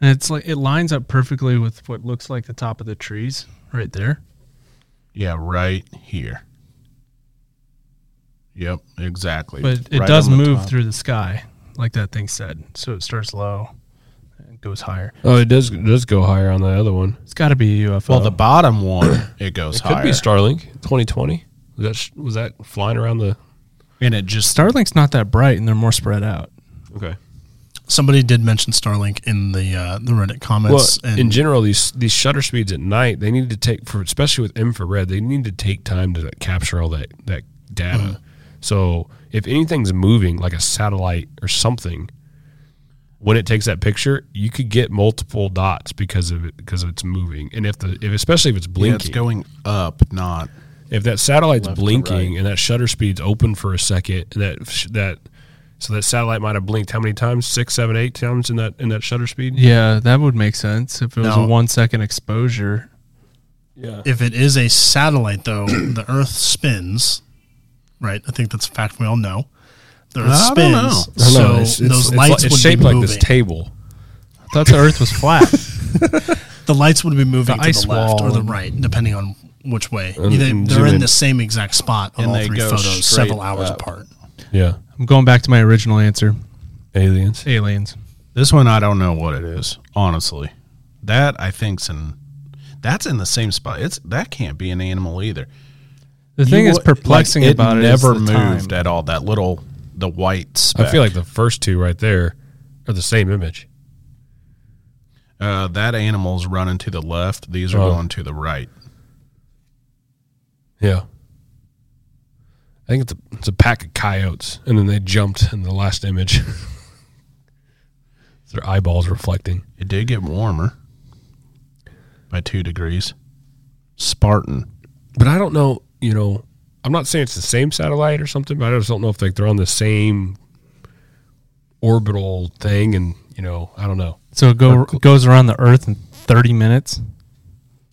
[SPEAKER 3] And it's like it lines up perfectly with what looks like the top of the trees right there.
[SPEAKER 1] Yeah, right here. Yep, exactly.
[SPEAKER 3] But it
[SPEAKER 1] Right
[SPEAKER 3] does
[SPEAKER 1] on the
[SPEAKER 3] move
[SPEAKER 1] top.
[SPEAKER 3] through the sky, like that thing said. So it starts low and goes higher.
[SPEAKER 2] Oh, it does it does go higher on the other one.
[SPEAKER 3] It's got to be a UFO.
[SPEAKER 1] Well, the bottom one it goes
[SPEAKER 2] It
[SPEAKER 1] higher,
[SPEAKER 2] could be Starlink 2020. Was that sh- was that flying around the?
[SPEAKER 1] and it just
[SPEAKER 3] Starlink's not that bright and they're more spread out.
[SPEAKER 2] Okay.
[SPEAKER 5] Somebody did mention Starlink in the uh, the Reddit
[SPEAKER 2] Well,
[SPEAKER 5] comments. and
[SPEAKER 2] in general, these these shutter speeds at night they need to take for especially with infrared they need to take time to capture all that that data.
[SPEAKER 1] Uh-huh.
[SPEAKER 2] So if anything's moving like a satellite or something, when it takes that picture, you could get multiple dots because of it because of it's moving. And if the if especially if it's
[SPEAKER 1] yeah,
[SPEAKER 2] blinking,
[SPEAKER 1] it's going up, not
[SPEAKER 2] if that satellite's blinking and that shutter speed's open for a second, and that sh- that so that satellite might have blinked how many times? Six, seven, eight times in that in that shutter speed.
[SPEAKER 3] Yeah, that would make sense if it was
[SPEAKER 5] No.
[SPEAKER 3] a one second exposure.
[SPEAKER 5] if it is a satellite, though, the Earth spins, right? I think that's a fact we all know. The Earth
[SPEAKER 1] I don't know.
[SPEAKER 5] spins,
[SPEAKER 2] I don't
[SPEAKER 5] so
[SPEAKER 2] know, it's- it's-
[SPEAKER 5] those
[SPEAKER 2] it's
[SPEAKER 5] lights
[SPEAKER 2] like- it's
[SPEAKER 5] would
[SPEAKER 2] shaped
[SPEAKER 5] be
[SPEAKER 2] like
[SPEAKER 5] moving.
[SPEAKER 2] this table.
[SPEAKER 3] I thought the Earth was flat.
[SPEAKER 5] the lights would be moving
[SPEAKER 3] The
[SPEAKER 5] to
[SPEAKER 3] ice
[SPEAKER 5] the left or
[SPEAKER 3] wall
[SPEAKER 5] the
[SPEAKER 3] and-
[SPEAKER 5] right, depending on which way.
[SPEAKER 2] And-
[SPEAKER 5] they,
[SPEAKER 2] and
[SPEAKER 5] they're
[SPEAKER 2] zoom
[SPEAKER 5] in,
[SPEAKER 2] in.
[SPEAKER 5] the same exact spot on
[SPEAKER 1] And
[SPEAKER 5] all
[SPEAKER 1] they
[SPEAKER 5] three
[SPEAKER 1] go
[SPEAKER 5] photos,
[SPEAKER 1] straight
[SPEAKER 5] several hours
[SPEAKER 1] up.
[SPEAKER 5] apart.
[SPEAKER 2] Yeah,
[SPEAKER 3] I'm going back to my original answer
[SPEAKER 2] aliens.
[SPEAKER 3] aliens.
[SPEAKER 1] this one. I don't know what it is, honestly. That I think's in that's in the same spot. It's that can't be an animal either.
[SPEAKER 3] The thing
[SPEAKER 1] You
[SPEAKER 3] that's
[SPEAKER 1] would-
[SPEAKER 3] perplexing
[SPEAKER 1] like,
[SPEAKER 3] about it is
[SPEAKER 1] never
[SPEAKER 3] the
[SPEAKER 1] moved
[SPEAKER 3] time.
[SPEAKER 1] at all. That little the white
[SPEAKER 2] I
[SPEAKER 1] speck.
[SPEAKER 2] feel like the first two right there are the same image.
[SPEAKER 1] uh, that animal's running to the left. These are
[SPEAKER 2] Oh.
[SPEAKER 1] going to the right.
[SPEAKER 2] Yeah, I think it's a, it's a pack of coyotes, and then they jumped in the last image. Their eyeballs reflecting.
[SPEAKER 1] It did get warmer by two degrees. Spartan.
[SPEAKER 2] but I don't know. You know, I'm not saying it's the same satellite or something, but I just don't know if like they're on the same orbital thing, and you know, I don't know.
[SPEAKER 3] So it go, goes around the Earth in 30 minutes.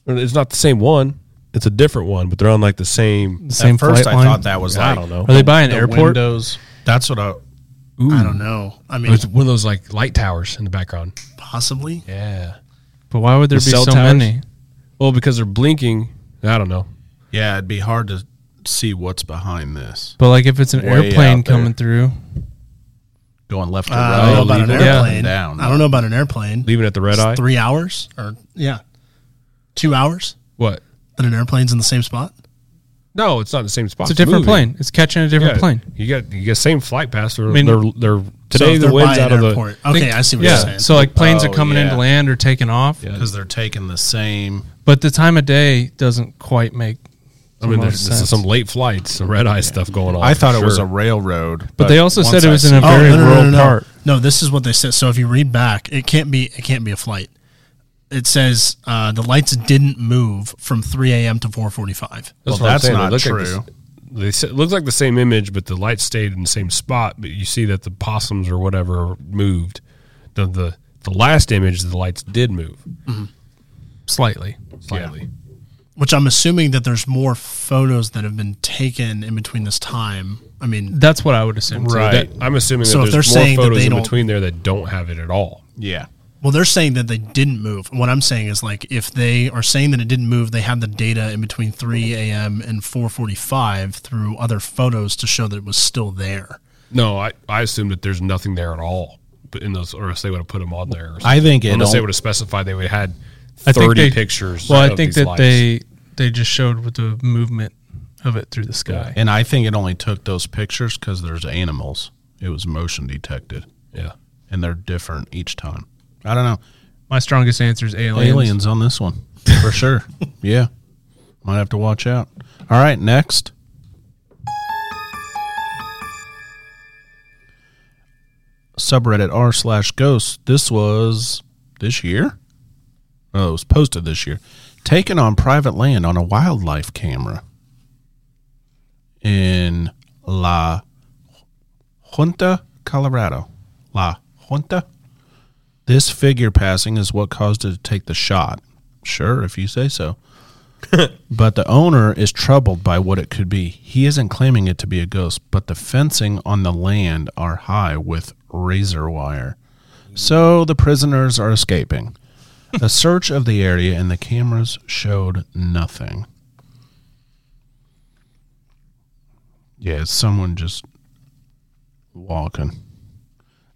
[SPEAKER 2] It's not the same one. It's a different one, but they're on like the same.
[SPEAKER 3] The same
[SPEAKER 1] At first,
[SPEAKER 3] flight
[SPEAKER 1] I
[SPEAKER 3] line.
[SPEAKER 1] thought that was
[SPEAKER 2] I
[SPEAKER 1] like
[SPEAKER 2] don't know.
[SPEAKER 3] Are they by an
[SPEAKER 1] the
[SPEAKER 3] airport?
[SPEAKER 1] windows. That's what I.
[SPEAKER 5] I don't know. I mean,
[SPEAKER 2] It's one of those like light towers in the background.
[SPEAKER 5] possibly.
[SPEAKER 2] Yeah.
[SPEAKER 3] But why would there
[SPEAKER 2] The
[SPEAKER 3] be
[SPEAKER 2] cell
[SPEAKER 3] so
[SPEAKER 2] towers?
[SPEAKER 3] many?
[SPEAKER 2] Well, because they're blinking. I don't know.
[SPEAKER 1] Yeah, it'd be hard to see what's behind this.
[SPEAKER 3] But like if it's an
[SPEAKER 1] Way
[SPEAKER 3] airplane
[SPEAKER 1] out there.
[SPEAKER 3] coming through,
[SPEAKER 1] Going left to
[SPEAKER 5] Uh, I don't know
[SPEAKER 1] right.
[SPEAKER 5] about an
[SPEAKER 2] leave it
[SPEAKER 3] down.
[SPEAKER 5] airplane.
[SPEAKER 1] Down.
[SPEAKER 5] I don't know about an airplane.
[SPEAKER 2] Leaving at the red
[SPEAKER 5] It's
[SPEAKER 2] eye.
[SPEAKER 5] Three hours or yeah, two hours
[SPEAKER 2] What?
[SPEAKER 5] that an airplane's in the same spot.
[SPEAKER 2] No, it's not the same spot.
[SPEAKER 3] it's a different
[SPEAKER 2] moving.
[SPEAKER 3] plane. It's catching a different
[SPEAKER 2] Yeah.
[SPEAKER 3] plane.
[SPEAKER 2] You got you got same flight path. They're
[SPEAKER 3] mean-
[SPEAKER 2] they're, they're Today
[SPEAKER 5] if
[SPEAKER 2] the
[SPEAKER 5] they're
[SPEAKER 2] wind's
[SPEAKER 5] by an
[SPEAKER 2] out of the-
[SPEAKER 5] airport. Okay, I see what you're
[SPEAKER 3] Yeah.
[SPEAKER 5] saying.
[SPEAKER 3] So like planes
[SPEAKER 1] Oh,
[SPEAKER 3] are coming in
[SPEAKER 1] yeah.
[SPEAKER 3] to land or taking off,
[SPEAKER 1] because they're taking the same.
[SPEAKER 3] but the time of day doesn't quite make.
[SPEAKER 2] I mean,
[SPEAKER 3] the
[SPEAKER 2] there's
[SPEAKER 3] most
[SPEAKER 2] this is
[SPEAKER 3] sense.
[SPEAKER 2] some late flights, some red eye stuff going on.
[SPEAKER 1] I
[SPEAKER 2] for
[SPEAKER 1] thought it was
[SPEAKER 2] sure.
[SPEAKER 1] a railroad, but,
[SPEAKER 3] they also
[SPEAKER 1] once
[SPEAKER 3] said it
[SPEAKER 1] I
[SPEAKER 3] was in
[SPEAKER 1] see-
[SPEAKER 3] a
[SPEAKER 5] Oh,
[SPEAKER 3] very
[SPEAKER 5] no, no, no,
[SPEAKER 3] rural
[SPEAKER 5] no, no.
[SPEAKER 3] part.
[SPEAKER 5] No, this is what they said. So if you read back, it can't be it can't be a flight. It says uh, the lights didn't move from 3 a.m. to 4:45.
[SPEAKER 2] That's,
[SPEAKER 1] Well,
[SPEAKER 2] what I'm
[SPEAKER 1] that's
[SPEAKER 2] saying. They
[SPEAKER 1] not
[SPEAKER 2] look like
[SPEAKER 1] true.
[SPEAKER 2] the s- they said, it looks like the same image, but the light stayed in the same spot. But you see that the possums or whatever moved. The the, the last image, the lights did move
[SPEAKER 3] Slightly.
[SPEAKER 2] Mm-hmm. slightly.
[SPEAKER 5] Which I'm assuming that there's more photos that have been taken in between this time. I mean,
[SPEAKER 3] That's what I would assume. too.
[SPEAKER 2] So that- I'm assuming that
[SPEAKER 5] So if
[SPEAKER 2] there's
[SPEAKER 5] they're
[SPEAKER 2] more
[SPEAKER 5] saying that
[SPEAKER 2] photos
[SPEAKER 5] they
[SPEAKER 2] in
[SPEAKER 5] don't-
[SPEAKER 2] between there that don't have it at all.
[SPEAKER 1] yeah.
[SPEAKER 5] well, they're saying that they didn't move. What I'm saying is like if they are saying that it didn't move, they have the data in between 3 a.m. and 4:45 through other photos to show that it was still there.
[SPEAKER 2] No, I, I assume that there's nothing there at all. But in those, or else they would have put them on there. Or
[SPEAKER 1] I think it
[SPEAKER 2] unless they
[SPEAKER 1] al-
[SPEAKER 2] would have specified they would have had
[SPEAKER 3] I think
[SPEAKER 2] 30
[SPEAKER 3] they-
[SPEAKER 2] pictures.
[SPEAKER 3] Well, I
[SPEAKER 2] of
[SPEAKER 3] think
[SPEAKER 2] these
[SPEAKER 3] that
[SPEAKER 2] lights.
[SPEAKER 3] they they just showed with the movement of it through the sky.
[SPEAKER 1] And I think it only took those pictures because there's animals. It was motion detected,
[SPEAKER 2] yeah.
[SPEAKER 1] and they're different each time. I don't know.
[SPEAKER 3] My strongest answer is aliens.
[SPEAKER 1] Aliens, on this one for sure. Yeah, might have to watch out. All right, next. Subreddit r slash ghosts. This was this year. Oh, it was posted this year. Taken on private land on a wildlife camera in La Junta, Colorado. La Junta, this figure passing is what caused it to take the shot. Sure, if you say so. but the owner is troubled by what it could be. He isn't claiming it to be a ghost, but the fencing on the land are high with razor wire. So the prisoners are escaping. a search of the area and the cameras showed nothing. Yeah, it's someone just walking.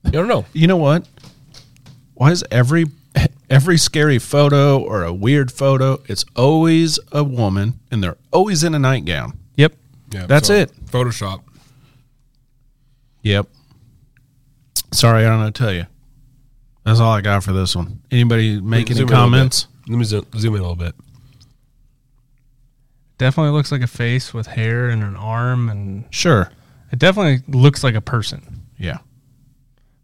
[SPEAKER 2] I don't know.
[SPEAKER 1] You know what? Why is every every scary photo or a weird photo? It's always a woman, and they're always in a nightgown.
[SPEAKER 3] Yep.
[SPEAKER 2] Yeah,
[SPEAKER 1] That's it.
[SPEAKER 2] Photoshop.
[SPEAKER 1] Yep. Sorry, I don't know what to tell you. That's all I got for this one. Anybody make any
[SPEAKER 2] Zoom in a little
[SPEAKER 1] comments?
[SPEAKER 2] bit. Let me zo- zoom in a little bit.
[SPEAKER 3] Definitely looks like a face with hair and an arm, and
[SPEAKER 1] Sure.
[SPEAKER 3] it definitely looks like a person.
[SPEAKER 1] Yeah.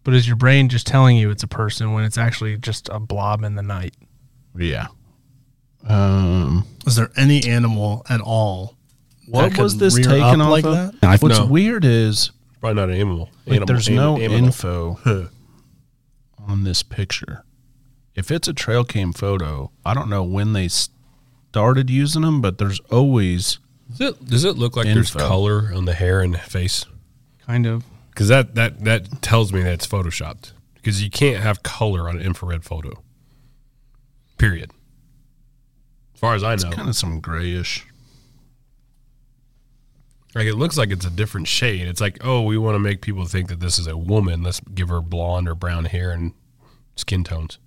[SPEAKER 3] But is your brain just telling you it's a person when it's actually just a blob in the night?
[SPEAKER 1] Yeah. Um.
[SPEAKER 5] Is there any animal at all?
[SPEAKER 1] What
[SPEAKER 5] could
[SPEAKER 1] was this
[SPEAKER 5] rear
[SPEAKER 1] taken
[SPEAKER 5] up
[SPEAKER 1] off
[SPEAKER 5] like
[SPEAKER 1] of?
[SPEAKER 5] that?
[SPEAKER 2] I've-
[SPEAKER 1] What's
[SPEAKER 2] no.
[SPEAKER 1] weird is
[SPEAKER 2] Probably not an animal.
[SPEAKER 1] Like,
[SPEAKER 2] animal
[SPEAKER 1] there's
[SPEAKER 2] an-
[SPEAKER 1] no
[SPEAKER 2] animal.
[SPEAKER 1] info on this picture. If it's a trail cam photo, I don't know when they started using them, but there's always
[SPEAKER 2] Does it, does it look like there's
[SPEAKER 1] Info.
[SPEAKER 2] color on the hair and face?
[SPEAKER 3] Kind of.
[SPEAKER 2] Because that, that, that tells me that it's photoshopped. Because you can't have color on an infrared photo. Period. As far as I know,
[SPEAKER 1] kind of some grayish.
[SPEAKER 2] like it looks like it's a different shade. It's like, oh, we want to make people think that this is a woman. Let's give her blonde or brown hair and skin tones.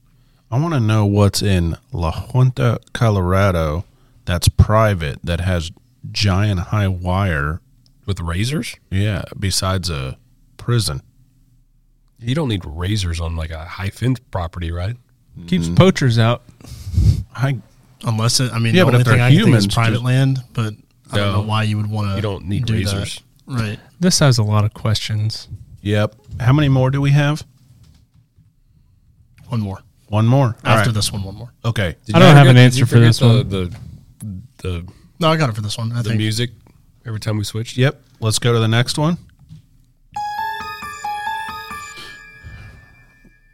[SPEAKER 1] I want to know what's in La Junta, Colorado that's private that has giant high wire.
[SPEAKER 2] With razors,
[SPEAKER 1] Yeah, besides a prison.
[SPEAKER 2] you don't need razors on like a high fence property, right?
[SPEAKER 3] Keeps poachers out.
[SPEAKER 1] I
[SPEAKER 5] Unless it, I mean,
[SPEAKER 1] Yeah,
[SPEAKER 5] the
[SPEAKER 1] but
[SPEAKER 5] only
[SPEAKER 1] if they're
[SPEAKER 5] thing I can think is
[SPEAKER 1] humans,
[SPEAKER 5] private
[SPEAKER 1] just-
[SPEAKER 5] land, but I
[SPEAKER 2] No.
[SPEAKER 5] don't know why you would want to.
[SPEAKER 2] You don't need razors.
[SPEAKER 5] right?
[SPEAKER 3] This has a lot of questions.
[SPEAKER 1] Yep. How many more do we have?
[SPEAKER 5] One more
[SPEAKER 1] One more. All
[SPEAKER 5] after
[SPEAKER 1] right.
[SPEAKER 5] this one. One more.
[SPEAKER 1] Okay.
[SPEAKER 2] Did
[SPEAKER 3] I
[SPEAKER 2] you
[SPEAKER 3] don't
[SPEAKER 2] ever
[SPEAKER 3] have
[SPEAKER 2] get-
[SPEAKER 3] an
[SPEAKER 2] did
[SPEAKER 3] answer
[SPEAKER 2] you
[SPEAKER 3] for this
[SPEAKER 2] forget The the, the,
[SPEAKER 5] No, I got it for this one. I
[SPEAKER 2] the
[SPEAKER 5] think
[SPEAKER 2] music every time we switched.
[SPEAKER 1] Yep. Let's go to the next one.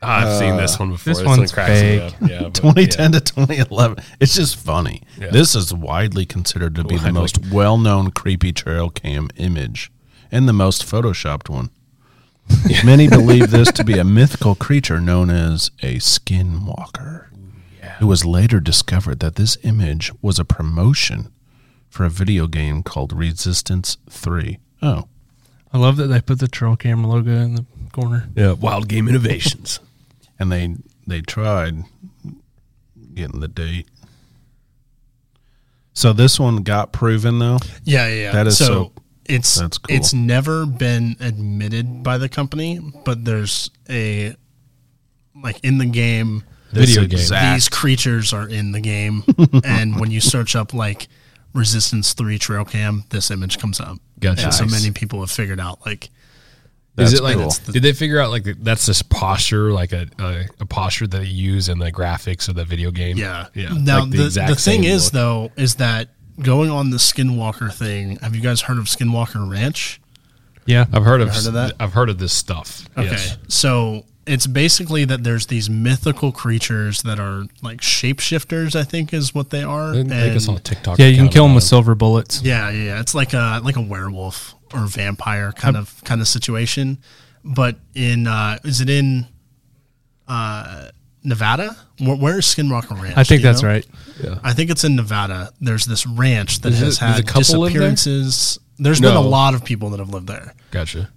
[SPEAKER 2] I've seen this one before.
[SPEAKER 3] this one's
[SPEAKER 2] me up. Yeah, but-
[SPEAKER 1] 2010 to 2011. It's just funny.
[SPEAKER 2] Yeah.
[SPEAKER 1] This is widely considered to be the
[SPEAKER 2] Widely.
[SPEAKER 1] most well known creepy trail cam image and the most photoshopped one. Many believe this to be a mythical creature known as a skinwalker. It was later discovered that this image was a promotion for a video game called Resistance 3. Oh,
[SPEAKER 3] I love that they put the trail camera logo in the corner.
[SPEAKER 2] Yeah, Wild Game Innovations.
[SPEAKER 1] and they they tried getting the date. So this one got proven though.
[SPEAKER 5] Yeah, yeah, yeah.
[SPEAKER 1] That is so
[SPEAKER 5] It's
[SPEAKER 1] That's cool.
[SPEAKER 5] it's never been admitted by the company, but there's a like in the game
[SPEAKER 2] Video game.
[SPEAKER 5] these creatures are in the game and when you search up like resistance 3 trail cam this image comes up
[SPEAKER 2] Gotcha.
[SPEAKER 5] and so
[SPEAKER 2] Nice.
[SPEAKER 5] many people have figured out like
[SPEAKER 2] Is
[SPEAKER 1] That's
[SPEAKER 2] it like
[SPEAKER 1] cool.
[SPEAKER 2] did they figure out like that's this posture like a, a, a posture that they use in the graphics of the video game?
[SPEAKER 5] yeah
[SPEAKER 2] yeah.
[SPEAKER 5] now
[SPEAKER 2] like
[SPEAKER 5] the, the,
[SPEAKER 2] exact
[SPEAKER 5] thing
[SPEAKER 2] same
[SPEAKER 5] is
[SPEAKER 2] look.
[SPEAKER 5] though is that going on the skinwalker thing have you guys heard of skinwalker ranch
[SPEAKER 3] Yeah.
[SPEAKER 2] I've heard of,
[SPEAKER 5] heard of that?
[SPEAKER 2] that. I've heard of this stuff.
[SPEAKER 5] Okay.
[SPEAKER 2] Yes.
[SPEAKER 5] So it's basically that there's these mythical creatures that are like shapeshifters, I think is what they are.
[SPEAKER 2] I think I
[SPEAKER 5] And-
[SPEAKER 2] saw a TikTok.
[SPEAKER 3] Yeah, you can
[SPEAKER 2] account
[SPEAKER 3] kill them
[SPEAKER 2] about
[SPEAKER 3] with silver bullets.
[SPEAKER 5] yeah, yeah, yeah. It's like a like a werewolf or vampire kind of kind of situation. But in uh is it in uh Nevada? Where, where is Skinwalker Ranch?
[SPEAKER 3] I think
[SPEAKER 5] Do you
[SPEAKER 3] that's
[SPEAKER 5] know?
[SPEAKER 3] right.
[SPEAKER 5] I think it's in Nevada. There's this ranch that
[SPEAKER 2] Is it-
[SPEAKER 5] has
[SPEAKER 2] does a
[SPEAKER 5] had
[SPEAKER 2] couple live there?
[SPEAKER 5] disappearances. There's been
[SPEAKER 2] No.
[SPEAKER 5] a lot of people that have lived there.
[SPEAKER 2] Gotcha.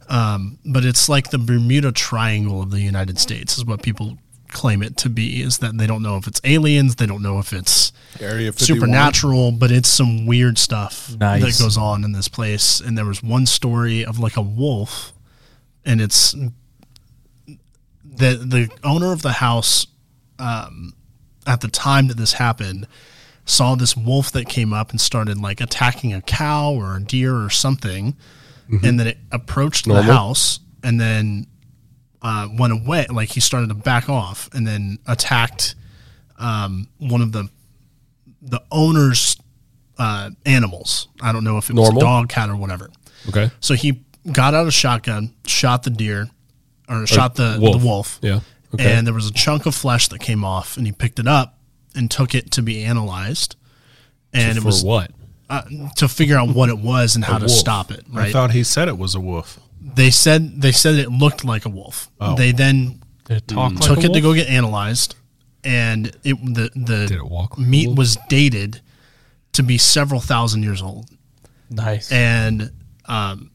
[SPEAKER 5] but it's like the Bermuda Triangle of the United States is what people claim it to be is that they don't know if it's aliens, they don't know if it's
[SPEAKER 1] Area 51.
[SPEAKER 5] supernatural, but it's some weird stuff
[SPEAKER 3] Nice.
[SPEAKER 5] that goes on in this place. And there was one story of like a wolf, and it's the the owner of the house um, at the time that this happened saw this wolf that came up and started like attacking a cow or a deer or something, and then it approached the house and then uh, went away. Like he started to back off and then attacked um, one of the the owner's uh, animals. I don't know if it
[SPEAKER 2] Normal?
[SPEAKER 5] was a dog, cat, or whatever.
[SPEAKER 2] Okay.
[SPEAKER 5] So he got out a shotgun, shot the deer, or shot the
[SPEAKER 2] wolf.
[SPEAKER 5] the wolf.
[SPEAKER 2] Yeah. Okay.
[SPEAKER 5] And there was a chunk of flesh that came off, and he picked it up and took it to be analyzed. And it
[SPEAKER 2] For
[SPEAKER 5] was
[SPEAKER 2] what?
[SPEAKER 5] uh, to figure out what it was and how to
[SPEAKER 2] wolf.
[SPEAKER 5] stop it.
[SPEAKER 1] I
[SPEAKER 5] Right?
[SPEAKER 1] thought he said it was a wolf.
[SPEAKER 5] They said they said it looked like a wolf.
[SPEAKER 1] Oh.
[SPEAKER 5] They then
[SPEAKER 3] They talk like
[SPEAKER 5] Mm. took
[SPEAKER 3] a
[SPEAKER 5] it to
[SPEAKER 3] wolf?
[SPEAKER 5] go get analyzed, and it the the
[SPEAKER 2] Did it walk like a
[SPEAKER 5] meat
[SPEAKER 2] wolf?
[SPEAKER 5] was dated to be several thousand years old.
[SPEAKER 3] Nice.
[SPEAKER 5] and um,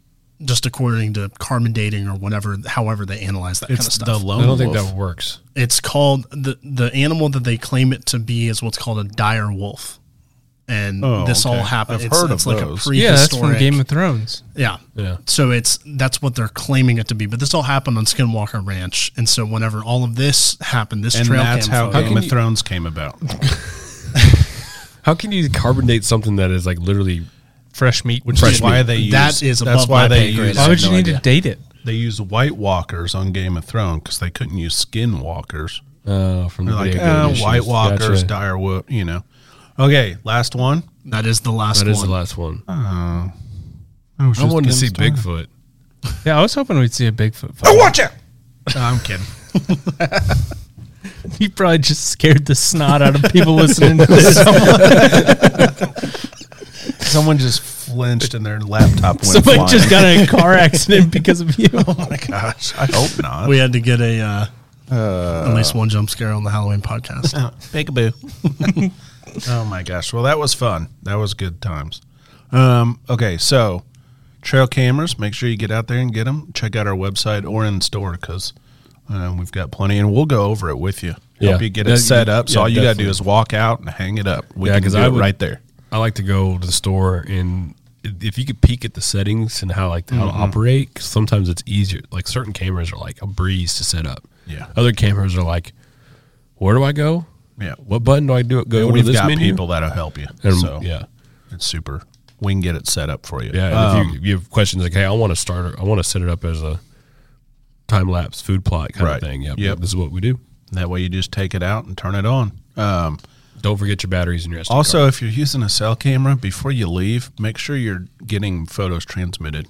[SPEAKER 5] just according to carbon dating or whatever, however they analyze that kind of stuff.
[SPEAKER 2] I don't think that works.
[SPEAKER 5] it's called the the animal that they claim it to be is what's called a dire wolf, and
[SPEAKER 1] Oh,
[SPEAKER 5] this all
[SPEAKER 1] okay.
[SPEAKER 5] happened.
[SPEAKER 1] I've
[SPEAKER 5] it's
[SPEAKER 1] heard of
[SPEAKER 5] it's like
[SPEAKER 1] those.
[SPEAKER 5] a prehistoric.
[SPEAKER 3] yeah, that's from Game of Thrones.
[SPEAKER 5] Yeah.
[SPEAKER 2] Yeah.
[SPEAKER 5] So it's that's what they're claiming it to be, but this all happened on Skinwalker Ranch, and so whenever all of this happened, this
[SPEAKER 1] And
[SPEAKER 5] trail
[SPEAKER 1] that's
[SPEAKER 5] cam
[SPEAKER 1] how
[SPEAKER 5] photo-
[SPEAKER 1] Game of Thrones came about.
[SPEAKER 2] How can you carbon date something that is like literally
[SPEAKER 3] Fresh meat. Which
[SPEAKER 1] That's why they use
[SPEAKER 5] That is
[SPEAKER 1] that's
[SPEAKER 5] above
[SPEAKER 1] why
[SPEAKER 5] my
[SPEAKER 1] they
[SPEAKER 5] pay grade.
[SPEAKER 1] use
[SPEAKER 3] why would you
[SPEAKER 1] no
[SPEAKER 3] need
[SPEAKER 1] idea.
[SPEAKER 3] to date it?
[SPEAKER 1] they use White Walkers on Game of Thrones because they couldn't use Skinwalkers.
[SPEAKER 2] uh, from
[SPEAKER 1] They're like
[SPEAKER 2] video game
[SPEAKER 1] uh,
[SPEAKER 2] issues?
[SPEAKER 1] White Walkers,
[SPEAKER 2] Gotcha.
[SPEAKER 1] dire wolf, you know. Okay, last one.
[SPEAKER 5] that is the last
[SPEAKER 2] That
[SPEAKER 5] one.
[SPEAKER 2] is the last one.
[SPEAKER 1] Oh. I, was
[SPEAKER 2] I wanted to see Bigfoot.
[SPEAKER 3] Yeah, I was hoping we'd see a Bigfoot. Photo.
[SPEAKER 1] Watch out! No, I'm kidding.
[SPEAKER 3] He probably just scared the snot out of people listening to this.
[SPEAKER 1] Someone just flinched and their laptop went
[SPEAKER 3] Somebody
[SPEAKER 1] flying.
[SPEAKER 3] just got in a car accident because of you.
[SPEAKER 1] Gosh, I hope not.
[SPEAKER 5] we had to get a uh, at least one jump scare on the Halloween podcast.
[SPEAKER 1] Peekaboo. oh my gosh. Well, that was fun. That was good times. Um, okay, so trail cameras, make sure you get out there and get them. Check out our website or in store because um, we've got plenty and we'll go over it with you.
[SPEAKER 2] Yeah.
[SPEAKER 1] Help you get
[SPEAKER 2] Yeah,
[SPEAKER 1] it set up. So
[SPEAKER 2] yeah,
[SPEAKER 1] all you got to
[SPEAKER 2] definitely.
[SPEAKER 1] do is walk out and hang it up. We
[SPEAKER 2] Yeah,
[SPEAKER 1] can
[SPEAKER 2] 'cause
[SPEAKER 1] do
[SPEAKER 2] I
[SPEAKER 1] it
[SPEAKER 2] would-
[SPEAKER 1] right there.
[SPEAKER 2] I like to go to the store and if you could peek at the settings and how like
[SPEAKER 1] Mm-hmm.
[SPEAKER 2] how to operate, 'cause sometimes it's easier. Like certain cameras are like a breeze to set up.
[SPEAKER 1] Yeah.
[SPEAKER 2] Other cameras are like, where do I go?
[SPEAKER 1] Yeah.
[SPEAKER 2] What button do I do it? Go
[SPEAKER 1] And
[SPEAKER 2] to
[SPEAKER 1] we've
[SPEAKER 2] this
[SPEAKER 1] got
[SPEAKER 2] menu.
[SPEAKER 1] people that'll help you.
[SPEAKER 2] And,
[SPEAKER 1] so
[SPEAKER 2] Yeah.
[SPEAKER 1] it's super. We can get it set up for you.
[SPEAKER 2] Yeah. and
[SPEAKER 1] Um,
[SPEAKER 2] if you, if you have questions like, hey, I want to start. I want to set it up as a time lapse food plot kind
[SPEAKER 1] Right.
[SPEAKER 2] of thing. Yep.
[SPEAKER 1] Yep.
[SPEAKER 2] This is what we do.
[SPEAKER 1] that way you just take it out and turn it on. Um,
[SPEAKER 2] Don't forget your batteries and your SD
[SPEAKER 1] Also,
[SPEAKER 2] card.
[SPEAKER 1] if you're using a cell camera, before you leave, make sure you're getting photos transmitted.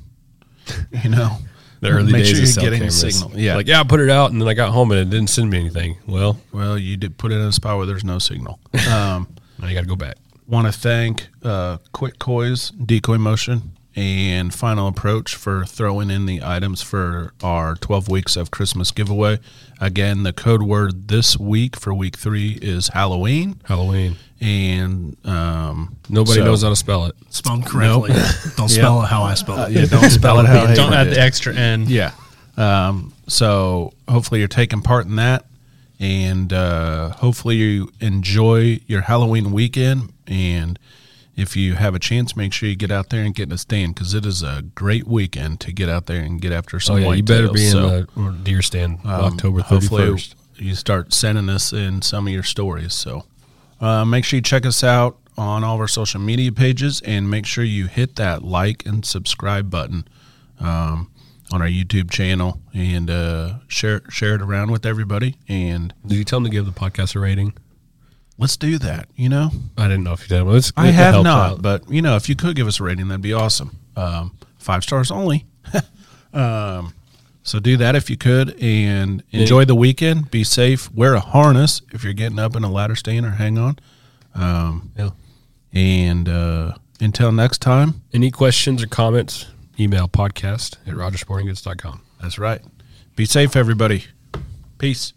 [SPEAKER 1] You know,
[SPEAKER 2] the early
[SPEAKER 1] make
[SPEAKER 2] days
[SPEAKER 1] sure
[SPEAKER 2] of
[SPEAKER 1] you're
[SPEAKER 2] cell
[SPEAKER 1] getting
[SPEAKER 2] cameras.
[SPEAKER 1] a signal. Yeah.
[SPEAKER 2] Like yeah, I put it out and then I got home and it didn't send me anything. Well,
[SPEAKER 1] well, you did put it in a spot where there's no signal. Um,
[SPEAKER 2] now you got to go back.
[SPEAKER 1] Want to thank uh, Quick Coys, Decoy Motion, and Final Approach for throwing in the items for our 12 weeks of Christmas giveaway. Again, the code word this week for week three is Halloween,
[SPEAKER 2] Halloween.
[SPEAKER 1] and um,
[SPEAKER 2] Nobody
[SPEAKER 1] so-
[SPEAKER 2] knows how to spell it. Oh,
[SPEAKER 5] Spelled correctly. Don't spell it how I spell it.
[SPEAKER 1] Uh, Yeah, don't spell it out.
[SPEAKER 3] Don't add the extra N.
[SPEAKER 1] Yeah. Um, so hopefully you're taking part in that, and uh, hopefully you enjoy your Halloween weekend. And If you have a chance, make sure you get out there and get in a stand because it is a great weekend to get out there and get after some.
[SPEAKER 2] Oh yeah, you better be in
[SPEAKER 1] whitetails. So,
[SPEAKER 2] the or deer stand
[SPEAKER 1] um,
[SPEAKER 2] October thirty
[SPEAKER 1] hopefully
[SPEAKER 2] first.
[SPEAKER 1] You start sending us in some of your stories. So uh, make sure you check us out on all of our social media pages and make sure you hit that like and subscribe button um, on our YouTube channel and uh, share share it around with everybody. And
[SPEAKER 2] Did you tell them to give the podcast a rating?
[SPEAKER 1] let's do that. You know.
[SPEAKER 2] I didn't know if you did. Well, it's,
[SPEAKER 1] I
[SPEAKER 2] it
[SPEAKER 1] have
[SPEAKER 2] helps
[SPEAKER 1] not,
[SPEAKER 2] out.
[SPEAKER 1] but you know, if you could give us a rating, that'd be awesome. Um, five stars only. um, so do that if you could, and enjoy the weekend. Be safe. Wear a harness if you're getting up in a ladder stand or hang on. Um,
[SPEAKER 2] Yeah.
[SPEAKER 1] And uh, until next time,
[SPEAKER 2] Any questions or comments? Email podcast at rogersportinggoods.com.
[SPEAKER 1] that's right. Be safe, everybody. Peace.